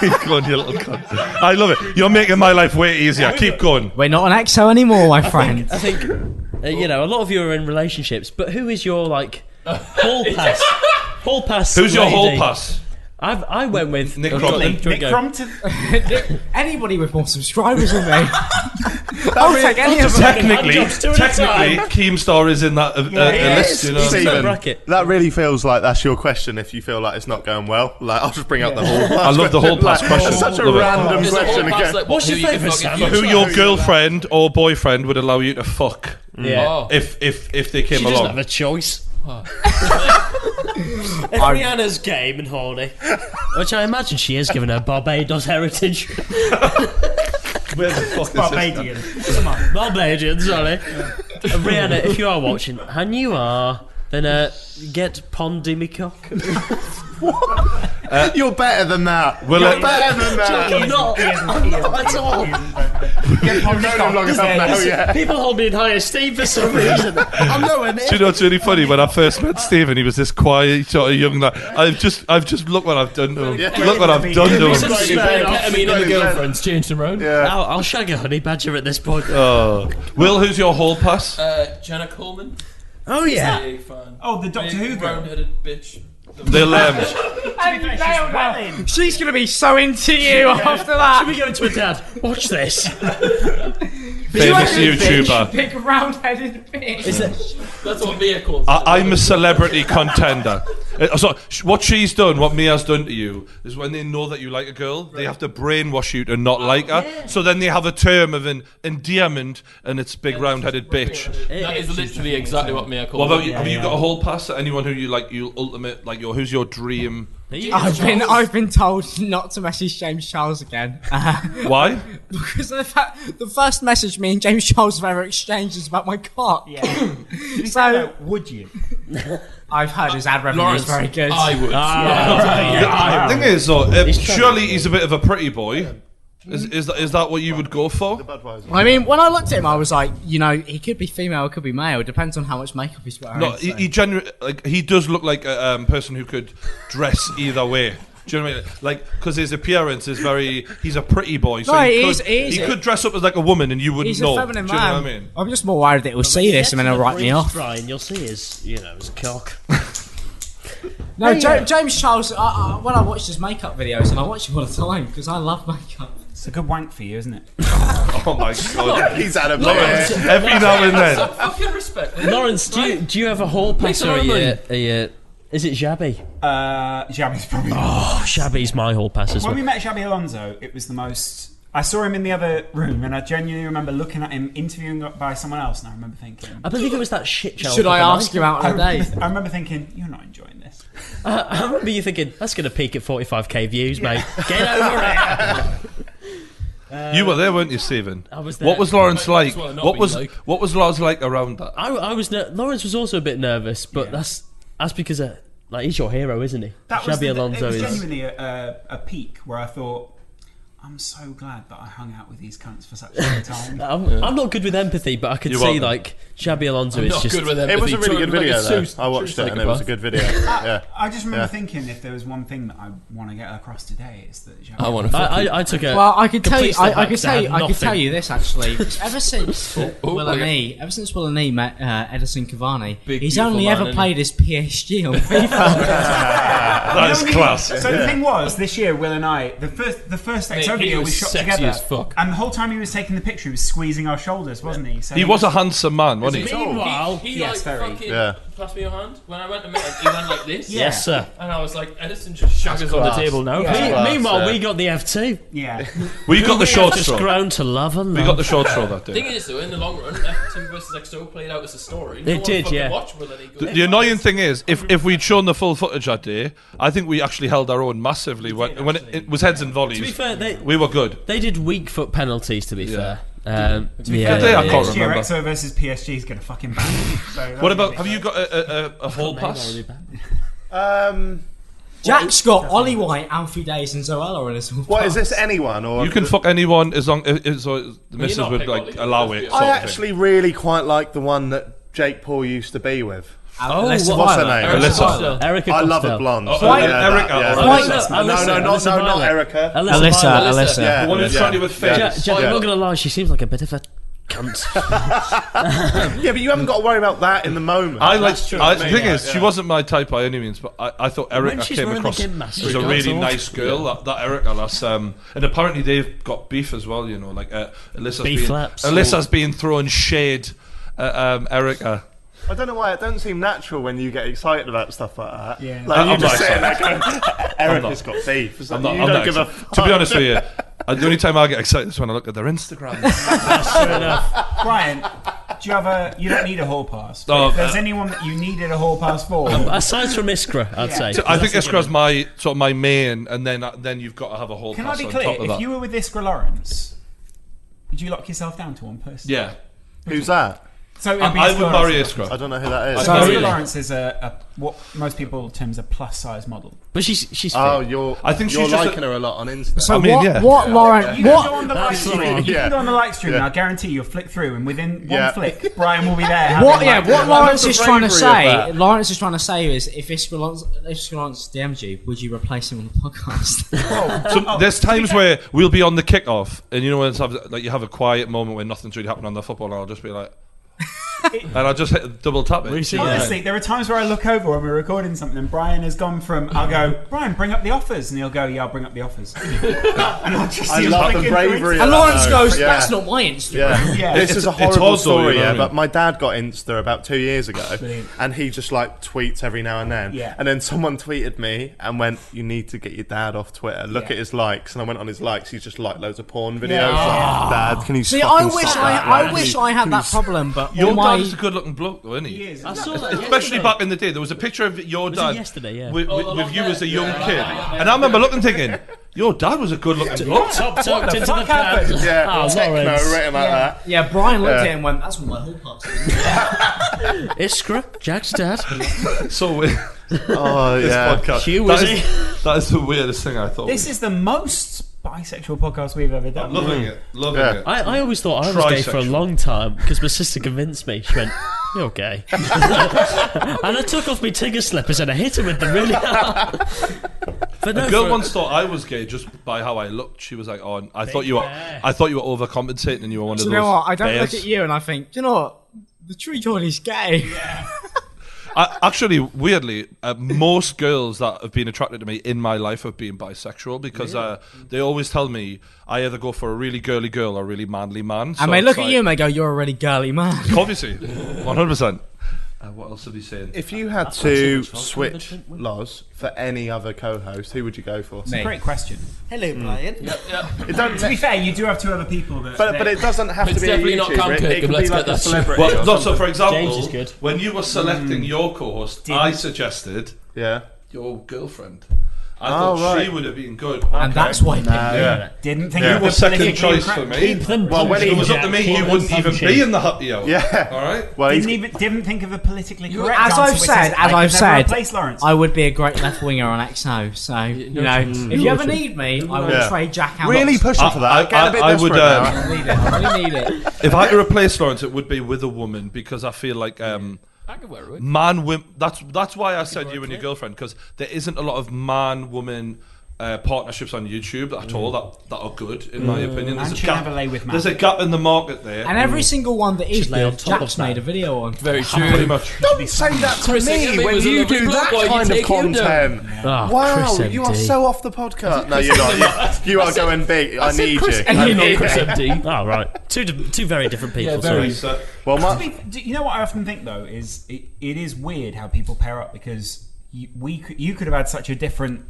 Keep going, you little cunt. I love it. You're making my life way easier. Keep going.
We're not on EXO anymore, my friend.
I think uh, you know a lot of you are in relationships, but who is your like hall pass? hall pass.
Who's your hall
lady?
pass?
I've, I went with
Nick
I've got-
Crompton.
do you
Nick
go?
Crompton.
Anybody with more subscribers than me.
I'll
I'll take any of them.
Technically,
Hand jobs two at a
technically,
time.
Keemstar is in that uh, uh,
Yeah,
list. You know, what I'm
Stephen,
saying?
that really feels like that's your question. If you feel like it's not going well, like I'll just bring up the whole.
I love the whole pass question.
It's such a
Love it.
random
It's the whole
question
pass, like,
again.
what,
What's
who
your
you can
favourite
fucking
sandwich?
fuck?
Who your girlfriend or boyfriend would allow you to fuck?
Yeah.
Oh.
If if if they came
She doesn't have
along,
a choice.
Oh.
If Rihanna's game and horny, which I imagine she is, given her Barbados heritage.
where the fuck this is?
Barbadian. Come on.
Barbadian, sorry. Rihanna, if you are watching, and you are, then uh, get Pondy me cock.
You're better than that.
Will
You're
it-
better than that.
I'm not. I'm not at all.
You've known him long enough now, yeah.
People hold me in high esteem for some reason. I'm nowhere near.
Do you know what's really funny? When I first met Stephen, he was this quiet sort of young lad. I've just, I've just look what I've done to him. Look what I've done to him.
Ketamine and the girlfriends changed them round.
Yeah.
I'll, I'll shag a honey badger at this point.
Oh, Will, who's your hall pass?
Uh, Jenna Coleman.
Oh yeah.
Big fan.
Oh, the Doctor
Big
Who girl.
round-headed bitch.
They'll um,
She's going to be so into you after
Should
that.
we go into a dad? Watch this.
famous
Big
YouTuber.
Big round-headed bitch.
Is it?
That's what Mia calls. it.
I, I'm a celebrity contender. Uh, So sh- what she's done, what Mia's done to you, is when they know that you like a girl, they have to brainwash you to
Oh,
not like her. So then they have a term of an endearment, and it's big round-headed bitch.
That is literally exactly what Mia
What
called
about
it.
you? Have you got a hall pass? Anyone who you like, you ultimate like your who's your dream?
I've been I've been told not to message James Charles again
Why?
because of the, fact, the first message me and James Charles have ever exchanged is about my cock.
Yeah.
So
Would you?
I've heard his ad revenue
Lawrence,
is very good.
I would. Ah.
The thing is, though, uh,
trying
surely he's a bit of a pretty boy. Is, is, that, is that what you would go for?
I mean, when I looked at him, I was like, you know, he could be female, could be male. Depends on how much makeup he's wearing.
No, he, he genuinely like he does look like a um, person who could dress either way. Do you know what I mean? Like, because his appearance is very—he's a pretty boy. So
No,
he,
he is-
could,
he is
he
a-
could dress up as like a woman, and you wouldn't
he's
know.
a feminine
Do you know
man.
what I mean?
am just more worried that he'll see this and then he'll write me off.
Brian, you'll see his, you know, his cock.
No, Ja- James Charles. Uh, uh, when I watched his makeup videos, and I watch him all the time because I love makeup.
It's a good wank for you, isn't it?
Oh my god!
He's had a bit.
Every now and then,
Fucking respect.
Lawrence, do you do you have a hall pass or are you, are you- Is it Shabby?
Uh, Shabby's probably.
Oh, Shabby's my hall pass as
When
well.
we met Shabby Alonso, it was the most I saw him in the other room, and I genuinely remember looking at him interviewing by someone else, and I remember thinking,
I believe it was that shit show.
Should I ask you out on a
a
date? I remember thinking, you're not enjoying this.
Uh, I remember you thinking that's going to peak at 45k views, mate. Get over it.
you were there, weren't you, Stephen?
I was
What
there.
was Lawrence
I might as
like?
well not
What
be
was
like.
what was Lars like around that?
I, I was ner- Lawrence was also a bit nervous, but that's that's because uh, like he's your hero, isn't he?
That was
Shabby
the,
Alonso
it was
is.
genuinely a, a, a peak where I thought, I'm so glad that I hung out with these cunts for such a long time.
I'm, I'm not good with empathy, but I could
You
see
aren't.
like Shabby Alonso
I'm
is
not
just.
good with empathy. It was a really
good video, though. I watched it and it was a good video. yeah.
I just remember
Yeah.
thinking if there was one thing that I want to get across today, it's that
I wanna I- I- I took a-
Well, I could tell you.
complete
I,
step
I
back
could
to
tell
have
you. I could
nothing.
tell you this actually. ever since
Oh, oh,
Will
okay.
and E, ever since Will and E met uh, Edison Cavani, he's
beautiful
only
man,
ever
isn't
played his PSG on FIFA. that
You know, we- So the thing was, this year, Will and I, the first the first
Mate,
Exo
he
video
was
we shot
sexy
together,
as fuck.
and the whole time he was taking the picture, he was squeezing our shoulders, wasn't he? So
He was a handsome man, wasn't he?
Meanwhile,
he, he
yes,
like
very.
fucking passed me your hand when I went to meet him. He went like this.
Yeah. Yes, sir.
And I was like, Edison just shook his
It's on the table now.
Yeah.
Me-
Class,
meanwhile,
yeah.
we got the F2.
Yeah,
We got the short
Just
straw.
grown to love and
We
love.
got the short straw that day.
Thing is, though, in the long run, F2 versus XO played out as a story.
It
no one
did,
fucking
yeah.
Watched Will and E go,
The, the annoying thing is, if, if we'd shown the full footage that day, I think we actually held our own massively when, when it, it was heads and volleys.
To be fair, they-
we were good.
They did weak foot penalties. To be
Yeah.
fair, um,
To be
yeah,
fair, they- I
yeah,
can't
yeah.
Next year, Exo versus PSG is going to fucking ban him. So
What
that's gonna
about?
be
Have you got a, a, a, a hall
maybe
pass?
I'll
Um,
Jack's got Ollie White, Alfie Days, and Zoella in his.
What is this? Anyone or
You can fuck anyone as long as, as, as the missus
not
would
big
like allow it. Sort
I
of thing.
actually really quite like the one that Jake Paul used to be with.
Oh,
what's
Alyssa
her
Violet.
name?
Alyssa. Costello. Erica
I love
Costello.
a blonde.
Oh,
So,
Erica- Erica
that-
or Alyssa.
No, no, no, not, no, not Erica. Yeah,
The one who's
yeah.
trying to with
Yeah.
face.
Jack, Jack,
Yeah.
I'm not gonna lie, she seems like a bit of a cunt.
yeah, but you haven't got to worry about that in the moment.
I like.
That's true.
I, the
Yeah,
thing is,
yeah.
she wasn't my type by any means, but I, I thought Erica
she's
came
wearing
across
the gym mask,
as
she
a really
can't
nice
talk.
girl. That, that Erica lass, um, and apparently they've got beef as well. You know, like uh, Alyssa's
Beef
being
laps.
Alyssa's being thrown shade at um, Erica.
I don't know why it doesn't seem natural when you get excited about stuff like that.
Yeah.
Like
I'm
you
not
just sitting there
excited.
going,
I'm
Eric
not.
has got beef. It's like,
I'm not,
you
I'm
don't
not
give a
excited. To be
fuck.
honest with you, uh, the only time I get excited is when I look at their Instagram.
Brian, do you have a? You don't need a hall pass.
Oh,
but if there's
uh,
anyone that you needed a hall pass for,
Aside from Iskra, I'd
Yeah.
say.
So I think Escra's my sort of my main, and then uh, then you've got to have a whole.
Can I
pass
be
on
clear?
top of
If
that.
you were with Iskra Lawrence, would you lock yourself down to one person?
Yeah.
Who's that?
So it'd
I-
be
I would
Lawrence.
marry Iskra. I don't know who that is.
So
I'd marry
Iskra
her.
Lawrence is a, a what most people term as a plus size model.
But she's she's.
Oh, you're.
I think
you're
she's just
liking her a lot on Instagram.
So what? What, Lauren?
You
What?
can go on the live
That's
stream.
the one.
You
Yeah.
can go on the live stream, and
Yeah.
I guarantee you'll flick through, and within one
Yeah.
flick, Brian will be there.
What?
having
Yeah.
like-
What Lawrence is trying to say.
bravery
Lawrence is trying to say is if Iskra Lawrence, if Iskra Lawrence DM'd you, would you replace him on the podcast?
So there's times where we'll be on the kickoff, and you know when it's have- like you have a quiet moment where nothing's really happening on the football, and I'll just be like, and I'll just hit double tap it.
Honestly, there are times where I look over when we're recording something, and Brian has gone from I'll go, Brian, bring up the offers, and he'll go, Yeah, I'll bring up the offers. and I'll just
I
see him
love the
flicking
bravery.
through.
of that, though. Yeah.
my
Yeah. this is
It's- it's
a horrible
also,
story,
you know what I
yeah.
mean?
But my dad got Insta about two years ago,
Brilliant.
and he just like tweets every now and then.
Yeah.
And then someone tweeted me and went, "You need to get your dad off Twitter. Look
Yeah.
at his likes." And I went on his likes. He's just like loads of porn videos.
Yeah.
Like, Dad, can you
See, I
fucking
wish
stop
I,
that?
I
Like,
wish
can
I
you-
had
can
that
you
problem, but
Your
all my.
dad is a good-looking bloke, though, isn't he?
He is.
I saw that
Especially
yesterday.
back in the day, there was a picture of your
Was it
dad
yesterday, yeah.
with,
Oh,
with,
the
with
long
you
hair.
as a young
Yeah.
kid,
Yeah.
and I remember looking, thinking, your dad was a good-looking bloke.
Top tucked
What the
into
fuck
the pad.
happened?
Yeah,
Ah,
techno
Lawrence.
written like that.
Yeah, Brian looked
Yeah.
at it and went, "That's one of my whole parts."
Iskra, Jack's dad.
So weird.
Oh
This
yeah.
podcast.
Hugh,
that,
was
is, that is the weirdest thing I thought.
This is the most bisexual podcast we've ever done.
loving it, loving
Yeah.
it.
I, I always thought I was gay for a
Trisexual.
long time because my sister convinced me. She went, "You're gay," and I took off my tigger slippers and I hit her with them really hard. But no,
A girl
for-
once thought I was gay just by how I looked. She was like, "Oh, I thought you were,
bear.
I thought you were overcompensating, and you were one
Do
of
you
those."
know what? I don't
bears.
look at you and I think, "Do you know what? The true John is gay.
I, actually, weirdly, uh, most girls that have been attracted to me in my life have been bisexual because uh, they always tell me I either go for a really girly girl or a really manly man.
and
So
they
it's
look at
like-
you and they go, "You're a really girly man."
Obviously, one hundred percent. Uh, what else did he say?
If you had
That's
to
actually control.
switch Loz for any other co-host, who would you go for?
It's a great question.
Hello,
Mm.
Brian.
Uh,
It don't
to be fair, you do have two other people that.
But- but it doesn't have It's to be a definitely not YouTuber, Cam it- it Kirk, could be let's like get a that straight. celebrity or
Well, no, so
something.
for
James
example,
is good.
when you were selecting
Mm.
your co-host, I suggested
yeah
your girlfriend. I
Oh,
thought she
right.
would have been good,
And that's why he picked
Yeah.
you.
Yeah.
Didn't think
you
you
were
were
second
politically
choice for
correct.
me.
Keep them
well, when it
punching,
was up to
Jack.
me,
Keep
you
them
wouldn't even
punching.
be in the happy hour.
Yeah.
all right.
didn't even didn't think of a politically
You-
correct
as
answer,
I've
which
said,
is,
as
I
I've
could never
said,
replace Lawrence.
I would be a great left winger on XO. So you know,
chance.
if you
No
ever
chance.
need me, I will
Yeah.
trade Jack out.
Really push
pushing
him for that. I- I- Getting a bit I would, desperate now. um,
need it. I really need it.
if I could replace Lawrence, it would be with a woman because I feel like um,
I could wear a wig.
man, women. That's that's why I said you and your girlfriend because there isn't a lot of man woman. Uh, partnerships on YouTube at all that, that are good in my
Mm.
opinion.
And
There's a,
she'll
gap,
never lay with man.
there's a gap in the market there.
And every single one that is
Mm. Should lay on
good,
top of
Jack's
that.
made a video on.
Very true. Pretty much.
Don't say that to
Chris
me
Engelman
when
was a
you
lovely
do
bloke,
that
why you
kind of
take him
content.
down?
Wow,
Ah, Chris
you are
MD.
so off the podcast. No,
Is it
you're
Chris
not. You
I
are
said-
going big.
I
I
said
need
Chris
you.
Engelman,
I need
Chris
you.
MD. Oh, right. Two, di- two very different people.
very
sorry.
so. Well,
To be- do you know what I often think though is it, it is weird how people pair up because you, we could, you could have had such a different.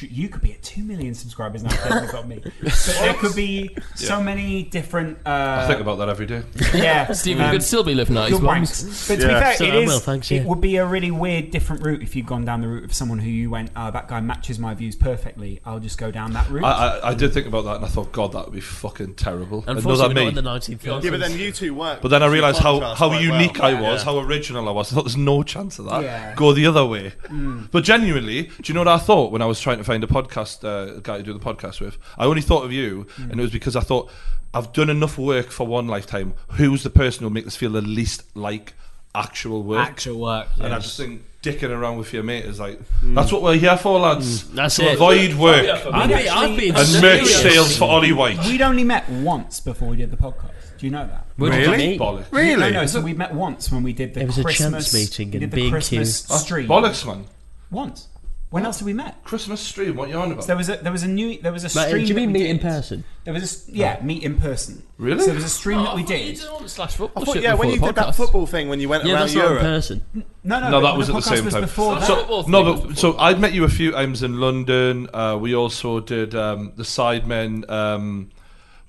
You could be at two million subscribers now. Definitely got me. But there could be so
Yeah.
many different. Uh,
I think about that every day.
Yeah, um,
Stephen could still be
Uh,
living out his
good
wanks.
wanks. But to
Yeah.
be
So
fair,
I
it, is,
will, thanks,
it
yeah.
would be a really weird, different route if you'd gone down the route of someone who you went, oh, that guy matches my views perfectly. I'll just go down that route.
I, I, I did think about that and I thought, God, that would be fucking terrible.
Unfortunately,
Another
not in
me.
the 1930s.
Yeah, but then you two work.
But then I realised how,
contrast
how
quite
unique
well.
I was,
Yeah.
how original I was. I thought there's no chance of that.
Yeah.
Go the other way.
Mm.
But genuinely, do you know what I thought when I was trying to find a podcast uh, guy to do the podcast with? I only thought of you, and it was because I thought I've done enough work for one lifetime. Who's the person who'll make this feel the least like actual work?
Actual work,
And I
yes.
just think dicking around with your mate is like
Mm.
that's what we're here for, lads.
that's
to
it.
avoid work
Yeah, for me.
and,
I'd be- I'd be
and merch
serious.
sales for Ollie White.
We'd only met once before we did the podcast. Do you know that?
Where did you Really? meet? Bollocks. Really?
No, no. So we met once when we did the
It was a chance
Christmas
meeting
we
in
did the
B&Q.
Christmas
That's
stream.
bollocks, man.
Once. When else did we met?
Christmas stream. What you on about?
So there was a there was a new there was a
Mate,
stream.
do you
that
mean
we
meet
did.
in person?
There was a s- yeah meet in person.
Oh. Really? Oh,
So there was a stream that we did.
Slash football
I thought,
shit
yeah, when you
before
did
the
that
podcast.
football thing when you went
Yeah,
around
that's not in
Europe.
person.
No, no,
no,
but
that was
the
at the
podcast
same
was
time.
before that.
So, no, but so I'd met you a few times in London. Uh, we also did um, the Sidemen. Um,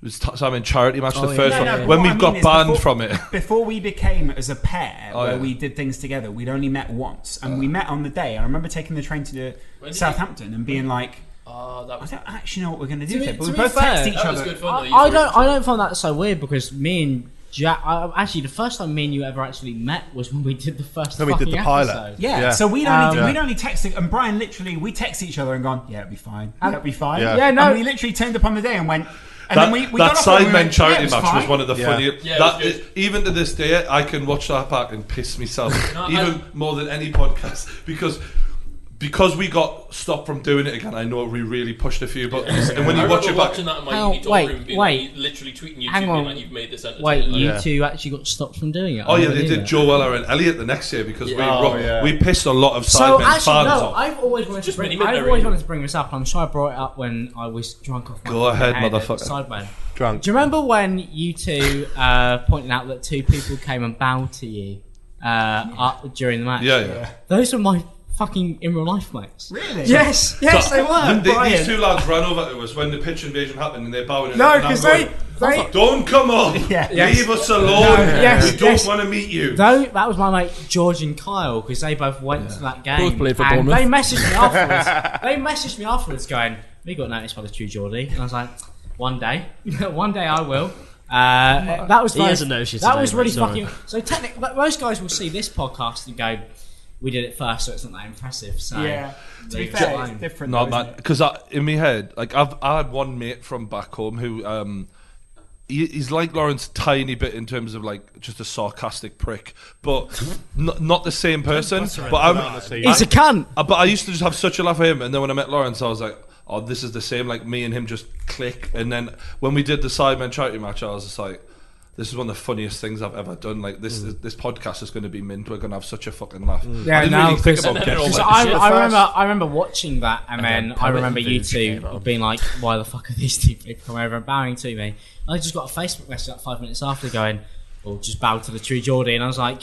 it was t- Sidemen charity match, the first
Oh, No, no,
one.
but
when
what
we
I
got
mean is
banned
before-
from it.
Before we became as a pair,
Oh,
where
yeah. Oh,
we did things together, we'd only met once, and we met on the day. I remember taking the train to
When
the
did
Southampton and being like,
Oh, that was.
"I don't actually know what we're going to do
To be-
today," but
to
we
be
both
fair,
text each
that was
other.
good fun, though, you
I
three.
don't. I don't find that so weird because me and Jack. I, actually, the first time me and you ever actually met was when we did the first.
When we did
fucking
the pilot.
episode.
Yeah, so we'd only
Um,
we'd only texted, and Brian literally we text each other and gone, "Yeah, it'll be fine.
Um,
That'll be fine."
Yeah. Yeah, no.
And we literally turned up on the day and went, and
that
then we, we
that
got off and we
Sidemen
went,
charity
"Yeah, it
match was
fine."
one of the
Yeah.
funniest.
Yeah, it
that
was
is, even to this day, I can watch that back and piss myself
No,
even
I-
more than any podcast because. Because we got stopped from doing it again, I know we really pushed a few buttons. And when
I
you watch
remember
it back,
watching that in my
Hang on,
uni dorm
wait,
room, being
wait.
like, literally tweeting you,
Hang on.
like you've made this entertainment.
Wait, you
Yeah.
two actually got stopped from doing it.
Oh
I
yeah,
never
they
knew
did
that.
Joe Weller and Elliot the next year because we
Yeah. Oh,
rocked-
yeah.
we pissed a lot of
So
Sidemen fans
actually, no.
off.
I've always wanted to
Just
bring.
made him
I've
very-
always wanted to bring this up, and I'm sure I brought it up when I was drunk off. My
Go ahead,
head at
motherfucker.
Sidemen.
Drunk.
Do you remember when you two uh, pointed out that two people came and bowed to you uh, up during the match?
Yeah, yeah.
Those were my fucking in real life mates.
Really?
Yes, yes,
So,
they were.
when they-
Brian.
these two lads ran over to us when the pitch invasion happened, and they're bowing. and
No,
I'm
'cause
going,
they- they-
don't come up.
Yeah.
leave
Yes.
us alone.
No, yes,
we don't
yes.
want to meet you.
No, that was my mate George and Kyle because they both went to that game.
Both played for
and
Bournemouth.
They messaged me afterwards. they messaged me afterwards going, "We got noticed by the true Geordie," and I was like, "One day, one day I will." Uh, that was
He
like-
hasn't noticed you
That
today,
was
mate,
really
sorry.
fucking. So technically, most guys will see this podcast and go, "We did it first, so it's not that impressive." So
Yeah. To be
leave it
fair,
alone.
it's different.
No
though,
man, because in my head, like I've I had one mate from back home who um, he, he's like Lawrence tiny bit in terms of like just a sarcastic prick, but not, not the same person.
That's right.
But
No,
I'm, uh,
honestly. He's a
cunt.
But I used to just have such a laugh at him, and then when I met Lawrence, I was like. Oh, this is the same. Like me and him just click, and then when we did the Sidemen charity match, I was just like, "This is one of the funniest things I've ever done." Like this, is, this podcast is going to be mint. We're going to have such a fucking laugh. I
Yeah,
didn't
no,
really think
because
about getting all that
I,
shit.
I remember, I remember watching that,
And
and,
then
then I
Pavard
remember you
Vooch
two being like, "Why the fuck are these two people coming over and bowing to me?" And I just got a Facebook message like five minutes after going, Or just bow to the true Geordie, and I was like,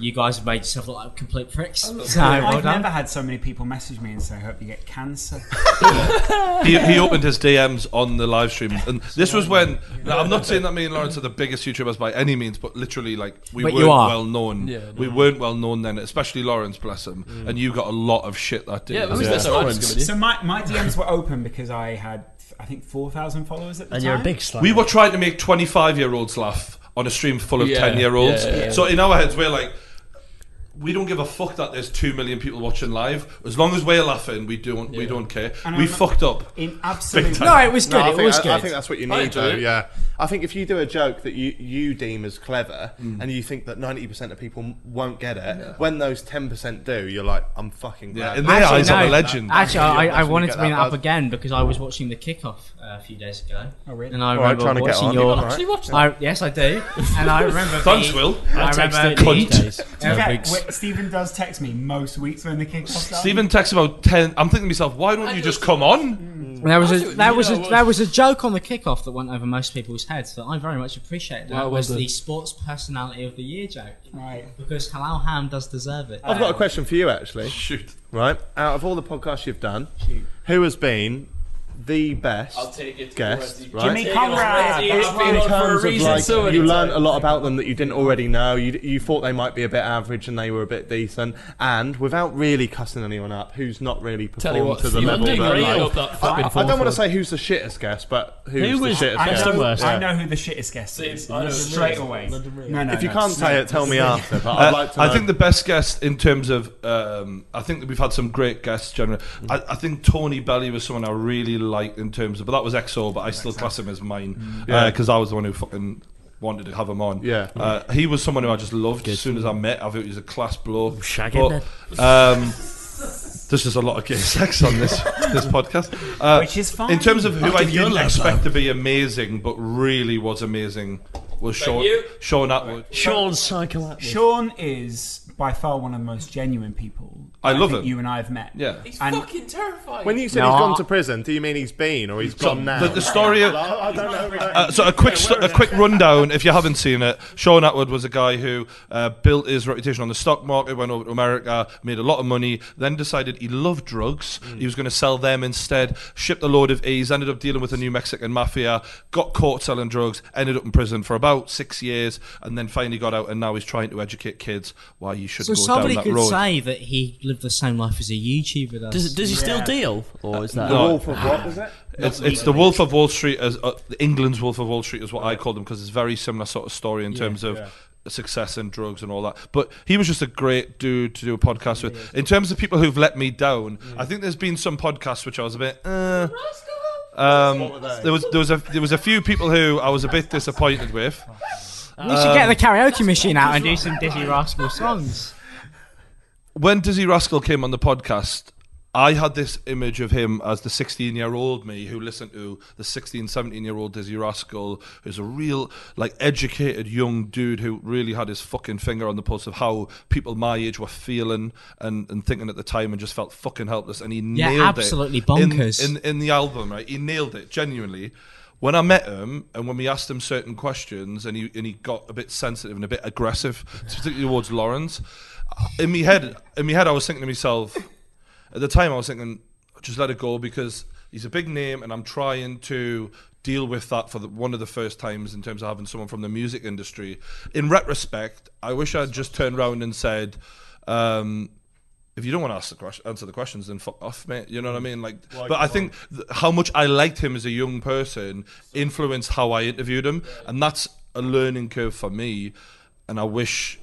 "You guys have made yourself look like complete pricks."
I love
So,
that.
well
I've
done.
never had so many people message me and say, I hope you get cancer.
he, he opened his DMs on the live stream, and this was when. Now, I'm not saying that me and Lawrence are the biggest YouTubers by any means, but literally, like we
But you
weren't
are.
well known.
Yeah,
we weren't well known then, especially Lawrence, bless him.
Mm.
And you got a lot of shit that day.
So my, my DMs were open because I had, I think, 4,000 followers at the time.
We were trying to make 25 year olds laugh on a stream full of
Yeah,
10 year olds.
yeah, yeah.
So in our heads, we're like. We don't give a fuck that there's two million people watching live. As long as we're laughing, we don't. We don't care.
And
we
I'm-
fucked up.
In
Big
absolute.
time.
No, I think, I, I think that's what you need, though. Yeah, I think if you do a joke that you, you deem as clever,
Mm.
and you think that ninety percent of people won't get it,
Yeah.
when those ten percent do, you're like, I'm fucking.
Yeah,
glad.
in their
Actually,
eyes, I'm a
no.
legend.
Actually,
Yeah,
I,
that's
I
when you
wanted
get
to bring
that
that up
buzz.
again because I was watching the kickoff uh, a few days ago.
Oh, really?
And I
All right,
remember
trying to get
watching
on.
your.
All right. Actually watch that.
I, yes, I do. And I remember.
Thanks,
the-
Will.
I
I text
remember.
it
the-
cunt. days.
In
No,
fact,
weeks.
wait, Stephen does text me most weeks when the kick off starts.
Stephen texts about ten. I'm thinking to myself, why don't you just come on?
There was a there was a there was a joke on the kickoff that went over most people's heads that I very much appreciated.
Well,
That was
well done.
the sports personality of the year joke.
Right.
Because Halal Ham does deserve it.
I've got a question for you, actually. Shoot. Right, out of all the podcasts you've done, who has been the best?
I'll take it.
Guest,
Already.
right?
Jimmy Take it Conrad, already. that's I've been
In
on for a
terms of
reason
like,
so many
you learn
times.
a lot about them that you didn't already know. You, you thought they might be a bit average, and they were a bit decent. And without really cussing anyone up, who's not really
Tell
performed
you what,
to the
you
level
did
that,
really
like-
up that
I,
fucking
I don't want
forward.
to say who's the shittest guest, but who's
Who was-
the shittest
I
guest?
know-
Yeah.
I know who the shittest guest is.
I know.
Straight away. No, no,
If you
no.
can't say it, tell me after. But I'd
Uh,
like to.
I
know.
think the best guest in terms of, um, I think that we've had some great guests. Generally,
Mm.
I, I think Tony Belly was someone I really liked in terms of, but that was EXO, but I still class him as mine
Mm. Yeah.
because I was the one who fucking wanted to have him on.
Yeah.
uh, he was someone who I just loved as soon as I met. I thought he was a class bloke.
Shagging
But, um, there's just a lot of gay sex on this this podcast, Uh,
Which is fine.
In terms of who
Fucking
I
your
didn't
love,
expect to be amazing, but really was amazing, was
Thank
Sean
you.
Sean Atwood.
Sean's psycho Sean is by far one of the most genuine people
I love
think
him.
You and I have met.
Yeah.
He's
And-
fucking terrifying.
When you said
No,
he's
I-
gone to prison, do you mean he's been or he's gone now?
The, the story of
I don't know.
uh, so a quick sto- a quick rundown if you haven't seen it. Sean Atwood was a guy who uh, built his reputation on the stock market, went over to America, made a lot of money, then decided he loved drugs. He was going to sell them instead. Shipped a load of E's, ended up dealing with the New Mexican mafia, got caught selling drugs, ended up in prison for about six years, and then finally got out. And now he's trying to educate kids why you should
So
go down
somebody
that
could
road.
say that he lived the same life as a YouTuber does.
Does- does he still Yeah. deal, or is that-
No.
what was it?
It's, it's the Wolf of Wall Street, as uh, England's Wolf of Wall Street is what I call them because it's very similar sort of story in
Yeah,
terms of
yeah.
success and drugs and all that. But he was just a great dude to do a podcast with. In terms of people who've let me down,
Mm.
I think there's been some podcasts which I was a bit. Uh, um, there was there was a there was a few people who I was a bit disappointed with.
We should get
Um,
the karaoke machine out and do some Dizzy Rascal songs.
when Dizzy Rascal came on the podcast, I had this image of him as the 16 year old me who listened to the 16, 17 year old Dizzy Rascal, who's a real, like, educated young dude who really had his fucking finger on the pulse of how people my age were feeling and, and thinking at the time and just felt fucking helpless. And he
Yeah,
nailed
absolutely
it. In-
bonkers.
In, in, the album, right? He nailed it, genuinely. When I met him and when we asked him certain questions and he, and he got a bit sensitive and a bit aggressive, particularly towards Lawrence, in my head, in my head, I was thinking to myself, at the time, I was thinking, just let it go because he's a big name, and I'm trying to deal with that for the, one of the first times in terms of having someone from the music industry. In retrospect, I wish I'd just turned around and said. Um, if you don't want to ask the question, answer the questions, then fuck off, mate. You know what I mean? Like,
Like
but I
what?
think th- how much I liked him as a young person influenced how I interviewed him, and that's a learning curve for me. And I wish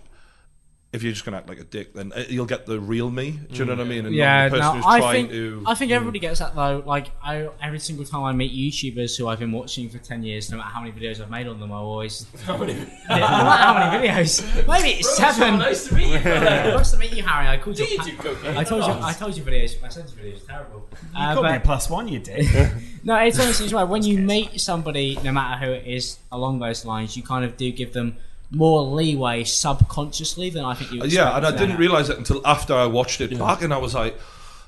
if you're just going to act like a dick, then uh, you'll get the real me. Do you know what I mean? And
yeah,
not the person
no,
who's
I
trying
think
to. Uh,
I think everybody gets that though. Like I, every single time I meet YouTubers who I've been watching for ten years, no matter how many videos I've made on them, I always
How many-
no matter how many videos, maybe it's
Bro, Sean,
seven.
nice to meet you, brother.
nice to meet you, Harry. I called
Do
you.
you do cocaine?
I told you. I told you videos. My son's videos are terrible.
You
Uh,
called me
but-
a plus one, you did.
no, it's honestly as well. When you meet somebody, no matter who it is, along those lines, you kind of do give them more leeway subconsciously than I think you.
Uh, yeah,
expect.
and I didn't realize it until after I watched it back, and I was like,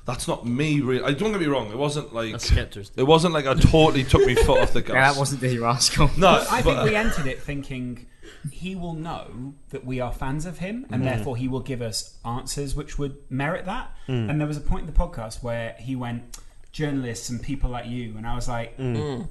"That's not me." Really, I don't get me wrong. It wasn't like it wasn't like I totally took my foot off the gas.
Yeah, that wasn't Dizzy Rascal.
No,
But I
but-
think we entered it thinking he will know that we are fans of him, and
Mm.
therefore he will give us answers which would merit that.
Mm.
And there was a point in the podcast where he went, journalists and people like you, and I was like,
Mm.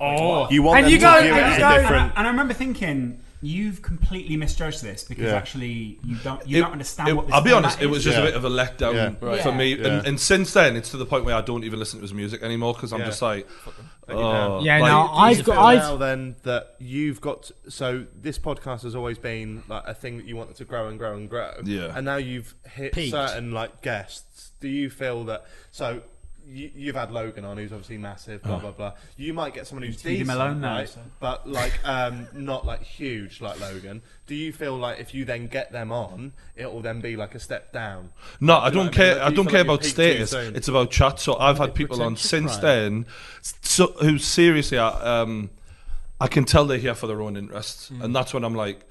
oh,
You want And them you to go- give and us you a go- different-
And I, and I remember thinking. You've completely misjudged this because
Yeah.
actually you don't you
It-
don't understand
it-
what this
I'll be
format
honest, it was
is.
just a bit of a letdown
Yeah. Right.
for
Yeah.
me.
Yeah.
And, and since then, it's to the point where I don't even listen to his music anymore because I'm
Yeah.
just like,
Thank you,
oh,
Dan. But
like-
you- you feel now then that you've got. So this podcast has always been like a thing that you wanted to grow and grow and grow.
Yeah.
And now you've hit
Peaked.
certain like guests. Do you feel that? So you, you've had Logan on, who's obviously massive. Blah
Oh.
blah blah. You might get someone who's
Leave him
decent,
alone now,
right?
so.
But like, um, not like huge like Logan. Do you feel like if you then get them on, it will then be like a step down?
No,
Do you
I
know
don't
what mean?
care.
Like,
I
do you
don't
feel
care
like you
about
peaked too
status.
soon?
It's about chat. So I've had people on
pretentious,
since
right?
then, so who seriously, I, um, I can tell they're here for their own interests,
Mm.
and that's when I'm like.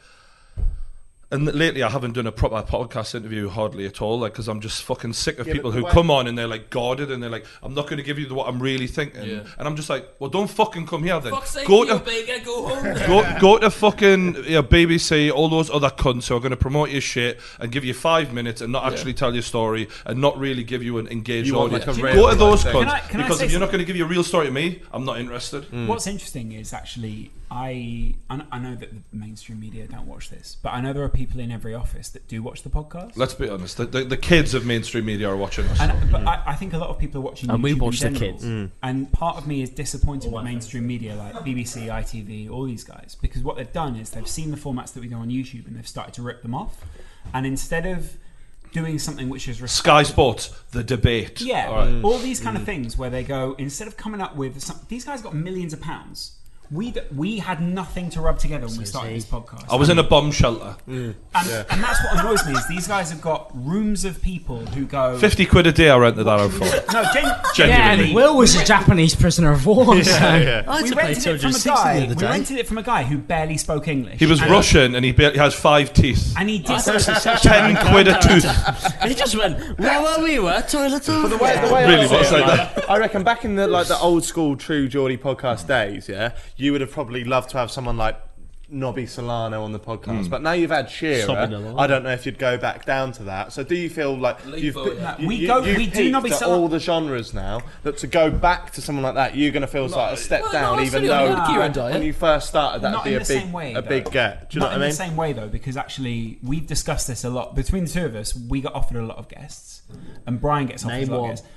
And lately, I haven't done a proper podcast interview hardly at all, like because I'm just fucking sick of
Yeah,
people
but
who
why-
come on and they're like guarded and they're like, "I'm not going to give you what I'm really thinking,"
Yeah.
and I'm just like, "Well, don't fucking come here then.
Fuck's sake,
go
you
to
bigger, go home then."
go, go to fucking yeah, BBC, all those other cunts who are going to promote your shit and give you five minutes and not
Yeah.
actually tell your story and not really give you an engaged
You want, like,
audience.
a
go to
real
those
thing.
cunts
Can I- can I
because
say
if you're not
something?
going to give you a real story to me, I'm not interested.
What's interesting is actually I and I know that the mainstream media don't watch this, but I know there are people in every office that do watch the podcast.
Let's be honest. The, the, the kids of mainstream media are watching us.
And, but I, I think a lot of people are watching,
And we
YouTube
watch the
in general.
kids. Mm.
And part of me is disappointed with mainstream media like BBC, ITV, all these guys, because what they've done is they've seen the formats that we do on YouTube and they've started to rip them off. And instead of doing something which is
Sky Sports, the debate.
yeah,
All right. Mm.
all these kind of things where they go instead of coming up with some, these guys got millions of pounds. We d- we had nothing to rub together when we started this podcast.
I was in a bomb shelter.
and, and that's what annoys me is these guys have got rooms of people who go
50 quid a day I rented that out for.
No, gen-
Genuinely.
Yeah, and Will was a Japanese prisoner of war.
Yeah,
so.
yeah. I
we rented it from a guy. We rented it from a guy who barely spoke English.
He was
And-
Russian and he, barely has five teeth.
And he did
Ten quid a tooth.
he just went, where were we? Where? Toilet over
the way, the way
Really
I, see
was
it,
like
I reckon back in the like the old school true Geordie podcast days, yeah, you would have probably loved to have someone like Nobby Solano on the podcast.
Hmm.
Mm.
But now you've had Shearer,
Sobbing along.
I don't know if you'd go back down to that. So do you feel like you've
vote. No,
you,
we
you,
go-
you've
we do
peaked
Nobby
at
Solano-
all the genres now that to go back to someone like that, you're going to feel it's like a step
Well, no,
down,
I
even
said it on
though
the Kieran diet.
when you first started that'd
not in
be a
the
big
same way,
a big
though.
get. Do you
not
know
in
what
the
I mean?
same way though, because actually we've discussed this a lot between the two of us. We got offered a lot of guests, and Brian gets offered
Name
a lot
one.
of guests.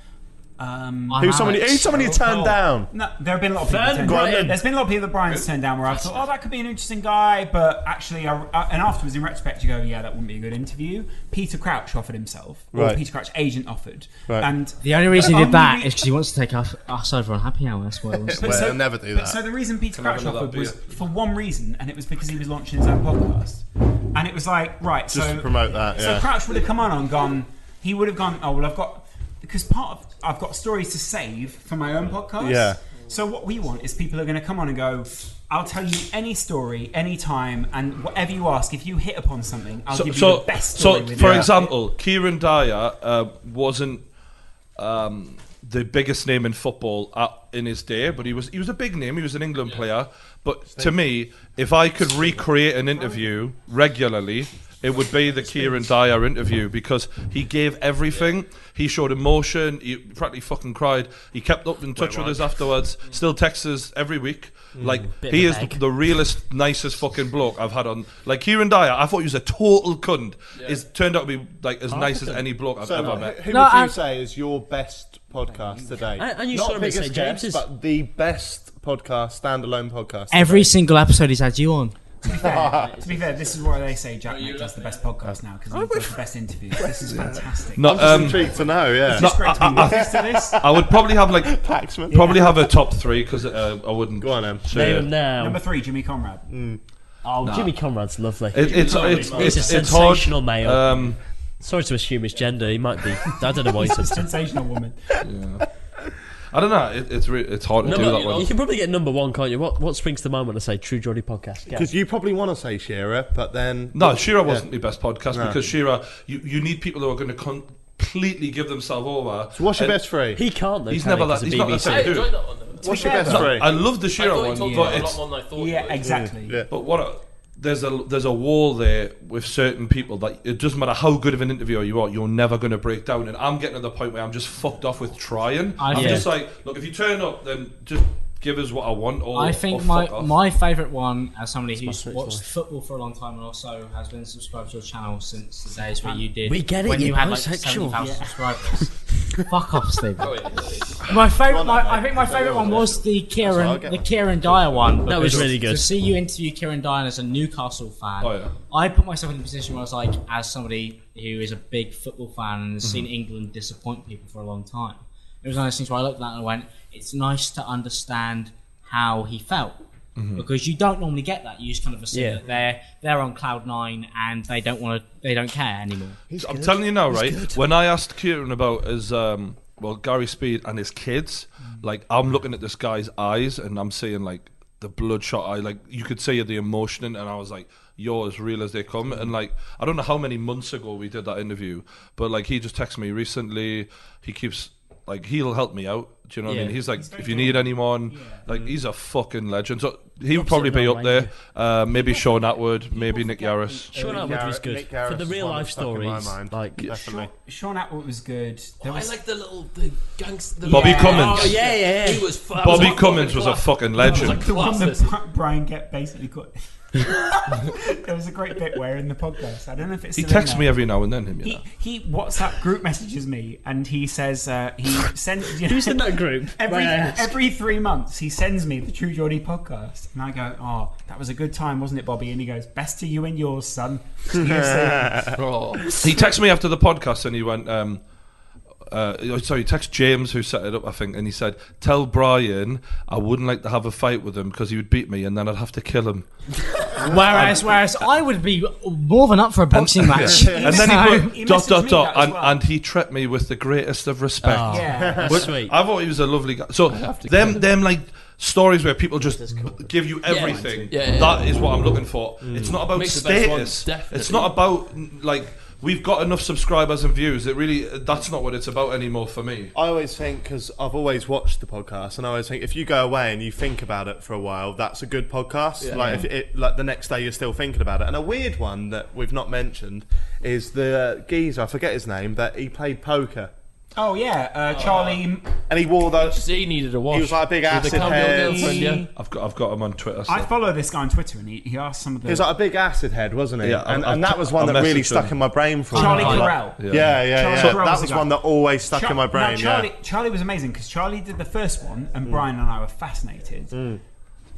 Um, oh,
Who's somebody- who's somebody you turned down?
No, there have been a lot of people.
Fern
Turned
Brian.
down. There's been a lot of people that Brian's turned down where I thought, oh, that could be an interesting guy, but actually, I, I- and afterwards in retrospect, you go, yeah, that wouldn't be a good interview. Peter Crouch offered himself, or
Right.
Peter Crouch agent offered,
Right.
and
The only reason he
Only
did that
re-
is because he wants to take us, us over on happy hour. That's why he wants to
But
do it.
but So the reason Peter
Can I
Crouch
have another
offered was
beer?
for one reason, and it was because he was launching his own podcast, and it was like right,
Just
so
to promote that,
So
yeah.
Crouch would have come on and gone. He would have gone. Oh well, I've got because part of I've got stories to save for my own podcast.
Yeah.
So what we want is people are going to come on and go. I'll tell you any story, any time, and whatever you ask. If you hit upon something, I'll give you the best story.
so
with
for
it.
example, Kieran Dyer uh, wasn't um, the biggest name in football at, in his day, but he was he was a big name. He was an England player. But to me, if I could recreate an interview regularly. It would be the Kieran Dyer interview because he gave everything. He showed emotion. He practically fucking cried. He kept up in touch
Wait,
with
what?
us afterwards. Still texts us every week.
Mm.
Like
Bit of
he
a
is
bag.
the realest, nicest fucking bloke I've had on. Like Kieran Dyer, I thought he was a total cunt. Is turned out to be like as
Oh,
nice as
okay.
any bloke I've
So,
ever
who-
met.
Who
No,
would you
I'm-
say is your best podcast today?
And- and you
Not
saw him
biggest
say James's.
guest, but the best podcast, standalone podcast.
Every single episode he's had you on.
To be fair, to be fair, this is why they say Jack Knight does the best podcast now because he does the best interviews. This is fantastic.
No,
I'm just
um,
intrigued to know. Yeah,
It's not- I, I- I-
Um,
I would probably have like
Paxman.
probably have a top three because uh, I wouldn't. Go
on, Em.
Name him now.
Number three, Jimmy Conrad.
Oh,
Nah.
Jimmy Conrad's lovely.
It- it's- it's-
he's
it's-
a
it's hard,
sensational male.
um,
Sorry to assume his gender. He might be. I don't know why he
He's a
said that.
sensational woman.
I don't know. It, it's re- it's hard to do that
Number,
one.
you can probably get number one, can't you? What what springs to mind when I say True Geordie podcast? Go.
because you probably want to say Shearer, but then
No, Shira wasn't the best podcast
No.
because Shira, you, you need people who are going to completely give themselves over.
So what's your
And-
best three? He can't, though,
He's
can
never
he?
that.
'Cause
He's
of
not that
BBC.
thing to do.
I enjoyed that one, though. What's your best
No,
three?
I love the Shira
I thought he
one,
talked
but
about it a
it's
lot
more than I thought
Yeah, exactly.
But what? A, there's a there's a wall there with certain people that it doesn't matter how good of an interviewer you are, you're never going to break down. And I'm getting to the point where I'm just fucked off with trying.
I
I am
think-
just like, look, if you turn up, then just give us what I want. Or
I think
or
my,
fuck off.
my favourite one, as somebody
my
who's
search
watched
life.
football for a long time and also has been subscribed to your channel since the days where you did.
We get it,
When
you
you had like
homosexual.
70,000
Yeah.
subscribers. Fuck off, Steve.
My
My
favourite-
favorite,
my-
I think my favorite one was the
what I'll
Kieran,
get
the
when-
Kieran Dyer one.
That was
because
really good.
To see you interview Kieran Dyer as a Newcastle fan,
Oh, yeah.
I put myself in a position where I was like, as somebody who is a big football fan and has seen England disappoint people for a long time, it was one of those things where I looked at that and I went, it's nice to understand how he felt.
Mhm.
Because you don't normally get that. You just kind of assume
Yeah.
that they're they're on cloud nine and they don't want to, they don't care anymore.
I'm telling you now, right? When I asked Kieran about his, um, well, Gary Speed and his kids, like I'm looking at this guy's eyes and I'm seeing like the bloodshot eye, like you could see the emotion, in it, and I was like, "You're as real as they come." And like I don't know how many months ago we did that interview, but like he just texted me recently. He keeps like he'll help me out. Do you know what I
Yeah.
mean? He's like,
He's very
if you need anyone, like he's a fucking legend. So he would probably
Opposite
be
of
up there. Uh, maybe Sean Atwood, maybe Nick Yarris.
Sean
Nick
Atwood was
Garrett-
good
Nick
for
Garrett's
the real
one that
life
stuck in my
stories.
mind,
Like
definitely.
Sean Atwood was good. There
Oh,
I
was
like the little the gangster. the-
Bobby Cummins.
Oh, yeah, yeah, yeah. He was. fu- that was
Bobby
a
Cummins was a
class.
fucking
the
legend.
one that Bri- Brian Get basically cut. there was a great bit where in the podcast, I don't know if it's
He
still in
texts
there.
me every now and then. Him, you know.
He, he WhatsApp group messages me and he says uh, he sends you
Who's in that group?
every
May I ask?
every three months he sends me the True Geordie podcast and I go oh that was a good time wasn't it Bobby and he goes best to you and yours son See you soon."
he texted me after the podcast and he went, um, uh, oh, sorry, he texted James who set it up, I think, and he said, "Tell Brian I wouldn't like to have a fight with him because he would beat me and then I'd have to kill him."
Whereas, whereas I would be more than up for a boxing match.
and then
So-
he put dot dot dot, and, and he treated me with the greatest of respect.
Oh, Yeah. that's
Which-
sweet.
I thought he was a lovely guy. So
have to
them them like stories where people just give you
Yeah.
everything.
Yeah, yeah,
That
yeah.
is what I'm looking for.
Mm.
It's not about
Makes the best ones,
status.
definitely.
It's not about like we've got enough subscribers and views. It really that's not what it's about anymore for me.
I always think because I've always watched the podcast, and I always think if you go away and you think about it for a while, that's a good podcast.
Yeah.
Like if it, like the next day you're still thinking about it. And a weird one that we've not mentioned is the geezer. I forget his name, but he played poker.
oh yeah uh, Charlie
And he wore those.
He needed a wash.
He was like a big acid head.
I've got I've got him on Twitter.
I follow this guy on Twitter and he, he asked some of the
He was like a big acid head, wasn't he?
Yeah, I-
and,
I've
and that
t-
was one
I
that really
messaged
stuck
him.
in my brain for
Charlie
a while.
Corral.
Yeah, yeah, yeah.
Charlie Corral
That
the
was
guy.
one that always stuck
Char-
in my brain.
No,
yeah. Mm.
Charlie, Charlie was amazing because Charlie did the first one, and Brian and I were fascinated.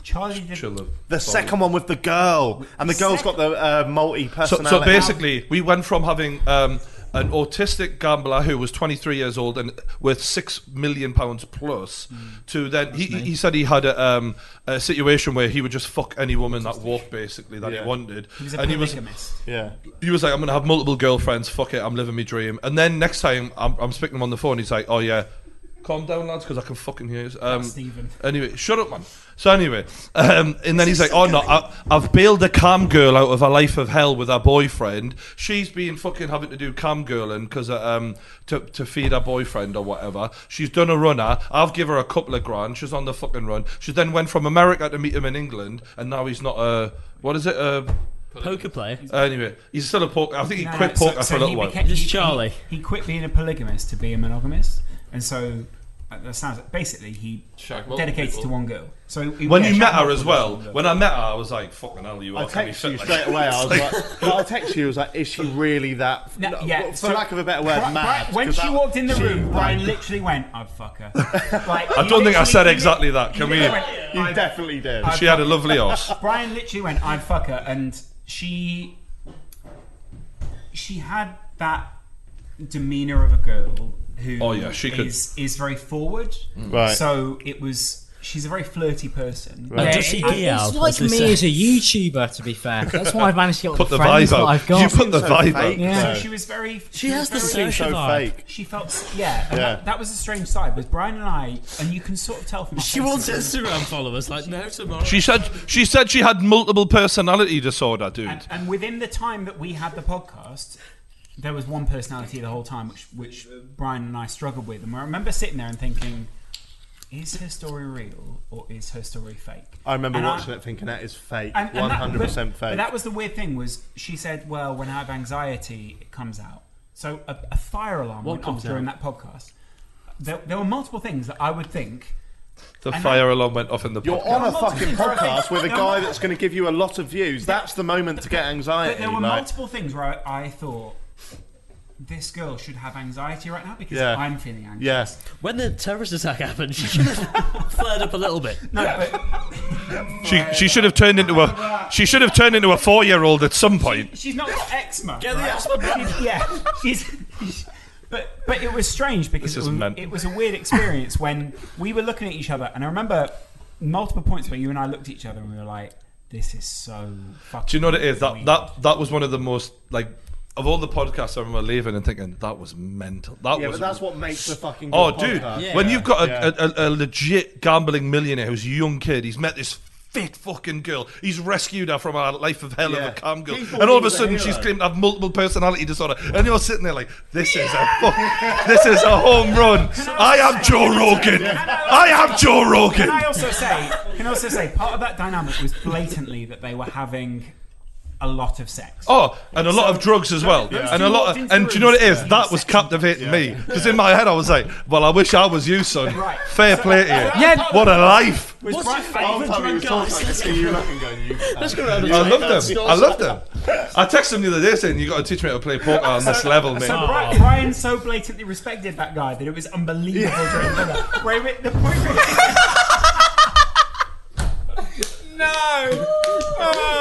Charlie did
The second one with the girl, and the girl's got the uh,
So,
multi-personality.
so basically, we went from having um, an autistic gambler who was 23 years old and worth six million pounds plus,
Mm.
to then he, he said he had a, um, a situation where he would just fuck any woman that walked, basically that
Yeah.
he wanted,
He was a
and he was
polygamist.
yeah.
he was like, I'm gonna have multiple girlfriends. Fuck it, I'm living my dream. And then next time I'm, I'm speaking to him on the phone, he's like, Oh yeah, calm down, lads, because I can fucking hear you. Um,
That's Stephen.
Anyway, shut up, man. So anyway, um, and then he's like, "Oh no, I, I've bailed a cam girl out of a life of hell with her boyfriend. She's been fucking having to do cam girling because um to to feed her boyfriend or whatever. She's done a runner. I've given her a couple of grand. She's on the fucking run. She then went from America to meet him in England, and now he's not a what is it a
Poker player.
anyway, he's still a poker. I think he
No,
quit
no, so-
poker
so
for a little
he
while.
became-
Just
he- he-
Charlie.
He, quit being a polygamist to be a monogamist, and so uh, that sounds like basically he
Shag multiple
dedicated
people.
to one girl. So he-
when
yeah,
you
shag
met her
multiple
as well,
girls.
when I met her, I was like, "Fucking hell, you
I
are." can be
texted you
fit
straight away. I was
Like-
like, well, I texted you. I was like, is she really that?
No,
no,
yeah,
for
so-
lack of a better word,
Bri-
mad.
Bri- When
'Cause
she
that-
walked in the
she-
room, Brian literally went, "I'd fuck her." Like,
I
he
don't think I
literally-
said exactly that.
he
Can we?
literally went,
You
"I'd
definitely did.
She had a lovely ass.
Brian literally went, I'd fuck her, and she she had that demeanor of a girl who
Oh, yeah, she could-
is, is very forward.
Mm. Right.
So it was she's a very flirty person.
Right.
Yeah,
Does she
it-
get
it's
out,
like
as they
me
say?
as
a YouTuber, to be fair. That's why I've managed to get all
Put
the,
the
friends
vibe
that
out.
I've got.
You put the So vibe
out. fake,
Yeah.
So she was very.
She
was
has the
very-
social So vibe. fake.
She felt, yeah. And
Yeah.
That, that was the strange side. Was Brian and I, and you can sort of tell from. our
She
faces-
wants Instagram followers like no tomorrow.
She said she said she had multiple personality disorder, dude.
And, and within the time that we had the podcast, there was one personality the whole time, which which Brian and I struggled with. And I remember sitting there and thinking, is her story real or is her story fake?
I remember
And
watching it thinking that is fake,
and- and
one
that-
hundred percent
but- But
fake.
that was the weird thing was she said, "Well, when I have anxiety, it comes out." So a, a fire alarm
What
went off
comes
during
out?
that podcast. There, there were multiple things that I would think.
The
And
fire alarm went off in the
You're
podcast.
on a
multiple
fucking
things, right?
podcast with a
No,
guy
no.
that's going to give you a lot of views. That's the moment to get
But
anxiety.
there were
like-
multiple things where I, I thought this girl should have anxiety right now because
Yeah.
I'm feeling anxious.
Yes.
When the terrorist attack happened, she should have flared up a little bit.
No, but
She she should have turned into a she should have turned into a four year old at some point.
she's not got eczema.
Get the
right?
eczema
She's- Yeah, she's. But but it was strange because
This
it
is
was,
mental.
it was a weird experience when we were looking at each other, and I remember multiple points where you and I looked at each other and we were like, "This is so fucking."
Do you know what it is? That that that was one of the most like of all the podcasts I remember leaving and thinking that was mental. That
yeah,
was
but that's what makes the fucking.
Oh,
good
dude!
podcast.
When you've got a,
Yeah.
a, a, a legit gambling millionaire who's a young kid, he's met this fit fucking girl. He's rescued her from a life of hell of
Yeah.
a calm girl,
He thought
and all
he
of a
was a
sudden she's
hero.
claimed to have multiple personality disorder. And you're sitting there like, this is a fuck, this is a home run. I am Joe Rogan. I am Joe
Can I
Rogan.
also say? Can I also say part of that dynamic was blatantly that they were having a lot of sex.
Oh, and a lot of drugs as well,
those
and
two
a lot.
walked
Of,
into
and
the
do you know what it
room,
is? That was captivating me because in my head I was like, "Well, I wish I was you, son.
Right.
Fair play to you. What a life."
Was
What's
right-
your
I'll
favourite
tell you,
drug, guys?
I
Let's
see
go.
you looking, going, you.
Let's go around. and
I
take
love
that
them.
story.
I love them. I texted him the other day saying, "You got to teach me how to play poker on this level, mate."
So Brian, Brian so blatantly respected that guy that it was unbelievable. during dinner. Where it- the point where-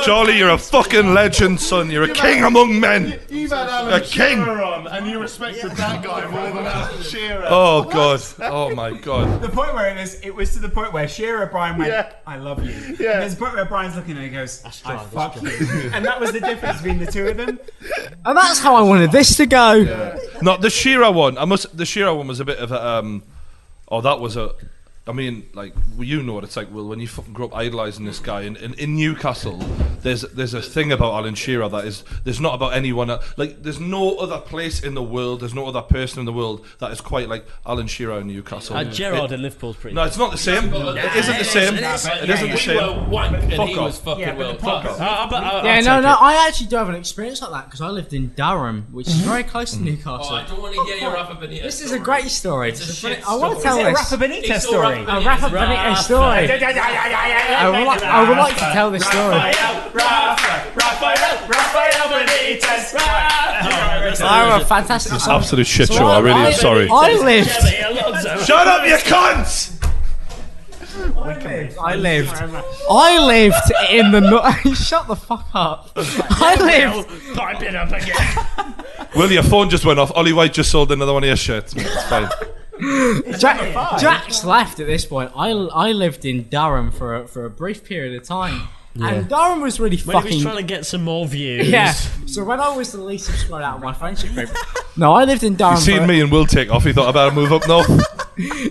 Charlie, you're a fucking legend, son. You're a king among men.
You've had
A
Alan
king.
Shearer on, and you respected that guy more than Alan Shearer.
Oh god. Oh my god.
the point where it was, it was to the point where Shearer Brian went,
Yeah.
"I love you." And
Yeah.
there's a point where Brian's looking at him and goes, "I fuck you," and that was the difference between the two of them.
And that's how I wanted this to go.
Not the Shearer one. I must. The Shearer one was a bit of a. Um, oh, that was a. I mean, like well, you know what it's like, Will. When you fucking grow up idolising this guy, and in, in Newcastle, there's there's a thing about Alan Shearer that is there's not about anyone. el- Like there's no other place in the world, there's no other person in the world that is quite like Alan Shearer in Newcastle.
Uh,
It-
Gerard in Liverpool's pretty.
No, it's not the same. It isn't the same.
it is.
It
Yeah,
isn't
yeah.
the
Well,
same.
wank, and
Fuck
he
off.
was fucking
Yeah, but
world
the podcast-
class.
Uh, but, uh,
Yeah,
I'll
no,
take
no,
it.
I actually do have an experience like that because I lived in Durham, which is very close to Newcastle.
Oh, I don't want to hear your Rafa Benitez.
this is a great story.
It's a
This is funny-
shit
I want to
story.
tell
Is it a
this.
Rafa Benitez
It's all
story?
Rafa
A Rafa Benitez
Benitez. Rafa.
story. I would, like, I would like to tell this story.
Rafa, Rafael, Rafael Benitez.
I'm a fantastic story.
Absolute shit
So
show. I really am sorry.
I lived.
Shut up, you cunts!
I lived. I lived in the. No- Shut the fuck up. I lived.
Pipe it up again.
Will, your phone just went off. Ollie White just sold another one of your shirts. mate. It's fine.
Jack, Jack's left at this point. I, I lived in Durham for a, for a brief period of time, and Durham was really
When he
fucking.
was trying to get some more views.
yeah. So when I was the least subscribed out of my friendship group, no, I lived in Durham.
You've
for-
seen me and Will take off. He thought I better move up north.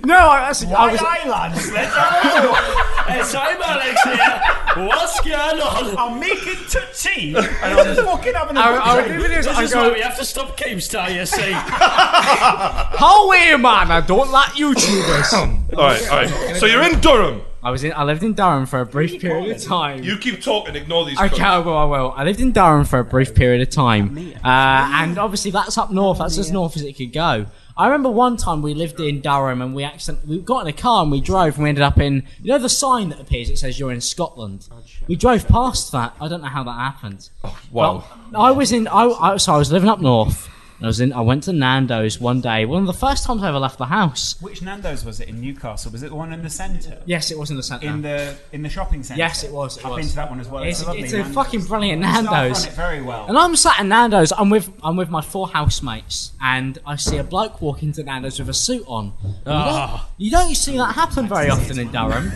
No, I, actually, I was.
Islands.
Yes, I'm Alex here. What's going on?
I'll make it to tea. And I'm fucking having a
I,
good
I would
time.
do videos.
This
I
is why we
go,
have to stop Keemstar, you see.
Ah, how are you, man? I don't like YouTubers.
all right, all right. So you're in Durham.
I was in. I lived in Durham for a brief period of time.
You keep talking. Ignore these.
Okay,
cunts.
I will, I will. I lived in Durham for a brief period of time. Uh, and obviously, that's up north. That's as north as it could go. I remember one time we lived in Durham and we accident- we got in a car and we drove and we ended up in you know the sign that appears that says you're in Scotland. We drove past that. I don't know how that happened.
Wow.
Well, I was in. I, I so I was living up north. and I was in. I went to Nando's one day. One of the first times I ever left the house.
Which Nando's was it in Newcastle? Was it the one in the centre?
Yes, it was in the centre.
In the in the shopping centre.
Yes, it was, it
I've
was.
been to that one as well. It's,
It's-
a lovely
it's a
Nando's.
fucking brilliant
The staff
Nando's.
run it very well.
And I'm sat in Nando's. I'm with I'm with my four housemates, and I see a bloke walk into Nando's with a suit on.
Ah.
You don't see that happen very often in Durham.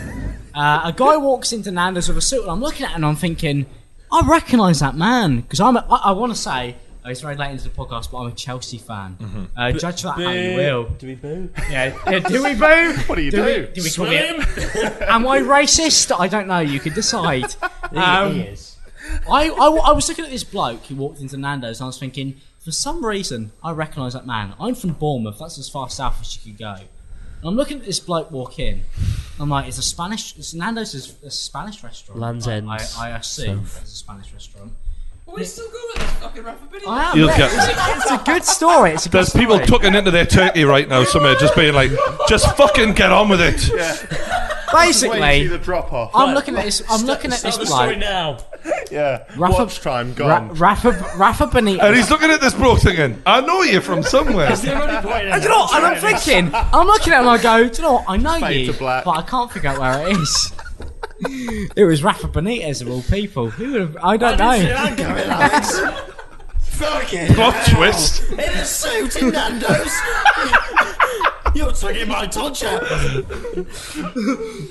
Uh, a guy walks into Nando's with a suit, and I'm looking at it and I'm thinking, I recognise that man because I'm. A, I, I want to say. oh, It's very late into the podcast, but I'm a Chelsea fan. Uh, judge that how you will.
Do we boo?
Yeah, yeah, do we boo?
What do you
Do
do?
we, do we call it? Am I racist? I don't know. You could decide. Um,
is.
I, I, w- I was looking at this bloke who walked into Nando's and I was thinking, for some reason, I recognise that man. I'm from Bournemouth, that's as far south as you could go. And I'm looking at this bloke walk in. I'm like, it's a Spanish. It's Nando's is a Spanish restaurant.
Land's
I,
End,
I, I assume
South.
it's a Spanish restaurant.
We're still going with this fucking Rafa Benitez.
I am.
You'll
yeah,
get-
it's, a, it's a good story. It's a good
There's people
story.
tucking into their turkey right now somewhere, just being like, just fucking get on with it.
Basically,
Wait, you see the drop off.
I'm looking at this. I'm looking at this bloke.
now.
Yeah.
Rafa-
Watch time
Ra-
gone.
Rafa, Rafa Benitez.
And he's looking at this bloke thinking, I know you from somewhere.
And you know what? And I'm thinking, I'm looking at him. I go, do you know what? I know
Fade
you,
to black.
but I can't figure out where it is. it was Rafa Benitez of all people. Who would have? I don't know.
Fucking
Plot twist.
In a suit in Nando's. You're taking my torture.
The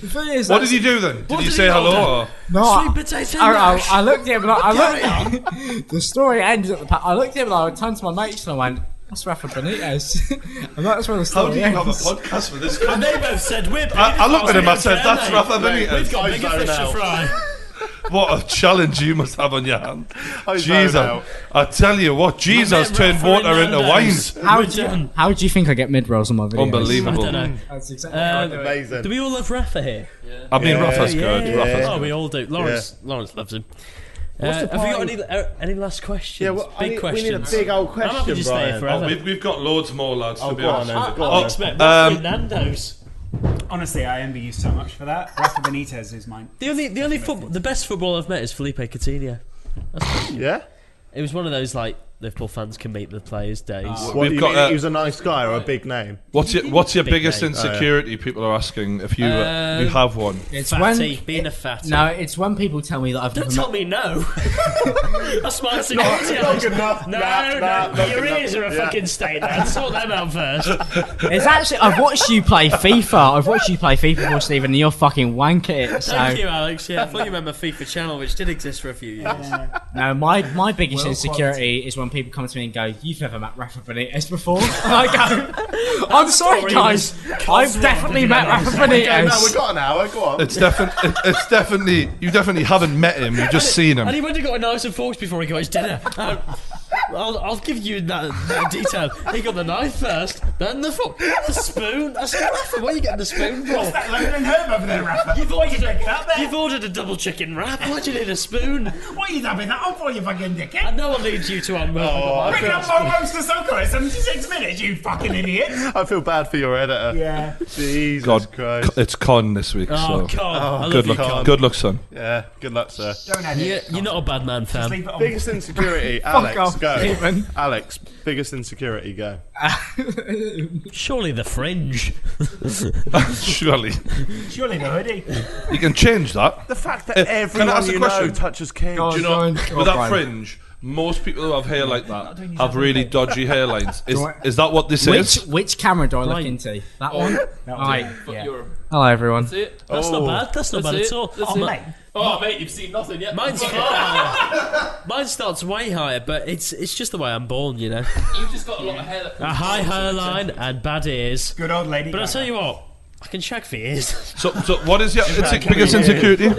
thing is,
What
that's-
did you do then? Did
What
you
did
say
he
hello? Or?
No, I,
potato
I, I, I looked at him. And I, I looked. the story ended at the. Pa- I looked at him. And I turned to my mates and I went, "That's Rafa Benitez." and that's where the
How
story
do you have a
ends.
podcast with this guy?
And they both said we're.
I, I looked at him, I said, that's Rafa
We've
Benitez.
got bigger fish to fry.
What a challenge you must have on your hand.
I don't
Jesus.
know.
I tell you what, Jesus turned water into wine.
How do you, how do you think I get mid rolls on my videos?
Unbelievable.
I don't know.
That's exactly how I do
Um,
it.
Amazing.
do we all love Rafa here?
I mean, Rafa's
Yeah,
good.
yeah,
Rafa's
Oh, we all do. Lawrence, Lawrence loves him. Uh,
What's the
have you got
point?
any, uh, any last questions?
Yeah, well, I
big
need,
questions.
we need a big old
I'm happy
question,
to stay
Brian.
here
Oh,
forever.
we've, we've got loads more, lads, to be
go
honest.
on, then. Go
Oh,
on, then.
um,
Nando's.
Honestly, I envy you so much for that. Rafa Benitez is mine.
The only, the only football, the best footballer I've met is Felipe Coutinho.
Yeah?
It was one of those like Liverpool fans can make the players' days.
What,
We've
you
got,
mean
uh,
he was a nice guy or a big name?
what's your, what's your
Big
biggest
name.
insecurity? People are asking if you, uh,
Um,
you have one.
It's
fatty,
when
being a fatty.
no, it's when people tell me that I've
don't
never
tell
met.
me no. That's my security.
enough.
No,
Nah,
no,
nah, not
your
good
ears are a fucking stain. I'll sort them out first.
It's actually I've watched you play FIFA. I've watched you play FIFA before, Stephen. And you're fucking wank at it.
Thank
So
you, Alex. Yeah, I thought you remember FIFA Channel, which did exist for a few years.
no, my my biggest insecurity is when people come to me and go, "You've never met Rafa Benitez before." And I go, "I'm sorry, guys. I've definitely met Rafa
Okay, no, we've
Benitez."
got an hour. Go on.
It's definitely, it's definitely, you definitely haven't met him. You've just seen
And
him.
he went and got a knife and forks before he got his dinner. Um, I'll, I'll give you that, that detail. He got the knife first, then the fork, the spoon. I said, Rafa, where are you getting the spoon from?
Lebanon Herb over there, Rafa.
You've ordered, a, you've ordered a double chicken wrap. Why do you need a spoon?
What are you dabbing that on for, you fucking dickhead?
And no one needs you to unmurder.
Oh,
Bring up my roast to soccer at 76 minutes, you fucking idiot.
I feel bad for your editor.
Yeah.
Jesus
God,
Christ.
co- it's con this week.
Oh,
so.
God. I love
Good
you,
luck,
Con.
good luck, son.
Yeah, good luck, sir.
Don't edit.
Yeah, You're not a bad man, fam.
Leave it on.
Biggest insecurity, Alex.
off,
go.
Stephen.
Alex, biggest insecurity, go.
Surely the fringe.
Surely.
Surely the hoodie.
You can change that.
The fact that
Uh, can I
everyone
ask a
you
question?
know touches kids.
Do you know, with that fringe, most people who have hair like that have really dodgy hairlines. Is, is that what this
Which
is?
which camera do I look
Right.
into? That one. Right.
But
Yeah.
you're a
Hello, everyone.
bit.
That's
Oh.
not bad. That's not
That's
bad
it.
at all.
That's
Oh,
it.
my-
Oh, mate, you've seen nothing yet.
Mine's
Fuck.
far- Mine starts way higher, but it's it's just the way I'm born, you know.
You've just got a lot of hair that
A
comes
high hairline and bad ears.
Good old lady.
But I tell you what, I can shag for ears.
So, so what is your it's biggest insecurity?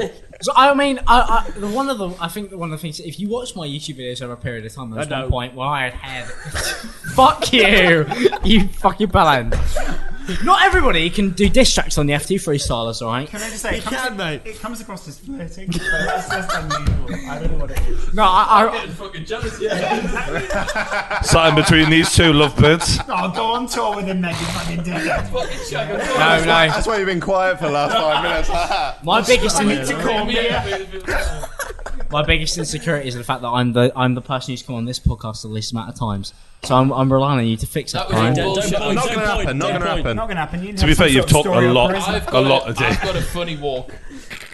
So I mean, I, I, the one of the I think the one of the things if you watch my YouTube videos over a period of time, there was
I
one
know.
point where I had hair. that- Fuck you, you fucking bellend. Not everybody can do diss tracks on the FT freestylers, all right?
Can I just say, it comes,
can, mate.
it comes across as flirting, but that's just unusual. I don't know what it is.
No, I,
Getting fucking jealous. Yeah.
Sat in between these two lovebirds.
I'll Oh, go on tour with him, then, you fucking dickhead.
fucking shag. I'm sorry.
I no, no.
That's why you've been quiet for the last five minutes. like that.
My biggest in-
Call me out.
my biggest insecurity is the fact that I'm the I'm the person who's come on this podcast the least amount of times. So I'm, I'm relying on you to fix it.
That was
Brian.
your bullshit.
don't
Not
point,
gonna happen. Not
don't
gonna
point.
happen.
Not gonna happen. You
To be fair, you've talked a lot,
I've
a
got
lot a day.
I've got a funny walk.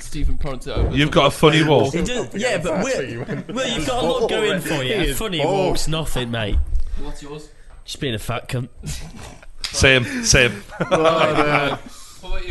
Stephen Ponto.
You've got a funny wall.
He does- yeah, but Will, Will, you've got a lot going for
He
you.
is
Funny
bald.
walks, nothing, mate.
What's yours?
Just being a fat cunt.
Same, same.
What about you?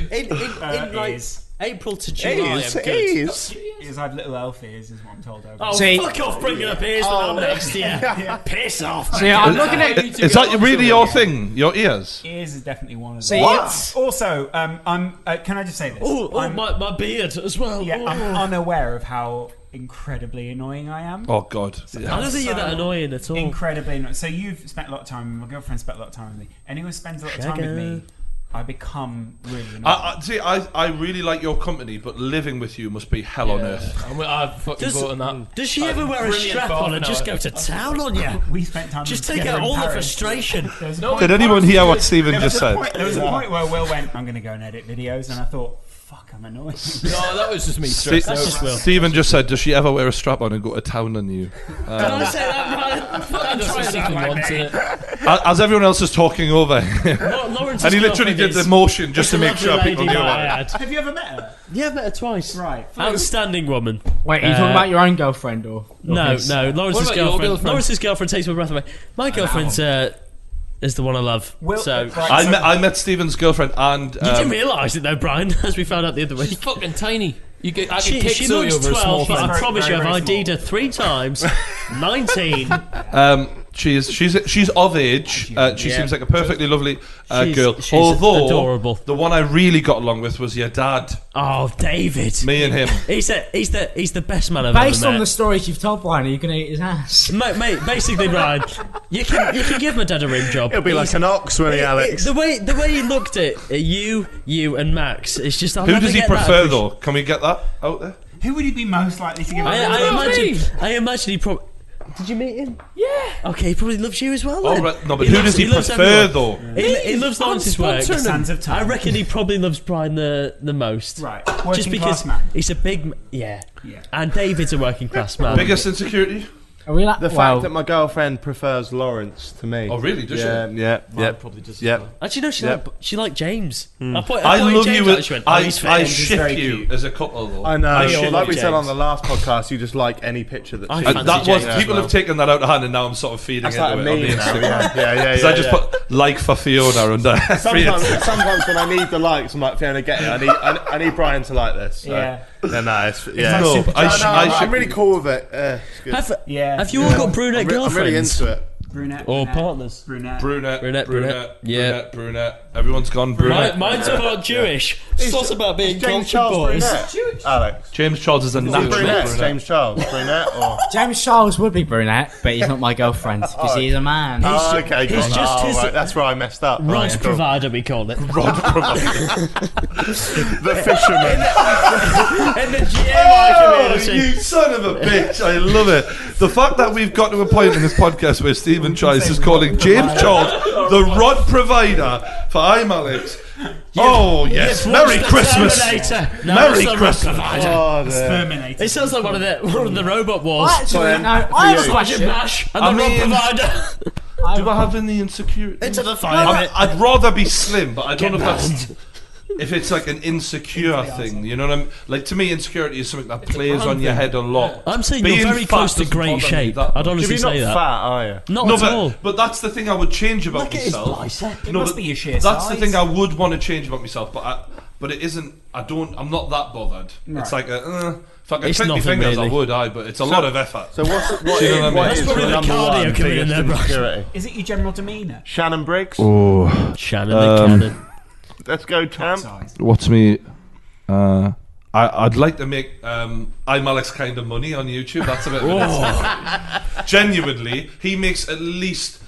In, in, in like
Ears.
April to July,
Ears,
I'm good.
ears.
Ears, I've little elf ears, is what I'm told. Over.
Oh,
See-
fuck off bringing up ears when I'm
oh.
next to you. Piss off.
So yeah, I'm looking at
need to
Is
go
that
on
really
to
your
it.
thing? Your ears?
Ears is definitely one of
See,
them.
What?
Also, um, I'm. Uh, can I just say this?
Oh, oh
I'm,
my, my beard as well.
yeah, I'm
Oh.
unaware of how incredibly annoying I am.
Oh God. Yeah.
I don't think you're that
so
annoying at all.
Incredibly annoying. So you've spent a lot of time. My girlfriend spent a lot of time with me. Anyone who spends a lot of time with me I become really. Annoying.
I, I, see, I, I really like your company, but living with you must be hell on earth.
I'm, I've fucking
Does-
bought on that.
Does she
I've
ever wear a
brilliant
strap
bath
on and
now.
just go to town on you?
We spent time.
Just
together
take out
in
all the
Paris.
frustration.
Did anyone hear what Stephen
There was
just
a
said?
point- there was a
Yeah.
point where Will went, "I'm going to go and edit videos," and I thought, "Fuck, I'm annoying."
No, that was just me
Ste-
stressing out.
Stephen just said, "Does she ever wear a strap on and go to town on you?" Um,
Can I say that, Brian? Fucking
That's
try
what
that,
Stephen
my
wants,
mate.
innit?
a- as everyone else is talking over, him.
Lau- Lawrence
and he
has come
literally
up
did
with
the
his-
motion just to
his
make sure
lovely
people
lady
knew
that I
it.
had.
Have you ever met her?
Yeah, I've met her twice.
Right.
Outstanding woman.
Wait, are you talking
Uh,
about your own girlfriend or?
No,
his?
no.
What
Lawrence's
about your
girlfriend,
girlfriend?
Lawrence's girlfriend takes my breath away. My girlfriend's uh, is the one I love.
Well,
so
right,
I met, I met Stephen's girlfriend, and
you didn't
um,
realise it though, Brian, as we found out the other week.
She's fucking tiny. You could, I could
She,
kick
she
Zoe
looks
over a small
12, but
fan.
I
Very,
promise
very,
you, I've
very
ID'd her three times. 19.
um, she's she's she's of age. Uh, she
Yeah.
seems like a perfectly lovely uh,
She's-
girl.
she's
Although
adorable.
the one I really got along with was your dad.
Oh, David.
Me and him.
He's the, he's the, he's the best man I've
Based
ever
on the
met.
stories you've told, Brian, are you going to eat his ass?
mate, mate, basically, Brian, you can, you can give my dad a rim job.
It'll be like an ox, won't he, Alex?
The way the way he looked at at you, you and Max, it's just I'll
Who
never
does he
get that
prefer
appreci-
though? Can we get that out there?
Who would he be most likely to give? a
I,
ring
I
to?
imagine. I imagine he probably. Did you meet him? Yeah. Okay, he probably loves you as well.
Oh,
Then.
right. No, but
He
who
loves-
does he,
loves
prefer
everyone.
though?
He, he loves Lawrence's work.
sponsoring
Sands of time.
I reckon he probably loves Brian the, the most.
Right.
Just
Working
because
class man.
he's a big m- yeah.
Yeah.
And David's a working class man.
Biggest insecurity?
Are we like
The
well,
fact that my girlfriend prefers Lawrence to me.
Oh, really? Does she?
yeah, Yeah, yeah,
Probably just
yeah.
Actually, no, she
Yep.
liked she liked James. I, put,
Hmm. I
pointed
love you.
James out and
With,
she went, oh,
I
he's
I
friends, he's
ship
very
you
cute.
as a couple. Though.
I know.
shit
like
like
we said on
James.
the last podcast, you just like any picture that's.
I
you.
Uh,
fancy
that was
James as
people have taken that out of hand, and now I'm sort of feeding
That's
into
like
it
a
on the
meme now,
Instagram.
yeah, yeah, yeah.
Because I just
yeah.
put like for Fiona uh, under.
Sometimes, sometimes when I need the likes, I'm like Fiona, get it. I need, I, I need Brian to like this. So.
Yeah.
No, no, it's, yeah.
No,
no,
I sh-
no,
I
I'm
should-
really cool with it. Uh, it's good.
Have,
Yeah.
have you all got brunette
I'm, re- I'm
girlfriends?
really into it.
brunette
Or
brunette,
partners.
Brunette.
brunette, brunette,
Brunette,
brunette,
brunette, yeah.
brunette, brunette. Everyone's gone brunette.
Mine- mine's about Jewish. It's not about being cultured
James Charles
boys.
brunette. Alex.
James Charles is a natural
brunette.
brunette.
James Charles brunette or?
James Charles would be brunette, but he's not my girlfriend because he's a man.
Uh,
Oh, okay, good.
he's just
oh,
his-
right, that's where I messed up.
Rod
Right, cool.
provider, we call it.
the fisherman.
In the GMI
Oh, you son of a bitch! I love it. The fact that we've got to a point in this podcast where Stephen Trice is calling James Charles the rod provider for I'm Alex. Oh yes, Merry Christmas!
Terminator. No,
Merry
it's not Rod
Christmas.
Provider.
Oh, dear.
Terminator.
It sounds like one of the one of the robot wars.
I actually
Brian,
don't know. I have a
Imagine
you.
question.
Mash and
I
the
mean-
rod provider
Do I have any insecurity?
into the fire pit.
I'd rather be slim, but I don't know if that's if it's like an insecure thing. You know what I mean? Like to me, insecurity is something that plays on your head a lot.
I'm saying
Being
you're very
fat
close to
doesn't bother
great
me
shape.
that
I'd
much.
honestly
You're not
say
fat,
that.
are you?
Not
No,
at all.
but, but that's the thing I would change about myself.
It
No,
must
but
be your sheer
That's
size.
the thing I would want to change about myself, but I, but it isn't. I don't. I'm not that bothered. It's
Right.
like a, uh, if I could
It's
click my
nothing
fingers, I
really.
would. I but it's a lot of effort.
So what's what
Do you know what
is,
I mean?
what
That's
is
probably
your
the
number
cardio
one
coming in
biggest
there, Brian.
insecurity?
Is it your general demeanor?
Shannon Briggs.
Oh,
Shannon the cannon.
Let's go, champ.
Size.
what's me? Uh, I, I'd like to make um, I'm Alex kind of money on YouTube. That's a bit. of an insult. Genuinely, he makes at least.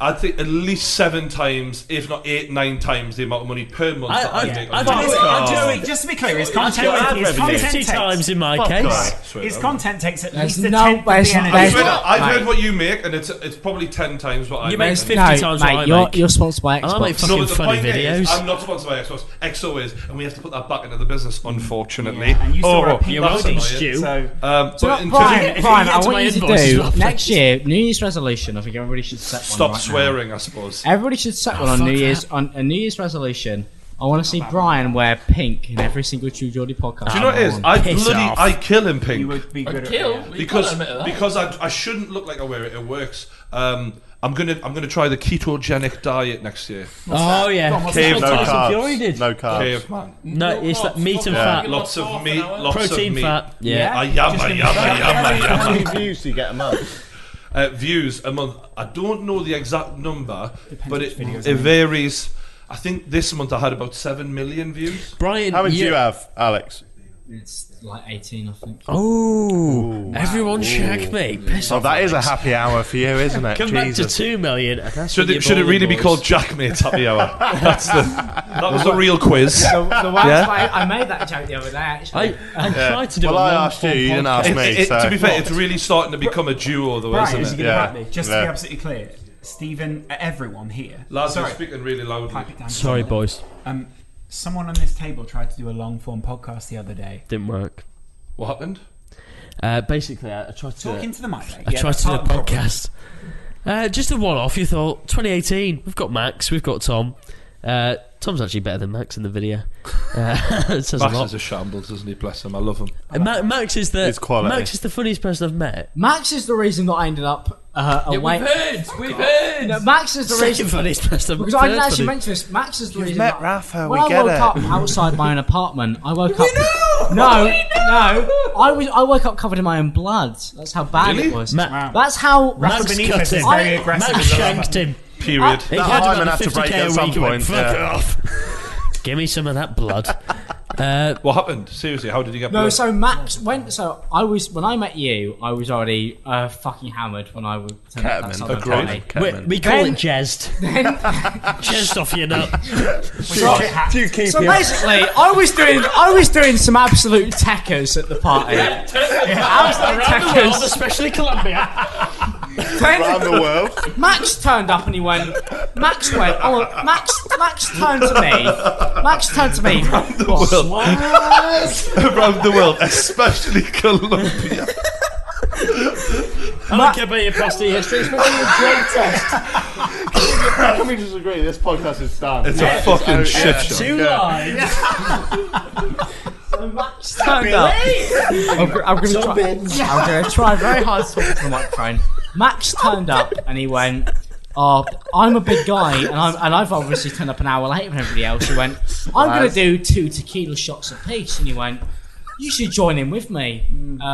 I think at least seven times, if not eight, nine times the amount of money per month
I-
that I,
I-
make.
I
on
don't
YouTube.
think-
Wait, wait, wait, just to be clear, his content, his content
Fifty
takes,
times in my
Fuck
case.
off.
um,
his content takes at
There's
least a
no-
tenth of the
there's-
energy.
I've,
there's-
heard, I've
Mate.
heard what you make, and it's it's probably ten times what I
You
make.
make 50
No,
times what
mate,
I
you're,
make.
you're sponsored by
I make
Xbox.
fucking
but
funny
point
videos.
Is, I'm not sponsored by Xbox. XO is, and we have to put that back into the business, unfortunately.
Yeah, and you still
oh,
repeat
You're
that's
welcome,
annoying.
Stu.
So
Um,
So,
but in terms
Brian,
of,
Brian, I
into my
want you to
inbox as well,
do next year New Year's resolution. I think everybody should set one.
stop
right now.
swearing, Ah, I suppose.
Everybody should set one on New Year's on a New Year's resolution. I want to see Brian wear pink in every single True Geordie podcast. Oh,
Do you know what it is?
I
I
Piss
bloody
off.
I kill him pink.
you would be good at
Kill.
yeah.
because
admit that.
because I, I shouldn't look like I wear it. It works. Um, I'm gonna I'm gonna try the ketogenic diet next year.
Oh yeah.
What's that?
No
Tyson Fury
carbs.
did.
No carbs.
Caveman.
No, it's that meat and
Yeah.
fat.
Lots of meat. Lots of
Protein
meat.
fat. Yeah.
I yamma yamma yamma yamma.
How many views do you get a month?
uh, views a month. I don't know the exact number, but it, it varies. I think this month I had about 7 million views.
Brian,
How many do
you-
you have, Alex?
It's like 18, I think.
Oh, everyone checkmate. Piss
Oh,
off,
that is a
Alex.
happy hour for you, isn't it?
Come back
Jesus.
to two million. and that's
Should
what
it,
your
should it
bowling
really be
was.
called Jackmate's Happy Hour? That's the, that was the real quiz.
The, the one
Yeah?
I, I made that joke the other day. Actually,
Well, I asked you, you didn't ask
It-
me.
it-
so.
To be fair, it's really starting to become a duo, though,
Right,
isn't
is
it?
he gonna write me? Just to be absolutely clear, Stephen, everyone here.
Lads, you're
Sorry.
speaking really loudly.
Pipe it down just a
Sorry,
minute.
boys.
Um, someone on this table tried to do a long form podcast the other day.
Didn't work.
What happened?
Uh, basically, I, I tried to
Talk into the mic, mate.
I
Yeah,
tried
that's
to do a
part of the problem.
podcast. Uh, just a one-off. You thought 2018. We've got Max. We've got Tom. Uh, Tom's actually better than Max in the video. Uh, it says a
Max
lot.
is a shambles, isn't he? Bless him. I love him.
Uh, Ma- Max is the
It's quality.
Max is the funniest person I've met.
Max is the reason that I ended up uh,
Yeah,
away.
we've heard. We've heard.
No, Max is the reason.
Second funniest person.
Because I didn't
third
actually
funniest-
mention this. Max is the reason.
met
that-
Rafa,
When
we
I
get
woke
it.
up outside my own apartment, I woke up. No, no. I was. I woke up covered in my own blood. That's how bad
Really?
it was.
Ma-
Wow.
That's how.
Rafa
Max
Benitez
cut
is
him.
very
I-
aggressive.
Max
as a lover.
shanked him.
Period.
Ah.
He
That
had
hymen
about
had
the
to
50k
break at
a
some
week. He went,
point,
Fuck
yeah."
off. Give me some of that blood. Uh,
What happened? Seriously, how did you get
No,
blood?
so Max went. So I was when I met you. I was already uh, fucking hammered when I was.
Catman. Agreed.
we,
Catman.
we call
Then-
it jazzed. jazzed off your nut.
So basically, I was doing I was doing some absolute techers at the party. Yeah, absolute techers.
especially Colombia.
Then
Around the world.
Max turned up and he went. Max went. Oh, Max! Max turned to me. Max turned to me. What?
Around the world, especially Colombia.
I don't care about your past history. It's fucking a drug test.
Can we just agree? This podcast is done. Oh,
It's a fucking shit show.
Two lies.
Max turned up. I'm, gr- I'm gonna try. Yeah, I'm gonna try very hard to talk to the microphone. Max turned up and he went. Oh, I'm a big guy, and, I'm, and I've obviously turned up an hour later than everybody else. He went, I'm going to do two tequila shots apiece. And he went, You should join in with me. Uh,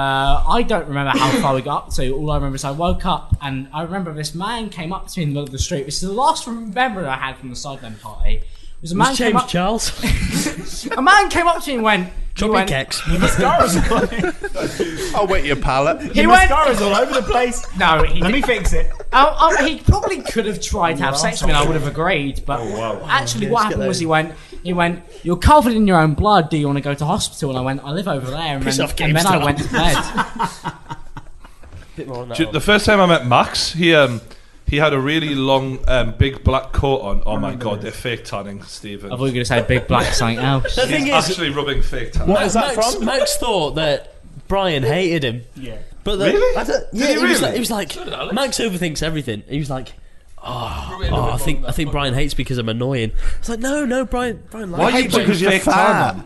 I don't remember how far we got up to. All I remember is I woke up, and I remember this man came up to me in the middle of the street, which is the last memory I had from the Sidemen party. Was a man,
Who's
came
James
up,
Charles?
a man came up to me and went, he
Johnny
went,
Kex.
I'll wet your palate.
he
Your
went,
mascara's all over the place.
No, he
Let
didn't.
me fix it.
Oh, oh, he probably could have tried to have sex with me. and I would have agreed, but actually, what happened was he went. He went. You're covered in your own blood. Do you want to go to hospital? And I went. I live over there. And,
Piss
then,
off,
and then I
GameStop.
went to bed.
Do you- The first time I met Max, he um, he had a really long, um, big black coat on. Oh my god, they're fake tanning, Stephen.
I thought you were going to say big black something else.
The
He's
thing is,
actually rubbing fake tanning.
Max, Max, Max thought that Brian hated him. Yeah. But the,
Really?
I don't, yeah,
he
he, was
really?
like, he was like
Alex.
Max overthinks everything. He was like, oh,
Ruin
oh I
it
think
on
I think Brian hates because I'm annoying. It's like, no, no, Brian, Brian likes
Why
me.
you putting fake tan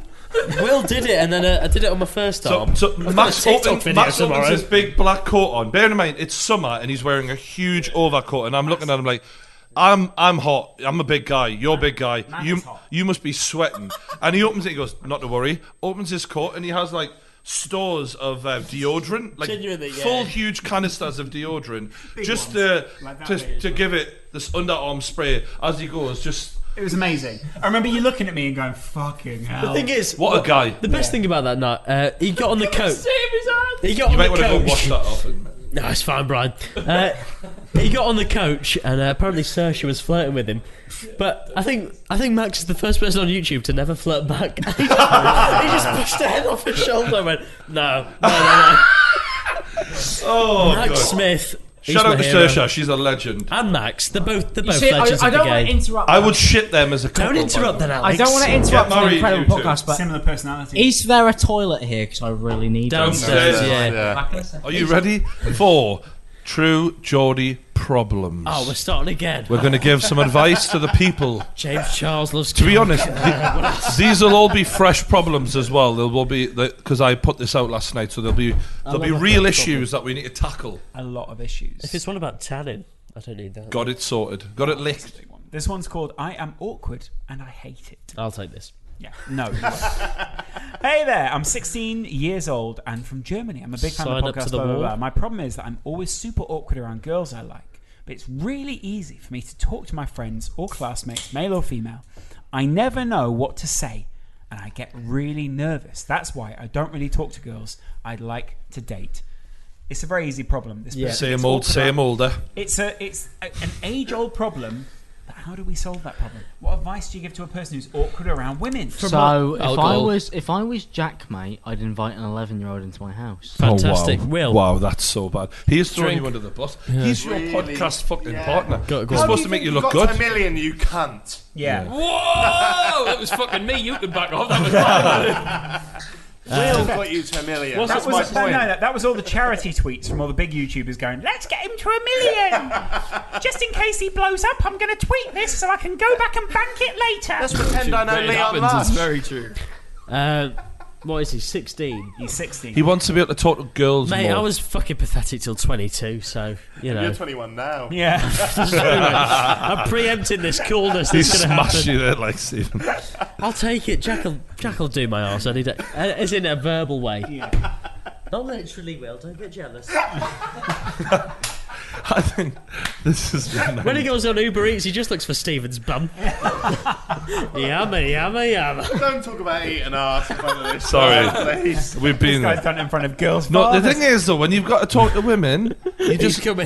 Will did it, and then uh, I did it on my first
So,
time.
so Max,
TikTok
open,
video
Max opens
tomorrow.
his big black coat on. Bear in mind, it's summer and he's wearing a huge overcoat, and I'm looking at him like, I'm I'm hot. I'm a big guy. You're a big guy. You you must be sweating. and he opens it. He goes, not to worry. Opens his coat and he has like stores of uh, deodorant, like
Genuinely, yeah.
full huge canisters of deodorant, just to
Like that
to,
big.
to give it this underarm spray as he goes. Just
It was amazing. I remember you looking at me and going, "Fucking hell."
the thing is,
what a guy.
the best thing about that night, uh, he got on the coat. He got
You might
on the
want to go wash
coat.
that off. And,
No, it's fine, Brian. Uh, he got on the coach, and uh, apparently Saoirse was flirting with him. But I think I think Max is the first person on YouTube to never flirt back. he, just, he just pushed her head off his shoulder and went, "No, no, no,
oh,
no." Max
God.
Smith. he's
shout
my
out to
hero.
Saoirse. She's a legend.
and Max. They're both they're
You
both
see, I,
legends
I
of the
don't want
game.
to interrupt.
I would shit them as a
Oh,
couple.
Don't interrupt
by
that,
the way.
Alex.
I don't want to interrupt
Get
an
married,
incredible
you two.
podcast, but
Similar personality.
is there a toilet here? Because I really need
Downstairs,
one.
yeah.
Yeah.
Are you ready for true Geordie problems?
Oh, we're starting again.
we're going to give some advice to the people.
James Charles loves
To be honest, the, these will all be fresh problems as well. There will be because I put this out last night, so there'll be there'll be
love a
real
fresh
issues that we need to tackle.
a lot of issues.
If it's one about tanning, I don't need that.
Got it sorted. Got it licked.
This one's called I Am Awkward and I Hate It.
I'll take this.
Yeah. No. you won't. hey there, I'm 16 years old and from Germany. I'm a big fan
Sign
of
up to
podcasts,
the
blah, blah,
wall.
blah. My problem is that I'm always super awkward around girls I like, but it's really easy for me to talk to my friends or classmates, male or female. I never know what to say and I get really nervous. That's why I don't really talk to girls I'd like to date. It's a very easy problem. This
Yeah.
person
Same
talked
old, same
about-
older.
It's a it's a, an age old problem. But how do we solve that problem? What advice do you give to a person who's awkward around women?
So if I was if I was Jack, mate, I'd invite an eleven-year-old into my house.
Oh, wow. Wow, that's so bad. He is throwing
Drink.
you under the bus.
Yeah.
He's your
Really?
podcast fucking
Yeah.
partner.
Go- go
He's
on.
supposed to make you
You've
look
got to
good.
a million, you cunt.
Yeah.
Whoa! That was fucking me. You can back off. That was mine.
We'll put you to a million.
Well,
That's
that
my
was, no,
point.
no, that, that was all the charity tweets from all the big YouTubers going, let's get him to a million. Just in case he blows up, I'm going to tweet this so I can go back and bank it later.
Let's pretend I know
It
Leon
happens, it's
Lush.
very true. Uh, what is he? Sixteen.
He's sixteen.
He wants to be able to talk to girls
Mate,
more.
I was fucking pathetic till twenty-two. So you know.
You're 21 now.
Yeah. I'm preempting this coolness
He
that's going to
smashed
happen.
you there like Stephen.
I'll take it. Jack'll Jack'll do my arse any day, uh, as in a verbal way.
Not literally, Will. Don't get jealous.
I think this is
When he goes on Uber Eats, he just looks for Steven's bum. yummy, yummy, yummy.
Don't talk about eating arse in front of this.
Sorry,
Please.
we've been.
This guy's done it in front of girls.
No, the
fathers.
thing is though, when you've got to talk to women, you just You,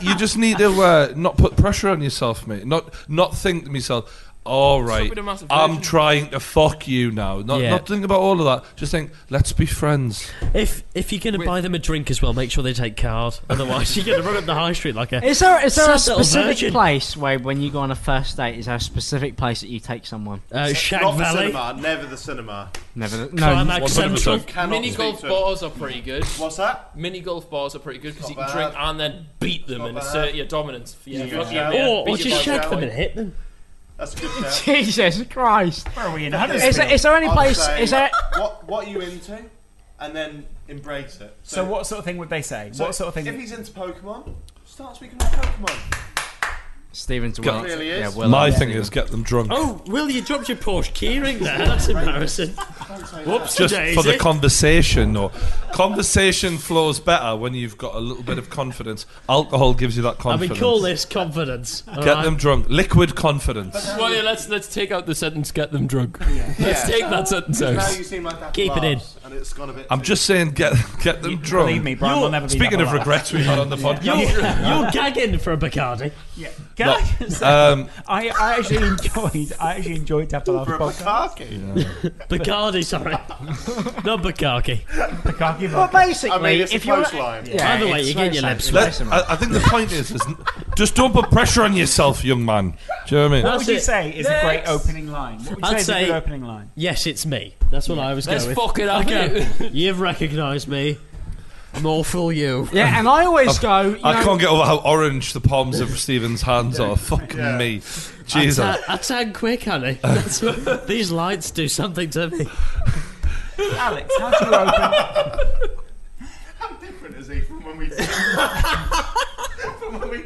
you just need to uh, not put pressure on yourself, mate. Not not think to myself. All right,
with the masturbation."
I'm trying to fuck you now. Not
Yeah.
not think about all of that. Just think, let's be friends.
If if you're gonna buy them a drink as well, make sure they take card. Otherwise, you're gonna run up the high street like a.
Is there is there a
sad little
specific
virgin.
place where when you go on a first date is there a specific place that you take someone?
Uh, Shag
Not the
Valley.
cinema. Never the cinema.
Never.
Climax
No.
Central.
Cannot
Mini
speak
golf
to-
bars are pretty good.
What's that?
Mini golf bars are pretty good because you
Not
can
bad.
drink and then beat them
Not
and
bad.
assert your dominance. Yeah,
Yeah.
fuck you,
Yeah.
man.
Or,
Beat
or Oh, just
you by
shag them
reality.
and hit them.
That's a good shout.
Jesus Christ.
Where are we in
Is there, is there any
I'd
place?
say,
Is there?
What, what are you into? And then embrace it.
So, what sort of thing would they say?
so
what sort of thing?
If he's into Pokemon, start speaking about Pokemon.
Stephen's
Go-
well.
Really is.
Yeah, well.
My thing is get them drunk.
Oh, Will, you dropped your Porsche keyring there. That's embarrassing. Whoops,
just
daisy.
for the conversation or conversation flows better when you've got a little bit of confidence alcohol gives you that
I
confidence
mean, call this confidence. all
get
right?
them drunk liquid confidence
Well, yeah, let's let's take out the sentence. Get them drunk. Let's
Yeah.
take that sentence
Now
out.
you seem like that.
Keep it in.
And it's gone a bit.
i'm
too-
just saying get get them drunk
Believe me, Brian will never be
speaking
that
of
loud.
regrets we had on the podcast
You're, you're gagging for a Bacardi.
Yeah. Can I, so
um,
I, I actually enjoyed. I actually enjoyed that last
For a
podcast.
Bukaki.
Bacardi, sorry. Not Bacardi.
Bukkake
Well,
vodka.
basically,
I mean, it's
if
a
you're
close line.
yeah,
Either way,
it's
you get your
close
lips
line.
let- I, I think the point is, is n- just don't put pressure on yourself young man do you know what i mean
What would you
it.
say is a great opening line? What would you say
I'd
is a
say-
good opening line?
Yes, it's me. That's what I was
Let's
going with.
fuck it up.
Okay. You've recognised me. More fool you.
Yeah, and I always go. You
I
know,
can't get over how orange the palms of Stephen's hands are. Fucking me. Jesus.
I, I tan quick, honey. That's what, these lights do something to me.
Alex, how do you open?
How different is he from when we? from when we.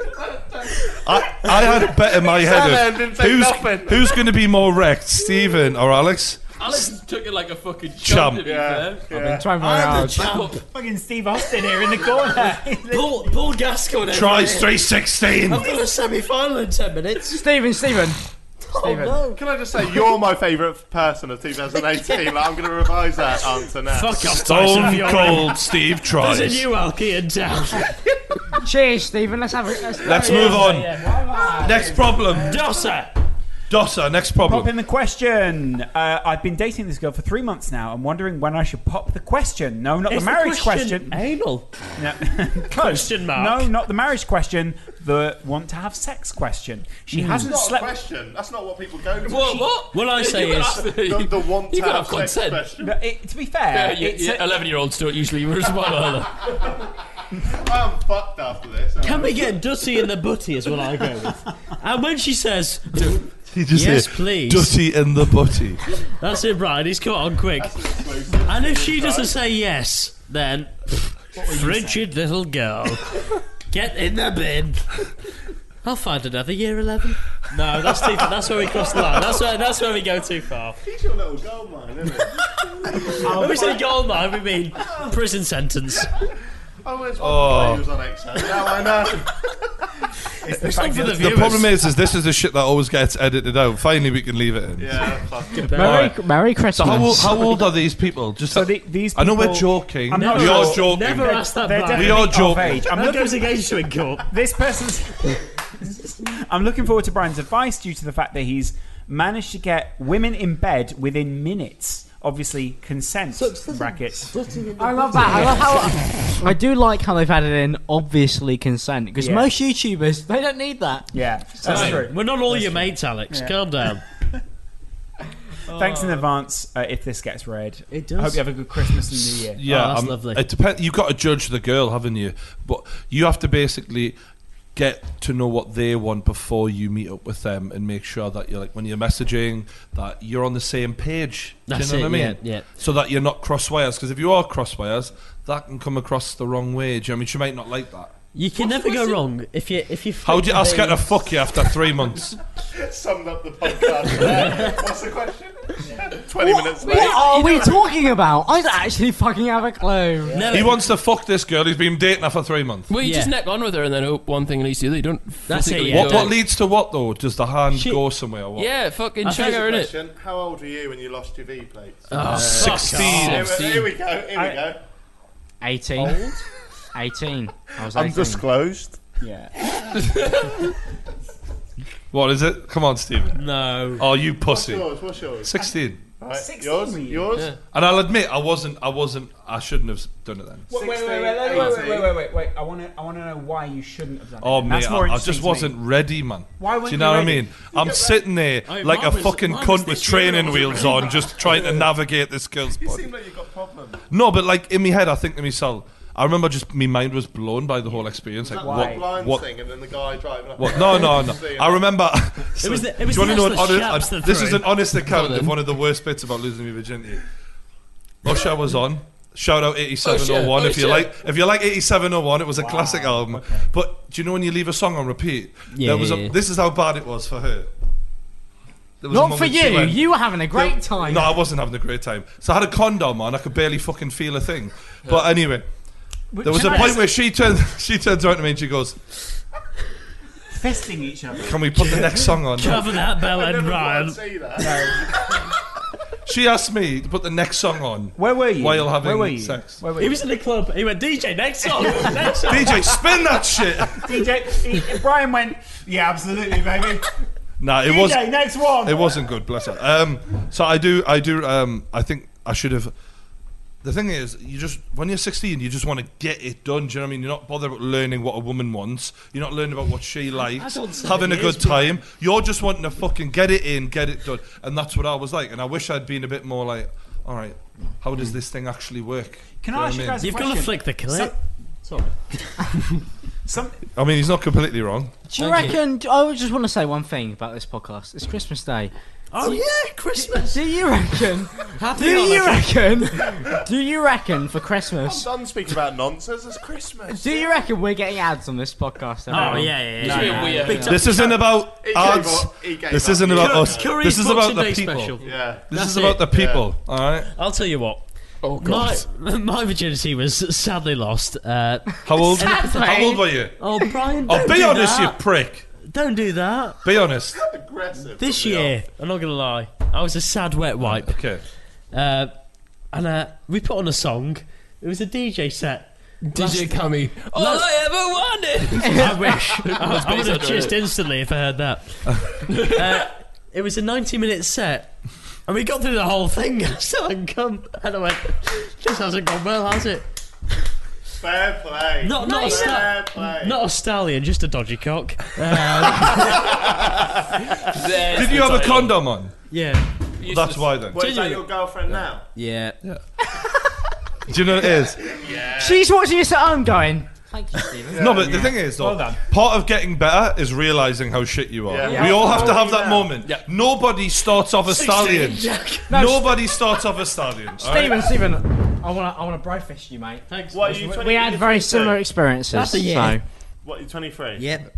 I, I had a bet in my head
Simon
of
didn't say
who's,
nothing.
who's going to be more wrecked, Stephen or Alex?
Alex took it like a fucking
Chump.
chump. to be
Yeah.
fair.
yeah.
Try and roll out.
Chump.
Fucking Steve Austin here in the corner.
Paul, Paul Gascoigne.
Tries 316.
I've got a semi-final in ten minutes.
Stephen, Stephen. Stephen.
Can I just say you're my favourite person of 2018? Like, I'm going to revise that answer now.
Fuck off, Tyson. if
Stone
you're in.
cold Steve
There's a
tries.
new alky in town.
Cheers, Stephen. Let's have a. Let's,
Let's move on. Next problem.
Dosser.
Dossa, next
Pop
problem.
in the question. Uh, I've been dating this girl for three months now. I'm wondering when I should pop the question. No, not
It's
the marriage question.
Anal.
No.
Question mark.
no, not the marriage question. The want to have sex question. She hasn't
That's not a
slept.
question. That's not what people go to.
What? What?
What I say
You
is-
gotta ask-
The, the want
You
to
gotta
have
have
sex
consent.
question.
No, it- to be fair,
Yeah,
it's
yeah,
a-
Eleven-year-olds don't usually respond like that.
I'm fucked after this. am
Can
I?
we get Dutty in the butty is what I go with. And when she says,
He just
Yes,
said,
please.
Dutty in the butty.
that's it, Brian, he's come on quick.
Exclusive.
And if she doesn't say yes, then, frigid little girl, get in the bin. I'll find another year 11. No, that's too, that's where we cross the line. That's where, that's where we go too far.
He's your little gold mine, isn't it?
When we say gold mine, we mean prison sentence.
Oh, I always wanted to play. he was on XO. Now I know.
It's the,
The,
fact that-
problem is, is this is the shit that always gets edited out. Finally, we can leave it in.
Yeah,
All
Merry-
right.
Merry
So how old,
Christmas.
how old are these people? Just
So the- these
I know we're
people-
joking.
I'm not
we
sure.
are joking.
Never ask that back.
We are
They're
joking.
definitely of age. I'm
That
looking-
goes
against you in court.
This person's. I'm looking forward to Brian's advice due to the fact that he's managed to get women in bed within minutes. Obviously, consent brackets.
I love that. I love how. I do like how they've added in obviously consent because
Yeah.
most YouTubers they don't need that.
Yeah, that's
Hey,
true.
We're not all your mates, Alex.
Yeah.
Calm down.
Thanks in advance uh, if this gets read. It
does.
I hope you have a good Christmas and New Year.
Yeah, um, It depends. You've got to judge the girl, haven't you? But you have to basically get to know what they want before you meet up with them, and make sure that you're like when you're messaging that you're on the same page.
That's
Do you know
it,
what I
yeah,
mean?
yeah.
So that you're not crosswires. Because if you are crosswires, that can come across the wrong way. Do you know what I mean, she might not like that.
You can never go wrong if you if you.
How would you ask her
fucking-
to fuck you after three months?
Summed up the podcast. there. What's the question? Twenty minutes late.
What are we talking about? I don't actually fucking have a clue.
He wants to fuck this girl. He's been dating her for three months.
Well, you just neck on with her and then hope one thing leads to the other. You don't. physically
What,
go-
what leads to what though? Does the hand go somewhere? Or what?
Yeah, fucking
Here's
chugger, innit?
a question. How old were you when you lost your V plates?
Oh, Uh, 16.
Here, we-
16.
here we go. Here we go.
18. 18. I was 18.
Undisclosed.
Yeah.
What is it? Come on, Stephen.
No.
Oh, you pussy.
What's yours? What's yours?
Sixteen.
Right, Uh, yours? Yours?
And I'll admit, I wasn't. I wasn't. I shouldn't have done it then.
Wait, wait, wait, wait, wait, wait, wait, wait, wait, wait. I want to, I want to know why you shouldn't have done
Oh
it.
mate,
That's more
I, I
interesting
just
to me.
wasn't ready, man.
Why weren't
Do you
you
know what I
ready?
mean? I'm sitting there
Oh,
like a
mine was-
fucking
mine was
cunt
this
with
year, I
training
wasn't
wheels
ready.
on, just trying to navigate this girl's
You
body.
seem like you've got problems.
No, but like in my head, I think to myself, I remember just my mind was blown by the whole experience. Like
That
what?
blind
what
thing, and then the guy driving. up-
What? No, no, no.
Seeing
I remember.
It was the- it
Do
was
you wanna
the
know an
national
honest-
chaps
uh,
that
This
threw
is
it.
an honest account
Go on
of
then.
one of the worst bits about losing my virginity. Usher was on. Shout out 8701
Oh, shit.
if you
Oh,
like
shit.
if you like 8701 it was a classic album but do you know when you leave a song on repeat
Yeah,
there was a,
yeah, yeah.
this is how bad it was for her There was a
Not for
moment she
you.
went-
you were having a great
Yeah.
time.
no I wasn't having a great time so I had a condom on I could barely fucking feel a thing but anyway
But
there was
can
a
I
point
ask-
where she turns she turns around to me and she goes
Fisting each other.
can we put the next song on now?
Cover that bell end, Ryan.
She asked me to put the next song on.
Where were you?
While having
Where were you?
sex.
Where were
He
you?
was in the club. He went, DJ, next song. Next song.
DJ, spin that shit.
DJ, he- Brian went, yeah, absolutely, baby.
Nah, it
DJ,
was.
next one.
It wasn't good. Bless her. Um, so I do. I do. Um, I think I should have. The thing is, you just when you're 16, you just want to get it done. Do you know what I mean? You're not bothered about learning what a woman wants. You're not learning about what she likes,
don't say
having a
it
good
is, but-
time. You're just wanting to fucking get it in, get it done, and that's what I was like. And I wish I'd been a bit more like, all right, how does this thing actually work?
Can
Do
I
know
ask you
what I mean?
guys a question? So-
Sorry.
Some,
I mean, he's not completely wrong.
Do you reckon? oh, I just want to say one thing about this podcast. It's Christmas Day.
Oh, yeah, Christmas.
Do you reckon?
Happy
do you
holidays.
reckon? Do you reckon for Christmas?
I'm done speaking about nonsense. It's Christmas.
Do you reckon we're getting ads on this podcast?
Oh, yeah, yeah, yeah. No, no. Big
This isn't about
He gave
ads.
up. He gave
This
up.
isn't about
Curry-
us.
Curry's
This is
Boxing
about the
Day
people.
special.
Yeah.
This
That's
is about
it.
the people. All right.
I'll tell you what.
Oh
My,
god.
my virginity was sadly lost. Uh,
How old?
and-
How old were you?
Oh, Brian.
Oh,
don't
be
do
honest,
that.
you prick.
Don't do that.
Be honest.
Aggressive.
This year, I'm not gonna lie, I was a sad wet wipe.
Okay.
Uh, and uh, we put on a song. It was a DJ set.
DJ Cammy. All
Last-
I ever wanted.
I wish I,
That's
I would have
basically
just
it.
instantly if I heard that. uh, it was a 90-minute set, and we got through the whole thing. I still hadn't come, and I went, "This hasn't gone well, has it?"
Fair play.
Not not a
fair
sta-
play.
not a stallion, just a dodgy cock. Um,
Did you have a condom on?
yeah,
Well, that's why then.
Wait, is that
Genuinely.
your girlfriend now?
Yeah.
Do you know what it is?
She's watching this at home, going. Thank you, Stephen.
No, but the thing is, though,
Well done.
part of getting better is realizing how shit you are.
Yeah.
We all have to
Yeah.
have that moment. Nobody starts off a stallion.
No,
Nobody starts off a stallion. all right?
Stephen, Stephen, I want to, I want to browfish you, mate.
thanks.
What are you? 20,
We had very similar experiences.
That's a yeah.
So.
What are you? Twenty three.
Yep.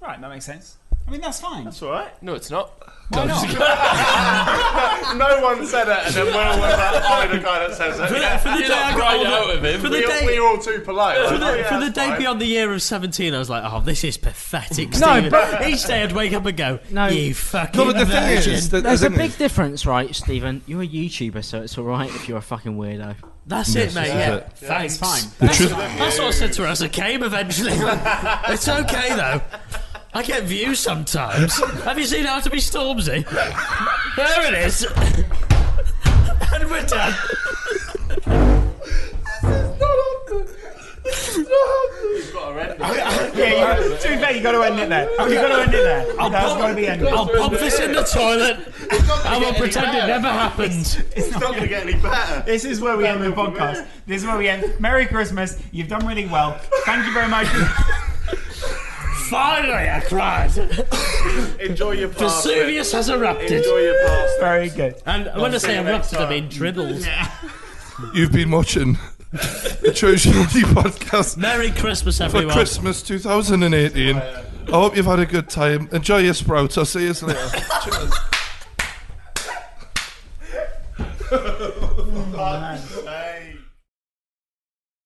right, that makes sense. I mean, that's fine.
That's all right.
No, it's not.
Why
No, I'm just
no one said it, and then Will was like, "I'm the guy that says it."
For the- uh, for the
You
day I
lot
got
cried
older-
out of him.
for the
we,
day-
we were all too polite.
For
Like,
the,
"Oh, yeah,
for the
that's
day
fine."
beyond the year of 17, I was like, oh, this is pathetic,
No,
Stephen.
but-
Each day I'd wake up and go,
No,
you fucking virgin."
there's a big difference, right, Stephen? You're a YouTuber, so it's all right if you're a fucking weirdo.
That's it, mate. Yeah,
That's
thanks.
fine.
The That's, that's what I said to her as I came eventually. it's okay though. I get views sometimes. Have you seen How to Be Stormzy? there it is. and we're done.
yeah, you, to be fair, you got to end it there. Oh, you got to end it there.
I'll
That's
pop-
got to be ended.
I'll pop this in the toilet. I will pretend it never happened.
It's not going to
get any better.
This is where we end the podcast. This is where we end. Merry Christmas. You've done really well. Thank you very much.
Finally, I cried.
Enjoy your pasta.
Vesuvius has erupted.
Enjoy your pasta.
Very good.
And when I say erupted, I mean dribbled.
You've been watching the True Shorty podcast.
Merry Christmas, everyone.
For Christmas 2018. I hope you've had a good time. Enjoy your sprouts. I'll see you later.
Fuck's sake.